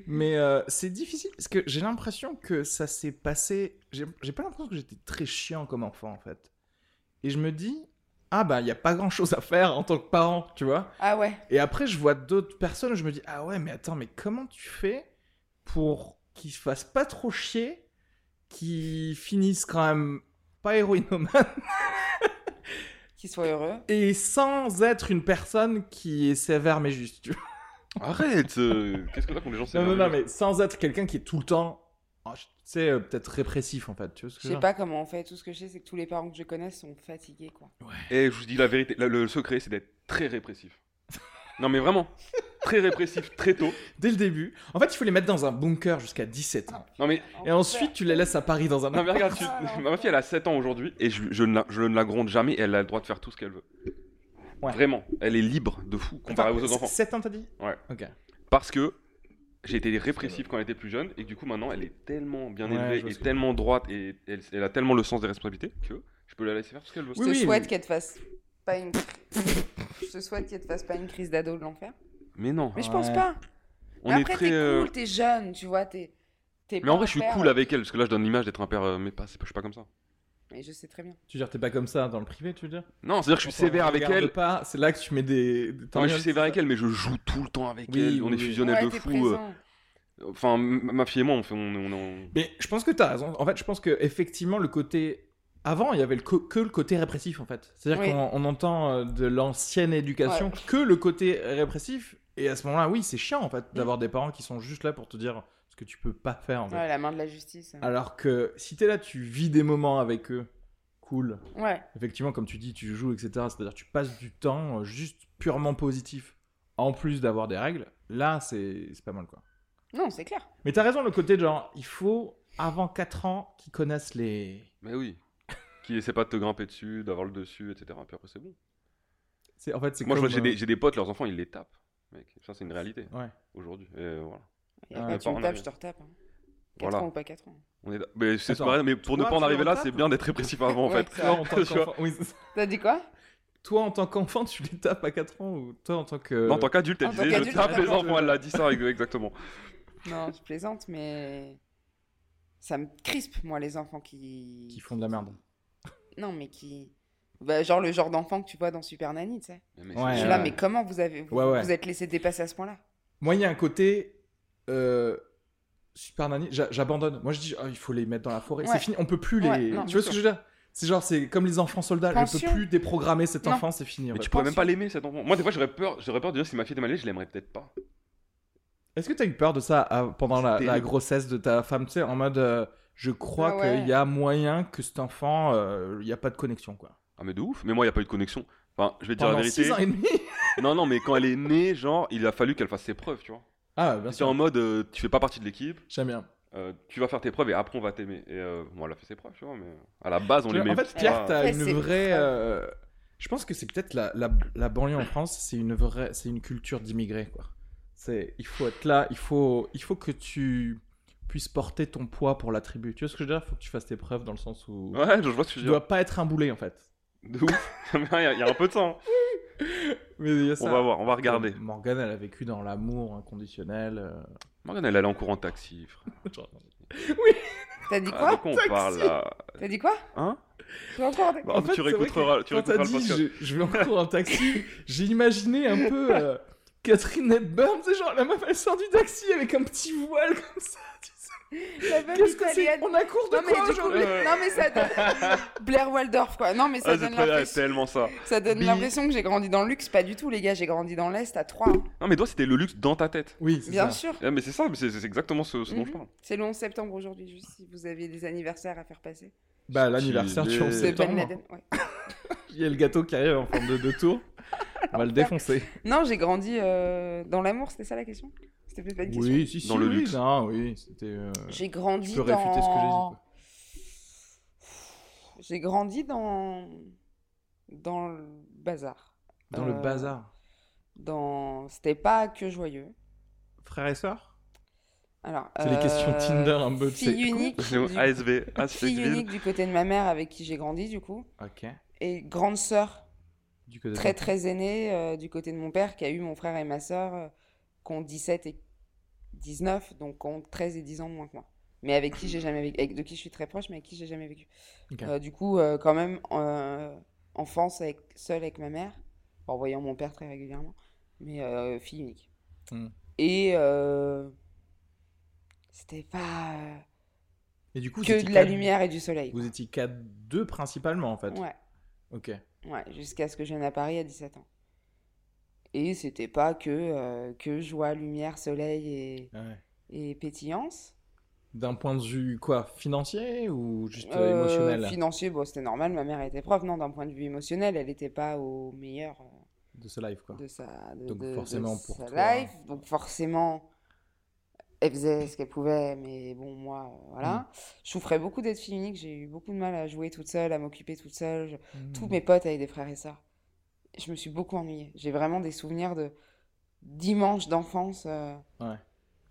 D: Mais euh, c'est difficile parce que j'ai l'impression que ça s'est passé. J'ai j'ai pas l'impression que j'étais très chiant comme enfant en fait. Et je me dis, ah bah, il n'y a pas grand chose à faire en tant que parent, tu vois.
B: ah ouais.
D: Et après, je vois d'autres personnes, je me dis, ah ouais, mais attends, mais comment tu fais pour qu'ils se fassent pas trop chier qui finissent quand même pas héroïnomane
B: Qu'ils soient heureux.
D: et sans être une personne qui est sévère mais juste. Tu vois.
C: Arrête euh, Qu'est-ce que t'as contre les gens
D: Non,
C: sévères
D: non, non, mais sans être quelqu'un qui est tout le temps, oh, je- tu sais, euh, peut-être répressif en fait. Tu vois ce que
B: Je
D: veux
B: sais
D: dire
B: pas comment on fait. Tout ce que je sais, c'est que tous les parents que je connais sont fatigués, quoi.
C: Et je vous dis la vérité, le, le secret, c'est d'être très répressif. non, mais vraiment, très répressif, très tôt.
D: Dès le début. En fait, il faut les mettre dans un bunker jusqu'à 17 ans.
C: Non, mais,
D: Et ensuite, tu les laisses à Paris dans un.
C: Ah, non, mais regarde, tu-
B: Ah,
C: ma fille, elle a 7 ans aujourd'hui, et je, je ne la, je ne la gronde jamais, et elle a le droit de faire tout ce qu'elle veut.
D: Ouais.
C: Vraiment, elle est libre de fou comparée aux autres enfants.
D: 7 ans, t'as dit
C: Ouais.
D: Ok.
C: Parce que j'ai été répressif quand elle était plus jeune, et que du coup, maintenant, elle est tellement bien
D: Ouais, je
C: élevée,
D: vois
C: et
D: ce que-
C: tellement droite, et elle, elle a tellement le sens des responsabilités que je peux la laisser faire tout ce qu'elle veut.
B: Je
D: Oui,
B: te
D: oui,
B: souhaite
D: mais-
B: qu'elle te fasse pas une. je te souhaite qu'elle te fasse pas une crise d'ado de l'enfer.
C: Mais non,
B: Mais je pense
D: Ouais.
B: pas.
C: on
B: Mais
C: est
B: après,
C: très.
B: t'es
C: euh,
B: cool, t'es jeune, tu vois, t'es. t'es
C: Mais en
B: pas
C: vrai,
B: un
C: je suis
B: père. euh,
C: cool avec elle, parce que là, je donne l'image d'être un père, euh, mais pas, c'est pas- je suis pas comme ça.
B: Mais je sais très bien.
D: Tu veux dire, t'es pas comme ça dans le privé, tu veux dire
C: Non, c'est-à-dire que je suis
D: On
C: sévère avec
D: regarde
C: elle.
D: pas, c'est là que tu mets des. des
C: Non, mais je suis
D: tangences.
C: sévère avec elle, mais je joue tout le temps avec
D: Oui,
C: elle. On
D: oui,
C: est
D: oui.
C: fusionnel
B: Ouais,
C: de
B: t'es
C: fou. euh,
B: présent.
C: Enfin, m- ma fille et moi, on fait. On, on, on-
D: Mais je pense que t'as raison. En fait, je pense que effectivement le côté. Avant, il y avait le co- que le côté répressif, en fait. C'est-à-dire
B: Oui.
D: qu'on on entend euh, de l'ancienne éducation
B: Ouais.
D: que le côté répressif. Et à ce moment-là, oui, c'est chiant, en fait,
B: Mm.
D: d'avoir des parents qui sont juste là pour te dire ce que tu peux pas faire, en fait.
B: Ouais, la main de la justice.
C: Ah.
D: Alors que si t'es là, tu vis des moments avec eux. Cool.
B: Ouais.
D: effectivement, comme tu dis, tu joues, etc. C'est-à-dire tu passes du temps euh, juste purement positif, en plus d'avoir des règles. Là, c'est c'est pas mal, quoi.
B: Non, c'est clair.
D: Mais t'as raison, le côté de genre, il faut, avant 4 ans, qu'ils connaissent les...
C: Mais oui. Qui essaie pas de te grimper dessus, d'avoir le dessus, etc. Puis après, c'est bon.
D: C'est- En fait, c'est
C: Moi, je vois,
D: comme,
C: j'ai
D: euh,
C: des, j'ai des potes, leurs enfants, ils les tapent. Mec, ça, c'est une réalité
D: Ouais.
C: aujourd'hui. Et euh,
B: Y
C: voilà.
B: a
D: Ah,
B: pas,
C: mais
B: tu me
C: pas en
B: tapes,
C: arrière.
B: je te retape. 4
C: Voilà.
B: ans ou pas 4 ans.
C: On est... Mais, c'est
D: Attends,
C: pareil, mais pour ne
D: toi,
C: pas en
D: tu
C: arriver là,
D: leur tapes
C: c'est bien d'être répressif avant, en
B: Ouais,
C: fait.
B: c'est
D: euh, Toi,
B: vrai.
D: en tant
C: Tu vois.
D: qu'enfant, oui, c'est ça.
B: T'as dit quoi
D: Toi, en tant qu'enfant, tu les tapes à 4 ans ou toi, en tant que...
C: Non, en tant qu'adulte, elle
B: en tant
C: disait je
B: qu'adulte,
C: tape
B: je
C: les
B: tape.
C: enfants, elle l'a dit ça exactement.
B: Non, je plaisante, mais ça me crispe, moi, les enfants qui.
D: Qui font de la merde.
B: Non, mais qui. Bah, genre le genre d'enfant que tu vois dans Super Nanny, tu sais.
C: Mais
D: Ouais,
B: Je
C: c'est-
B: suis là, mais comment vous avez vous,
D: Ouais, ouais.
B: vous êtes laissé dépasser à ce point-là
D: Moi, il y a un côté... euh, Super Nanny, j'a- j'abandonne. Moi, je dis, oh, il faut les mettre dans la forêt.
B: Ouais.
D: C'est fini, on peut plus les...
B: Ouais, non,
D: tu
B: bien
D: vois ce que je veux dire C'est genre, c'est comme les enfants soldats. Je
B: Pension.
D: peux plus déprogrammer cet
B: Non.
D: enfant, c'est fini. en
C: Mais
D: fait.
C: tu pourrais même pas l'aimer cet enfant. Moi, des fois, j'aurais peur, j'aurais peur de dire si ma fille était mal élevée, je l'aimerais peut-être pas.
D: Est-ce que t'as eu peur de ça à- pendant la,
C: C'est
D: la
C: terrible.
D: grossesse de ta femme, tu sais, en mode euh, je crois
B: Ah ouais.
D: qu'il y a moyen que cet enfant, euh, il y a pas de connexion quoi.
C: Ah, mais de ouf. Mais moi, il n'y a pas eu de connexion. Enfin, je vais te dire la
D: Pendant
C: vérité.
D: 6 ans et demi
C: Non, non, mais quand elle est née, genre, il a fallu qu'elle fasse ses preuves, tu vois.
D: Ah ouais, bien
C: C'est en
D: sûr,
C: mode, euh, tu fais pas partie de l'équipe,
D: j'aime bien.
C: euh, tu vas faire tes preuves et après on va t'aimer. Et euh, bon, elle a fait ses preuves, tu vois, mais à la base, on les met.
D: en fait,
C: pas-
D: Pierre, t'as
B: Ah. Ouais,
D: une
B: c'est
D: vraie...
B: grave.
D: euh, je pense que c'est peut-être la, la, la banlieue en France, c'est une vraie, c'est une culture d'immigrés quoi. C'est, il faut être là, il faut, il faut que tu puisses porter ton poids pour la tribu. Tu vois ce que je veux dire Faut que tu fasses tes preuves dans le sens où
C: Ouais, je je vois ce que tu
D: tu
C: veux dire.
D: dois pas être un boulet en fait.
C: De ouf. Il y, a- il y a un peu de ça. hein.
D: Mais il y a ça.
C: On va voir, on va regarder.
D: Morgane, elle a vécu dans l'amour inconditionnel. euh,
C: Morgane, elle allait en courant de taxi, frère.
D: genre-
B: T'as dit
C: Ah, de
B: quoi
C: quoi on
D: Taxi
C: parle là
B: T'as dit quoi
C: Hein
B: J'ai encore.
C: Bah,
D: En fait,
C: Tu
D: c'est vrai
C: réécouteras tu
D: Quand t'as
C: réécouteras le
D: dit
C: podcast.
D: je, je vais en cours en taxi, j'ai imaginé un peu euh, Catherine Hepburn, c'est genre la meuf elle sort du taxi avec un petit voile comme ça. tu sais.
B: La meuf
D: Qu'est-ce que c'est
B: italienne.
D: On a cours de
B: Non mais,
D: quoi
B: du coup,
D: aujourd'hui
C: Ouais.
B: non mais ça donne Blair Waldorf quoi. Non mais ça
C: Ah, c'est
B: donne
C: très- ah,
B: l'impression
C: tellement ça.
B: ça donne
C: Bi-
B: l'impression que j'ai grandi dans le luxe, pas du tout les gars, j'ai grandi dans l'est à 3.
C: Non, mais toi, c'était le luxe dans ta tête.
D: Oui, c'est
B: Bien
D: ça.
B: sûr.
C: Ah, mais c'est ça, mais c'est c'est exactement ce, ce dont je
B: Mhm.
C: parle.
B: C'est le 11 septembre aujourd'hui juste si vous avez des anniversaires à faire passer.
D: Bah l'anniversaire tu en
C: C'est
B: C'est Ben
D: septembre.
B: Laden. ouais.
D: Il y a le gâteau qui arrive en forme de deux tours. On va le défoncer.
B: Non, j'ai grandi euh, dans l'amour, c'était ça la question C'était peut-être pas une question.
D: si, si,
C: Dans le
D: oui,
C: luxe.
D: Non, oui, c'était. euh,
B: J'ai
D: Tu
B: grandi dans
D: peux réfuter ce que j'ai dit. quoi.
B: J'ai grandi dans dans le bazar.
D: Dans le
B: Euh,
D: bazar.
B: Dans c'était pas que joyeux.
D: Frères et sœurs
B: Alors, euh,
D: C'est les questions Tinder un peu, tu sais.
B: Fille unique,
C: C'est bon,
B: du,
C: ASV, ASV.
B: fille unique du côté de ma mère avec qui j'ai grandi du coup,
D: Ok.
B: et grande sœur
D: Du côté de-
B: très très aînée euh, du côté de mon père qui a eu mon frère et ma sœur euh, qui ont 17 et 19, donc qui ont 13 et 10 ans de moins que moi. Mais avec qui j'ai jamais vécu, avec- de qui je suis très proche, mais avec qui j'ai jamais vécu.
D: Ok.
B: Euh, du coup, euh, quand même, euh, enfance avec, seule avec ma mère, en voyant mon père très régulièrement, mais euh, fille unique.
D: Hmm.
B: Et euh, c'était pas. euh,
D: Et du coup, vous
B: que
D: étiez
B: de la
D: qu'à-
B: lumière et du soleil.
D: Vous étiez qu'à deux principalement en fait.
B: Ouais,
D: Ok.
B: ouais, jusqu'à ce que je vienne à Paris à 17 ans. Et c'était pas que, euh, que joie, lumière, soleil et,
D: Ah ouais.
B: et pétillance.
D: D'un point de vue quoi Financier ou juste euh,
B: Euh,
D: émotionnel
B: Financier, bon, c'était normal, ma mère était prof. Non, d'un point de vue émotionnel, elle n'était pas au meilleur euh,
D: de ce live quoi
B: de sa, de,
D: Donc
B: de- de
D: forcément, pour
B: sa
D: toi-
B: life. Donc forcément, elle faisait ce qu'elle pouvait, mais bon, moi, euh,
D: Mm.
B: voilà. Je souffrais beaucoup d'être fille unique, j'ai eu beaucoup de mal à jouer toute seule, à m'occuper toute seule. Je-
D: Hmm.
B: Tous mes potes avaient des frères et sœurs. Je me suis beaucoup ennuyée. J'ai vraiment des souvenirs de dimanche d'enfance. euh,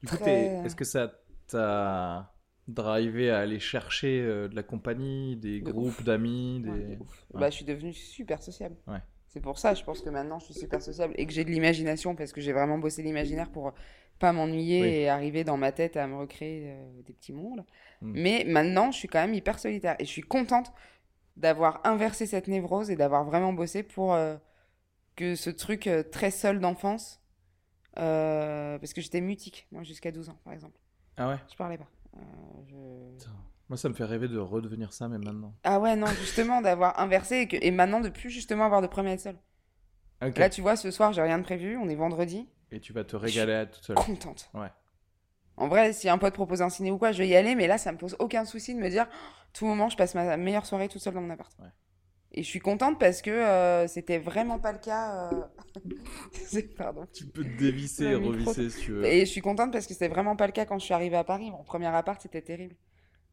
D: Du coup,
B: très-
D: t'es- est-ce que ça t'a drivé à aller chercher euh, de la compagnie, des
B: De
D: groupes d'amis, des...
B: Ouais, de ouf.
D: ouais.
B: Bah, je suis devenue super sociable.
D: Ouais.
B: C'est pour ça, je pense que maintenant, je suis super sociable et que j'ai de l'imagination parce que j'ai vraiment bossé l'imaginaire pour pas m'ennuyer
D: Oui.
B: et arriver dans ma tête à me recréer euh, des petits mondes.
D: Mm.
B: Mais maintenant, je suis quand même hyper solitaire et je suis contente d'avoir inversé cette névrose et d'avoir vraiment bossé pour euh, que ce truc euh, très seul d'enfance, euh, parce que j'étais mutique, moi, jusqu'à 12 ans, par exemple.
D: Ah ouais
B: Je parlais pas. Euh, je-
D: Putain. Moi, ça me fait rêver de redevenir ça, mais maintenant.
B: Ah ouais, non, justement, d'avoir inversé et, que... et maintenant de plus justement avoir de premier à être seul.
D: Ok.
B: Là, tu vois, ce soir, j'ai rien de prévu. On est vendredi.
D: Et tu vas te régaler à toute seule.
B: Contente.
D: Ouais.
B: En vrai, si un pote propose un ciné ou quoi, je vais y aller. Mais là, ça me pose aucun souci de me dire, oh, tout moment, je passe ma meilleure soirée toute seule dans mon appart.
D: Ouais.
B: Et je suis contente parce que euh, c'était vraiment pas le cas. euh, c'est- Pardon.
D: Tu peux te dévisser
B: Le
D: et
B: micro.
D: revisser si tu veux.
B: Et je suis contente parce que c'était vraiment pas le cas quand je suis arrivée à Paris. Mon premier appart, c'était terrible.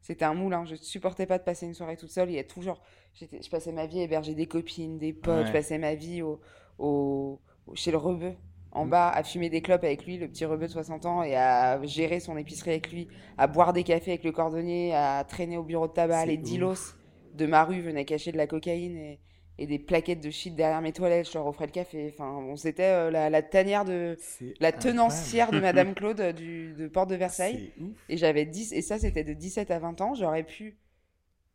B: C'était un moulin. Je supportais pas de passer une soirée toute seule. Il y a toujours. j'étais- Je passais ma vie à héberger des copines, des potes.
D: Ouais.
B: Je passais ma vie au, au- au- chez le rebeu, en
D: Mm.
B: bas, à fumer des clopes avec lui, le petit rebeu de 60 ans, et à gérer son épicerie avec lui, à boire des cafés avec le cordonnier, à traîner au bureau de tabac.
D: C'est
B: Les
D: ouf.
B: dilos de ma rue venaient cacher de la cocaïne et, et des plaquettes de shit derrière mes toilettes. Je leur offrais le café. Enfin, on s'était euh, la- la tanière de.
D: C'est
B: La
D: incroyable.
B: tenancière de Madame Claude euh, du, de Porte de Versailles.
D: C'est ouf.
B: Et j'avais 10, et ça c'était de 17 à 20 ans. J'aurais pu.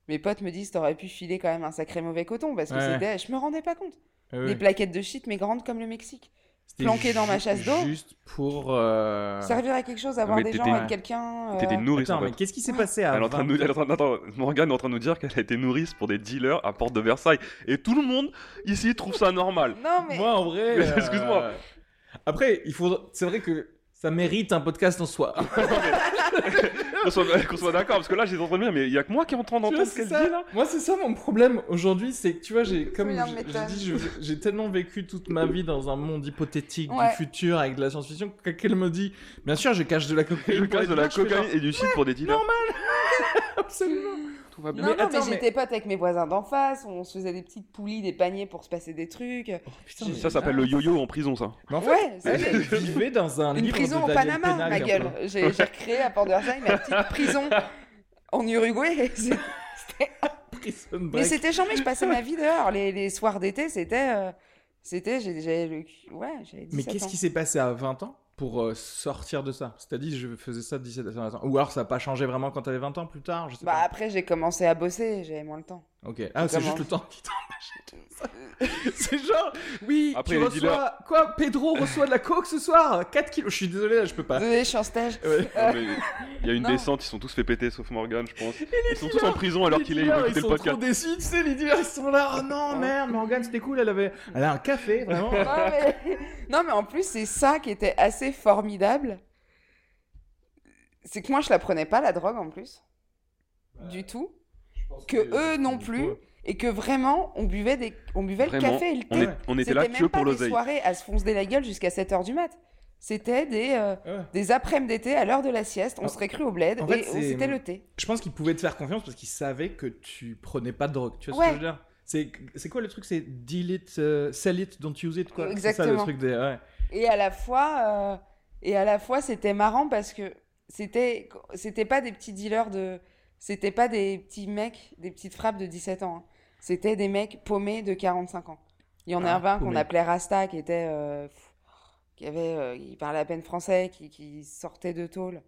B: Mes potes me disent, t'aurais pu filer quand même un sacré mauvais coton parce que
D: Ouais.
B: c'était. Je me rendais pas compte.
D: Ah
B: Des
D: ouais.
B: plaquettes de shit, mais grandes comme le Mexique.
D: C'était
B: planqué dans ma
D: ju-
B: chasse d'eau.
D: Juste pour. euh,
B: Servir à quelque chose, avoir
C: Ah. mais
B: des gens
C: t'étais-
B: avec quelqu'un. euh,
C: T'étais nourrice
D: Attends,
C: en
D: mais
C: fait.
D: qu'est-ce qui s'est passé à
C: Elle est en train de nous... elle est en train- Attends, Morgane est en train de nous dire qu'elle a été nourrice pour des dealers à Porte de Versailles. Et tout le monde ici trouve ça normal.
B: Non mais.
D: Moi, en vrai.
C: Mais excuse-moi.
D: euh, Après, il faut. C'est vrai que ça mérite un podcast en soi.
C: Qu'on soit, qu'on soit d'accord, parce que là j'étais en train de me dire, mais il y a que moi qui est en train
D: Tu vois,
C: d'entendre ce
D: c'est
C: qu'elle dit
D: ça.
C: là.
D: Moi, c'est ça mon problème aujourd'hui, c'est que tu vois, j'ai comme
B: Souviens de
D: j'ai
B: m'étonne.
D: j'ai dit, je- j'ai tellement vécu toute ma vie dans un monde hypothétique
B: Ouais.
D: du futur avec de la science-fiction que quand quelqu'un me dit, bien sûr, je cache de la cocaïne.
C: Je
D: pour
C: casse
D: les
C: de la
D: dealers, je fais
C: cocaïne et du shit pour des dealers.
D: genre, Absolument.
C: Tout va
B: Non,
D: Mais
B: non,
D: attends,
B: mais
D: mais-
B: j'étais pote avec mes voisins d'en face, on se faisait des petites poulies, des paniers pour se passer des trucs.
D: Oh, putain, mais-
C: Ça s'appelle le yo-yo en prison, ça.
D: Mais en fait,
B: Ouais, ça,
D: elle,
B: j'ai-
D: elle vivait dans un
B: Une
D: livre
B: prison
D: de
B: au
D: Daniel
B: Panama,
D: Penag,
B: ma
D: un
B: gueule.
D: peu.
B: J'ai j'ai recréé à Port de Versailles ma petite prison en Uruguay. C'est-
D: Prison
B: Mais
D: Break.
B: c'était jamais, je passais ma vie dehors. Les, les soirs d'été, c'était. euh, c'était. j'ai- J'avais le. cul- Ouais, j'avais 17
D: Mais qu'est-ce
B: ans.
D: qui s'est passé à 20 ans pour euh, sortir de ça C'est-à-dire, je faisais ça de 17 à 20 ans. Ou alors, ça n'a pas changé vraiment quand t'avais 20 ans plus tard, je sais
B: Bah, après, j'ai commencé à bosser, j'avais moins le temps.
D: pas. Ok. Ah, c'est
B: Comment
D: juste le temps qui C'est genre, oui,
C: Après,
D: tu
C: les
D: reçois...
C: dealers.
D: Quoi Pedro reçoit de la coke ce soir 4 kilos Je suis désolé, là, je peux pas.
B: Désolé, je suis en stage.
D: Ouais.
C: Non, mais Il y a une
B: Non.
C: descente, ils sont tous fait péter sauf Morgan, je pense. Ils sont tous
D: dealers,
C: en prison alors
D: Les
C: qu'il est
D: dealers,
C: ils ont
D: ils
C: écouté
D: sont
C: le
D: trop
C: podcast.
D: déçus, tu sais, les dealers, ils sont là. Oh non, merde, Morgane, c'était cool, elle avait... Elle a un café, vraiment.
B: non, mais... non, mais en plus, c'est ça qui était assez formidable. C'est que moi, je la prenais pas, la drogue, en plus.
D: Bah,
B: du tout. Que eux non plus. Et que vraiment, on buvait, des... on buvait le
C: Vraiment,
B: café et le
C: On,
B: thé.
C: est- on était là
B: C'était
C: que
B: même pas
C: pour
B: des
C: l'oseille.
B: soirées à se foncer la gueule jusqu'à 7h du mat. C'était des, euh,
D: Ouais.
B: des après-midi d'été à l'heure de la sieste. On
D: En-
B: serait cru au bled
D: Ah, en
B: et
D: fait,
B: on-
D: c'est-
B: c'était le thé.
D: Je pense qu'ils pouvaient te faire confiance parce qu'ils savaient que tu prenais pas de drogue. Tu vois
B: Ouais.
D: ce que je veux dire C'est c'est quoi le truc C'est deal it, euh, sell it, don't use it, quoi. C'est ça
B: Exactement.
D: le truc des... Ouais.
B: Et à la fois, euh, et à la fois, c'était marrant parce que c'était, c'était pas des petits dealers de, c'était pas des petits mecs, des petites frappes de 17 ans. hein. C'était des mecs paumés de 45 ans. Il y en
D: Ah,
B: avait un qu'on
D: paumés.
B: appelait Rasta, qui était, euh, pff, qui avait, euh, il parlait à peine français, qui, qui sortait de tôle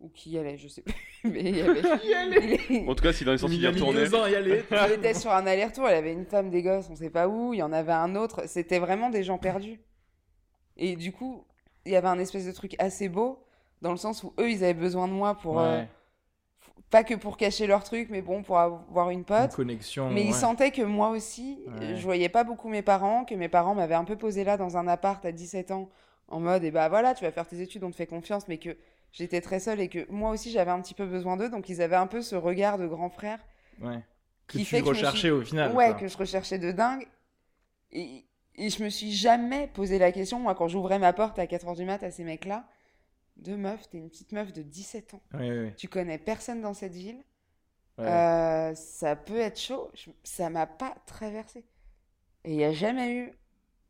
B: ou qui y allait, je sais plus. Mais il y avait. il-
C: En tout cas, s'il en est sorti
D: Il a
C: hier
D: mis
C: tourné.
D: deux ans à y aller.
B: Il était sur un aller-retour, il avait une femme, des gosses, on sait pas où, il y en avait un autre, c'était vraiment des gens perdus. Et du coup, il y avait un espèce de truc assez beau, dans le sens où eux, ils avaient besoin de moi pour... euh,
D: Ouais.
B: pas que pour cacher leur truc, mais bon, pour avoir une
D: Une
B: pote.
D: connexion.
B: Mais
D: ouais.
B: ils sentaient que moi aussi,
D: Ouais.
B: euh, je voyais pas beaucoup mes parents, que mes parents m'avaient un peu posé là dans un appart à 17 ans, en mode, et eh bah voilà, tu vas faire tes études, on te fait confiance, mais que j'étais très seule et que moi aussi j'avais un petit peu besoin d'eux, donc ils avaient un peu ce regard de grand frère,
D: Ouais. Que
B: qui
D: tu
B: fait que je me suis-
D: recherchais au final.
B: ouais,
D: quoi.
B: que je recherchais de dingue. Et, et je me suis jamais posé la question, moi, quand j'ouvrais ma porte à 4h du mat à ces mecs-là, de meuf, t'es une petite meuf de 17 ans,
D: Ouais, ouais, ouais.
B: tu connais personne dans cette ville.
D: Ouais.
B: Euh, ça peut être chaud. Je- ça m'a pas traversé. Et il n'y a jamais eu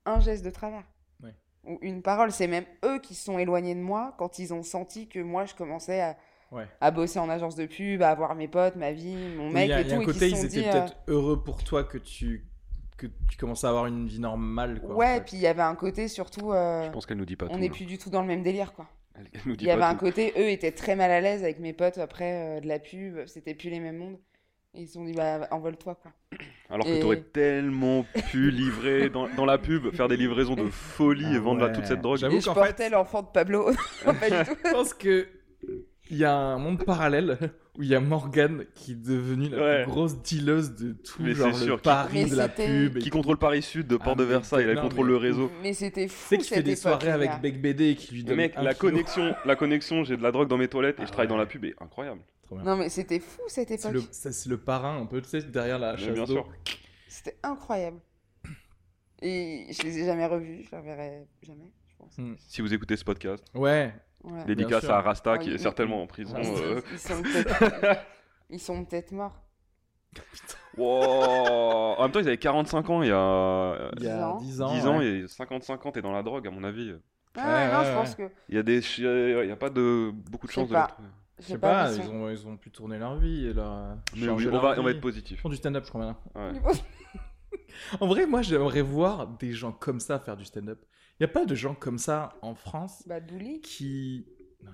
B: un geste de travers.
D: Ouais.
B: Ou une parole. C'est même eux qui se sont éloignés de moi quand ils ont senti que moi, je commençais à,
D: Ouais.
B: à bosser en agence de pub, à avoir mes potes, ma vie, mon
D: Oui,
B: mec
D: il y a,
B: et
D: il y a
B: tout.
D: un
B: et qu'ils
D: côté,
B: se
D: ils
B: sont
D: étaient
B: dit, euh,
D: peut-être heureux pour toi que tu que tu commences à avoir une vie normale. Quoi, en
B: Ouais,
D: fait.
B: puis il y avait un côté surtout. euh,
C: Je pense qu'elle nous dit pas
B: on
C: tout.
B: n'est
C: là.
B: plus du tout dans le même délire, quoi.
C: Elle, elle nous dit
B: Il y avait
C: pas
B: un
C: tout.
B: côté, eux étaient très mal à l'aise avec mes potes après euh, de la pub, c'était plus les mêmes mondes. Et ils se sont dit, bah, envole-toi, quoi.
C: Alors que
B: Et-
C: t'aurais tellement pu livrer dans, dans la pub, faire des livraisons de folie
D: Ah
C: et vendre là
D: ouais.
C: toute cette drogue.
D: J'avoue
B: Et je
D: qu'en
B: portais
D: fait-
B: l'enfant de Pablo. Non, pas du tout.
D: Je pense que il y a un monde parallèle où il y a Morgane qui est devenue la
C: Ouais.
D: plus grosse dealeuse de tout
C: Mais
D: genre
C: c'est
D: le
C: sûr, qui-
D: Paris
B: Mais
D: de la
B: c'était-
D: pub. et
C: Qui contrôle Paris Sud, de Port
D: Ah,
C: de
D: mais-
C: Versailles, elle
D: non,
C: contrôle
D: mais-
C: le réseau.
B: Mais c'était
D: Tu
B: fou.
D: sais qui fait
B: cette
D: des
B: époque,
D: soirées
B: les
D: avec
B: gars.
D: Beck BD et qui lui
C: Mais
D: donne
C: mec,
D: un
C: la
D: kilo.
C: connexion, la connexion, j'ai de la drogue dans mes toilettes et
D: Ah
C: je travaille dans
D: ouais.
C: la pub, et incroyable.
D: Trop bien.
B: Non, mais c'était fou cette
D: C'est
B: époque.
D: le- ça, c'est le parrain un peu, tu sais, derrière la
C: Mais
D: chasse
C: bien
D: d'eau.
C: sûr.
B: C'était incroyable. Et je les ai jamais revus, je les reverrai jamais, je pense.
D: Mm.
C: Si vous écoutez ce podcast,
D: Ouais,
B: Ouais.
C: dédicace
D: sûr.
C: à Rasta
B: Ah,
C: qui
B: oui.
C: est certainement en prison.
B: Ils,
C: euh.
B: ils sont peut-être... ils sont peut-être morts.
C: Wow. En même temps, ils avaient 45 ans il y a
D: il y a 10 ans.
C: 10 ans
D: ouais.
C: et 55 ans, t'es dans la drogue, à mon avis.
B: Ah,
D: Ouais,
B: non,
D: ouais,
B: je pense que.
C: Il y a des, chi- il y a pas de beaucoup de
B: Je
C: chances
B: sais
C: de les
B: pas.
C: retrouver.
B: Je
D: Je sais
B: pas,
D: pas,
B: ils
D: ils,
B: sont-
D: ont, ils ont pu tourner leur vie et leur.
C: Mais oui, on va, on va être positif.
D: Ils font du stand-up, je crois maintenant.
C: Ouais.
D: En vrai, moi, j'aimerais voir des gens comme ça faire du stand-up. Il n'y a pas de gens comme ça en France
B: Bah, Douli.
D: qui.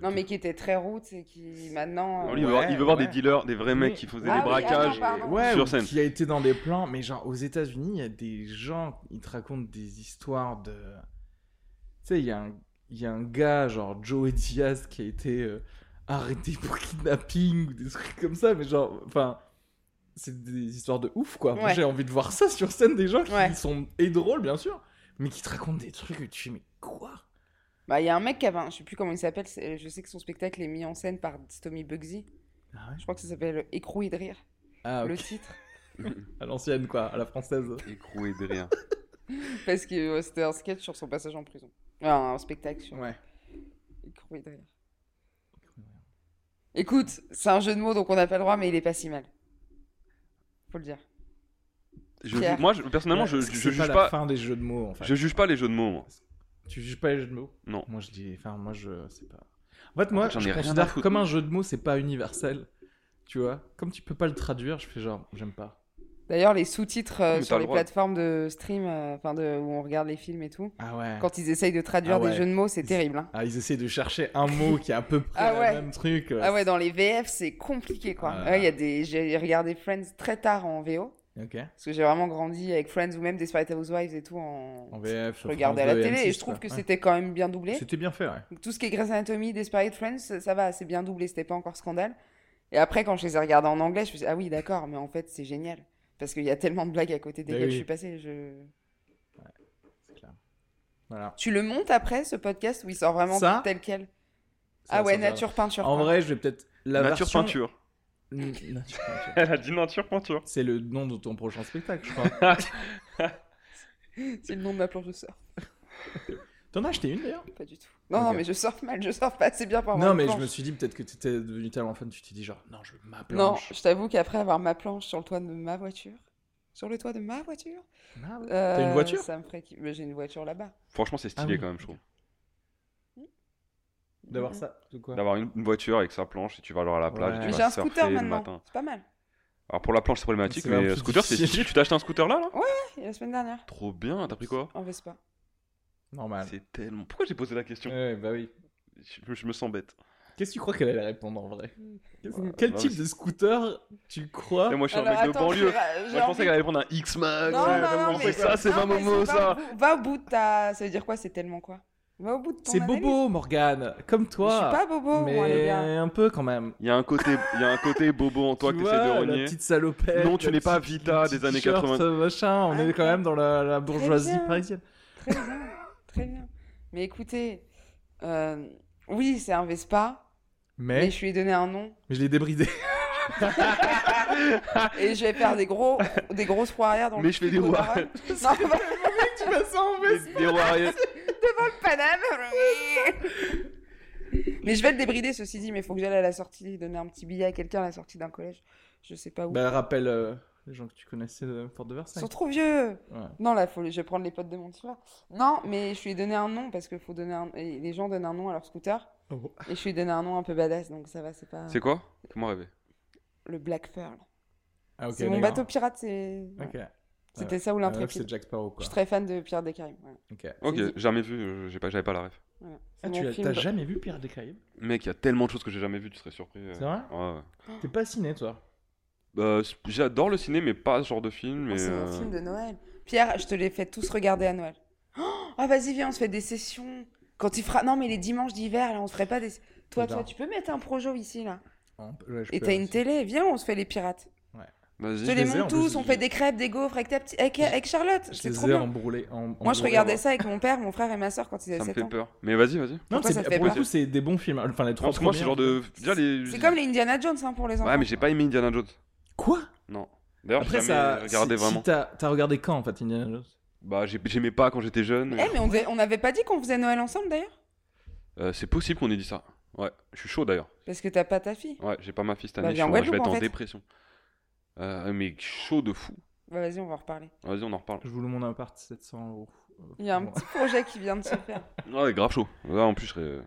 B: Non, mais qui était très roots et qui maintenant.
C: Non,
B: euh,
C: lui, il veut voir,
D: Ouais,
C: il veut voir
D: ouais.
C: des dealers, des vrais mecs
D: Mais-
C: qui faisaient
B: Ah
C: des
B: oui, ah non,
C: braquages.
B: pardon.
D: Ouais,
C: sur
D: ou
C: scène.
D: qui a été dans des plans, mais genre aux États-Unis, il y a des gens, ils te racontent des histoires de. Tu sais, il y, a un- il y a un gars, genre Joe Diaz, qui a été euh, arrêté pour kidnapping ou des trucs comme ça, mais genre, enfin, c'est des histoires de ouf, quoi. Moi,
B: Ouais.
D: j'ai envie de voir ça sur scène, des gens qui
B: Ouais.
D: sont. et drôles, bien sûr, mais qui te racontent des trucs que tu fais, mais quoi
B: Bah, il y a un mec qui avait. un- Je sais plus comment il s'appelle, c'est- je sais que son spectacle est mis en scène par Stomy Bugsy.
D: Ah ouais
B: Je crois que ça s'appelle Écroué de rire,
D: Ah, ok.
B: le titre.
D: À l'ancienne, quoi, à la française.
C: Écroué de rien.
B: Parce que euh, c'était un sketch sur son passage en prison. Enfin, un spectacle sur
D: Ouais.
B: Écroué de rire. Écoute, c'est un jeu de mots donc on n'a pas le droit, mais il est pas si mal. Faut le dire.
C: Je-
B: Pierre.
C: moi, je- personnellement, je, je,
D: C'est
C: je
D: pas
C: juge
D: la
C: pas.
D: fin des jeux de mots, en fait.
C: Je juge pas les jeux de mots. moi.
D: Tu juges pas les jeux de mots
C: Non.
D: Moi je dis, enfin moi je sais pas. En fait moi
C: fait, j'en
D: je
C: ai rien à
D: considère que
C: foutre.
D: comme un jeu de mots c'est pas universel, tu vois. Comme tu peux pas le traduire, je fais genre j'aime pas.
B: D'ailleurs, les sous-titres euh,
C: Mais
B: sur
C: t'as le
B: les
C: droit.
B: plateformes de stream, euh, enfin de où on regarde les films et tout,
D: Ah ouais.
B: quand ils essayent de traduire
D: Ah ouais.
B: des jeux de mots, c'est terrible. hein.
D: Ah ils essaient de chercher un mot qui est à peu près
B: Ah ouais.
D: le même truc. euh,
B: Ah ouais, dans les VF, c'est compliqué quoi.
D: Ah là
B: Ouais,
D: là.
B: il y a des... J'ai regardé Friends très tard en VO,
D: Ok.
B: parce que j'ai vraiment grandi avec Friends ou même Desperate Housewives et tout en,
D: En VF.
B: Je regardais à
D: France
B: la
D: deux
B: télé
D: M6,
B: et je trouve
D: quoi.
B: que
D: Ouais.
B: c'était quand même bien doublé.
D: C'était bien fait ouais.
B: Donc, tout ce qui est Grey's Anatomy, Desperate Friends, ça, ça va, c'est bien doublé, c'était pas encore scandale. Et après, quand je les ai regardés en anglais, je me suis dit, ah oui, d'accord, mais en fait, c'est génial. Parce qu'il y a tellement de blagues à côté
D: Bah
B: desquelles
D: oui.
B: je suis passée. Je...
D: C'est clair. Voilà.
B: Tu le montes après, ce podcast, où il sort vraiment
D: Ça
B: tel quel
D: Ça,
B: Ah ouais,
D: ça, ça.
B: nature, peinture.
D: En
B: quoi.
D: vrai je vais peut-être la
C: nature
D: version-
C: peinture.
D: N- Nature peinture.
C: Elle a dit nature peinture.
D: C'est le nom de ton prochain spectacle je crois.
B: C'est le nom de ma planche de surf.
D: T'en as acheté une d'ailleurs.
B: Pas du tout. Non, non,
D: Ok.
B: mais je surfe mal, je surfe pas assez bien pour avoir
D: Non
B: une
D: mais je
B: planche.
D: me suis dit peut-être que t'étais devenu tellement fan tu t'es dit genre non je veux ma
B: Non,
D: planche.
B: je t'avoue qu'après avoir ma planche sur le toit de ma voiture, sur le toit de ma voiture,
D: Ah ouais.
B: euh,
D: une voiture
B: ça me ferait... ki- Mais J'ai une voiture là-bas.
C: Franchement, c'est stylé
D: Ah oui.
C: quand même, je trouve.
D: D'avoir ça. tout quoi.
C: D'avoir une, une voiture avec sa planche et tu vas alors à la plage.
D: Ouais.
C: et
B: Mhm.
C: tu
B: Mais
C: vas
B: j'ai un
C: surfer
B: scooter
C: le
B: maintenant.
C: matin.
B: C'est pas mal.
C: Alors pour la planche, c'est problématique,
D: C'est un
C: mais
D: peu
C: euh, scooter, c'est
D: difficile.
C: stylé. Tu t'as acheté un scooter là, là
B: Et la semaine dernière
C: Trop bien. T'as pris quoi
B: En Vespa.
D: Normal.
C: C'est tellement. Pourquoi j'ai posé la question
D: Ouais, bah oui.
C: je, je me sens bête.
D: Qu'est-ce que tu crois qu'elle allait répondre en vrai Qu'est-ce-
B: Ouais.
D: Quel
C: Bah,
D: type
C: mais
D: de scooter tu crois
C: Et moi, je suis un mec
B: Alors, attends,
C: de banlieue.
B: j'ai ra- j'ai
C: Moi, je pensais
B: envie-
C: qu'elle allait prendre un X-Max.
B: Non,
C: ouais,
B: non,
C: je
B: non,
C: pensais
B: mais-
C: que ça, c'est
B: non,
C: ma
B: mais
C: momo,
B: c'est- va
C: ça.
B: au bout- Va au bout de ta. Ça veut dire quoi C'est tellement quoi Va au bout de ton
D: C'est
B: analyse.
D: bobo, Morgane, comme
B: Je
D: toi.
B: suis pas bobo,
D: mais
B: moi, les gars.
D: un peu quand même.
C: Il y a un côté, il y a un côté bobo en toi
D: tu
C: que t'essaies
D: vois,
C: de
D: la
C: renier.
D: petite salopette.
C: Non, tu
D: la
C: n'es pas
D: petite-
C: Vita
D: le petit
C: des années
D: t-shirt,
C: 80.
D: euh, Machin, on est quand même dans la, la bourgeoisie
B: Ah, bien.
D: parisienne.
B: Très bien, très bien. Mais écoutez, euh, oui, c'est un Vespa, mais
D: Mais
B: je lui ai donné un nom
D: je l'ai débridé.
B: et je vais faire des gros, des grosses roues arrière dans le
C: Mais je fais des
B: tricot
C: roues
B: d'Aron.
C: arrière.
B: Non, bah,
D: tu vas sans
C: Des- des roues arrière.
B: devant le Paname. mais je vais le débrider, ceci dit, mais il faut que j'aille à la sortie donner un petit billet à quelqu'un à la sortie d'un collège. Je sais pas où.
D: Bah, rappelle euh, les gens que tu connaissais de Porte de
B: Ils
D: Versailles.
B: sont trop vieux.
D: Ouais.
B: Non, là, faut, je vais prendre les potes de mon petit frère. Non, mais je lui ai donné un nom parce que faut donner un- et les gens donnent un nom à leur scooter.
D: Oh.
B: Et je lui ai donné un nom un peu badass, donc ça va, c'est pas
C: C'est quoi Comment rêver
B: le Black Pearl.
D: Ah, ok,
B: c'est mon
D: d'accord.
B: bateau pirate, c'est. voilà.
D: Ok. Ah,
B: C'était ça ou
D: la ref,
B: l'intrépide.
D: c'est Jack Sparrow,
B: je
D: quoi.
B: suis très fan de Pirates des Caraïbes. voilà.
D: Ok.
C: Ok,
B: dit.
C: jamais vu, euh, j'ai pas, j'avais pas la ref.
B: Voilà. C'est
D: Ah,
B: mon
D: tu as-
B: film
D: t'as
B: de-
D: jamais vu Pierre des Caraïbes
C: Mec, il y a tellement de choses que j'ai jamais vues, tu serais surpris. euh.
D: C'est vrai
C: Ouais, ouais.
D: T'es pas ciné, toi
C: Bah, c- J'adore le ciné, mais pas ce genre de film.
B: Oh,
C: mais,
B: c'est mon
C: euh,
B: film de Noël. Pierre, je te les fais tous regarder à Noël. Oh, ah, vas-y, viens, on se fait des sessions. Quand il fera. Non, mais les dimanches d'hiver, là, on se ferait pas des. Toi,
D: Oula.
B: toi, tu peux mettre un projo ici, là.
D: Hein, Ouais, je
B: Et
D: peux,
B: t'as
D: ouais,
B: une
D: si.
B: télé, viens, on se fait les pirates.
C: Vas-y.
B: Je te les
D: les ai, en
B: monte tous,
D: plus,
B: on
D: je-
B: fait des crêpes, des gaufres avec, ta petite... avec, avec Charlotte.
D: Je
B: C'est
D: les
B: trop
D: ai
B: bien.
D: embrôlés. en-
B: Moi, je
D: embrôlés,
B: regardais
D: moi.
B: ça avec mon père, mon frère et ma soeur quand ils
C: Ça me
B: avaient 7
C: fait
B: ans.
C: peur. Mais vas-y, vas-y.
D: Non,
B: Pourquoi
D: c'est-
B: ça te fait
D: pour le
B: peur
D: coup, c'est des bons films. Enfin, les trois
C: Parce que moi, c'est
D: premiers, hein.
C: genre de. Déjà, les...
B: C'est comme les Indiana Jones hein, pour les enfants.
C: Ouais, mais j'ai pas aimé Indiana Jones.
D: Quoi
C: Non. D'ailleurs, j'ai jamais
D: Après, ça.
C: regardé
D: si- si
C: vraiment.
D: T'as t'as regardé quand, en fait, Indiana Jones
C: Bah, j'ai- j'aimais pas quand j'étais jeune.
B: Eh, mais on devait- on n'avait pas dit qu'on faisait Noël ensemble d'ailleurs
C: Euh, c'est possible qu'on ait dit ça. Ouais, je suis chaud d'ailleurs.
B: Parce que t'as pas ta fille.
C: Ouais, j'ai pas ma fille cette
B: Bah,
C: année. je,
B: viens en
C: suis- je vais
B: Guadeloupe,
C: être
B: en
C: en
B: fait.
C: dépression. Euh, mais chaud de fou.
B: Bah, vas-y, on va en reparler.
C: Vas-y, on en reparle.
D: Je vous loue mon appart, 700 euros.
B: Il y a un
D: Bon.
B: petit projet qui vient de se faire.
C: Ah Ouais, grave chaud. Là, en plus, je serais... euh,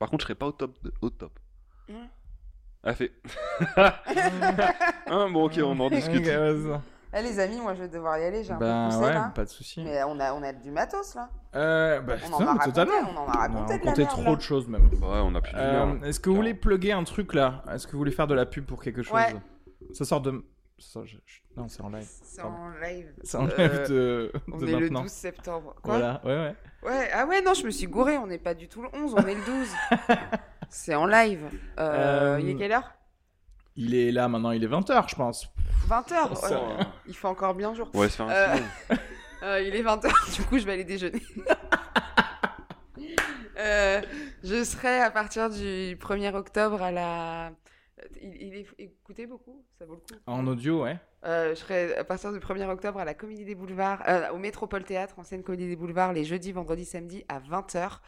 C: Par contre, je serais pas au top. de- Au top.
B: Ouais.
C: Ah, fait. Hein, bon, ok, on en discute.
D: Ok, vas-y.
B: Eh, les amis, moi je vais devoir y aller, j'ai un
D: Bah,
B: peu poussé
D: ouais,
B: là.
D: pas de souci.
B: Mais on a, on a du matos là.
D: Euh, bah,
B: On en
D: putain,
B: a
D: mais
B: raconté,
D: totalement.
B: on en a raconté de la
D: raconté
B: merde,
D: trop
B: là.
D: de choses, même.
C: Ouais, on a plus de
D: Euh, Est-ce que vous voulez plugger un truc là Est-ce que vous voulez faire de la pub pour quelque chose
B: Ouais.
D: Ça sort de. ça sort- je- je- Non, c'est en live.
B: C'est
D: Pardon.
B: en live.
D: C'est en
B: Euh,
D: live de,
B: On
D: de
B: est le
D: maintenant.
B: 12 septembre. Quoi
D: Voilà, ouais, ouais.
B: Ouais, ah ouais, non, je me suis gouré, on n'est pas du tout le 11, on est le 12. C'est en live. Euh,
D: Euh,
B: Il est quelle heure
D: Il est là maintenant, il est 20h, je pense.
B: 20h.
D: Ça-
B: il fait encore bien jour.
C: Ouais, se faire un
B: Euh,
C: cinéma.
B: Euh, il est 20h, du coup, je vais aller déjeuner. Euh, je serai à partir du 1er octobre à la. Il, il est écouté beaucoup, ça vaut le coup.
D: En audio, ouais.
B: Euh, je serai à partir du 1er octobre à la Comédie des Boulevards, euh, au Métropole Théâtre, ancienne Comédie des Boulevards, les jeudis, vendredis, samedis à 20h.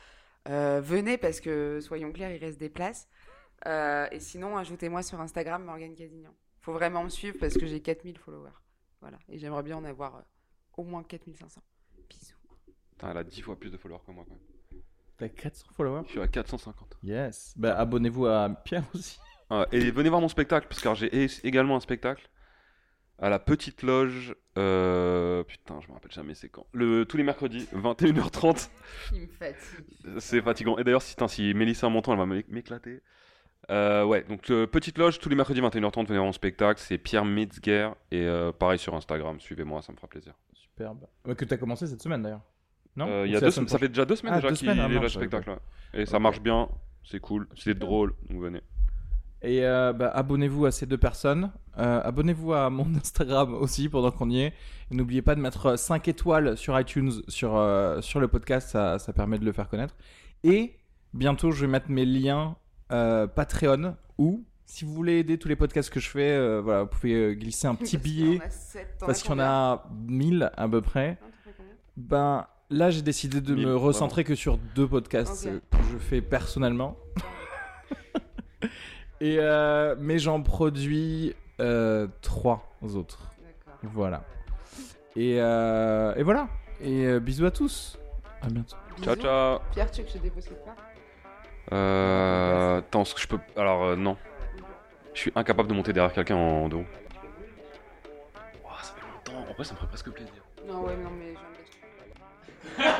B: Euh, venez parce que, soyons clairs, il reste des places. Euh, et sinon, ajoutez-moi sur Instagram Morgane Cadignan. Faut vraiment me suivre parce que j'ai 4000 followers. Voilà. Et j'aimerais bien en avoir euh, au moins 4500. Bisous.
C: Putain, elle a 10 fois plus de followers que moi, quand même.
D: T'as 400 followers
C: Je suis à 450.
D: Yes. Bah, abonnez-vous à Pierre aussi.
C: Ah, et venez voir mon spectacle, parce que alors, j'ai é- également un spectacle à la Petite Loge. euh, Putain, je me rappelle jamais c'est quand. Le... Tous les mercredis, 21h30.
B: Il me fatigue.
C: C'est fatigant. Et d'ailleurs, si, putain, si Mélissa m'entend, elle va m'é- m'éclater. Euh, ouais, donc euh, Petite Loge, tous les mercredis 21h30, venez voir mon spectacle. C'est Pierre Metzger. Et euh, pareil sur Instagram, suivez-moi, ça me fera plaisir.
D: Superbe. Ouais, que t'as commencé cette semaine d'ailleurs. Non
C: Euh, il y
D: Ou
C: a
D: Ah c'est
C: deux
D: la
C: sem-
D: semaine
C: ça fait déjà deux semaines
D: Ah,
C: déjà
D: deux
C: qu'il
D: semaines, ah,
C: est là,
D: mince,
C: le
D: j'avais
C: spectacle. ouais. Et ça
D: Ok.
C: marche bien, c'est cool, c'est
D: Super.
C: drôle, donc venez.
D: Et euh, bah, abonnez-vous à ces deux personnes. Euh, abonnez-vous à mon Instagram aussi pendant qu'on y est. Et N'oubliez pas de mettre 5 étoiles sur iTunes, sur, euh, sur le podcast, ça, ça permet de le faire connaître. Et bientôt, je vais mettre mes liens euh, Patreon ou si vous voulez aider tous les podcasts que je fais, euh, voilà, vous pouvez euh, glisser un petit billet. Parce qu'il y en a 1000 à peu près. Ben là, j'ai décidé de
C: 1000,
D: me recentrer que sur deux podcasts
B: Ok.
D: euh, que je fais personnellement. Et euh, mais j'en produis euh, trois autres.
B: D'accord.
D: Voilà. Et, euh, et voilà. Et euh, bisous à tous. À bientôt.
C: Ciao,
B: Bisous.
C: ciao.
B: Pierre, tu veux que je te dépose quelque part
C: Euh... Attends, ce que je peux. Alors, euh, non. Je suis incapable de monter derrière quelqu'un en dos. Ouah, ça fait longtemps. En vrai,
B: é
C: ça me ferait presque plaisir.
B: Non, ouais, non, mais j'en ai. non,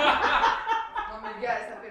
B: mais le gars, ça va.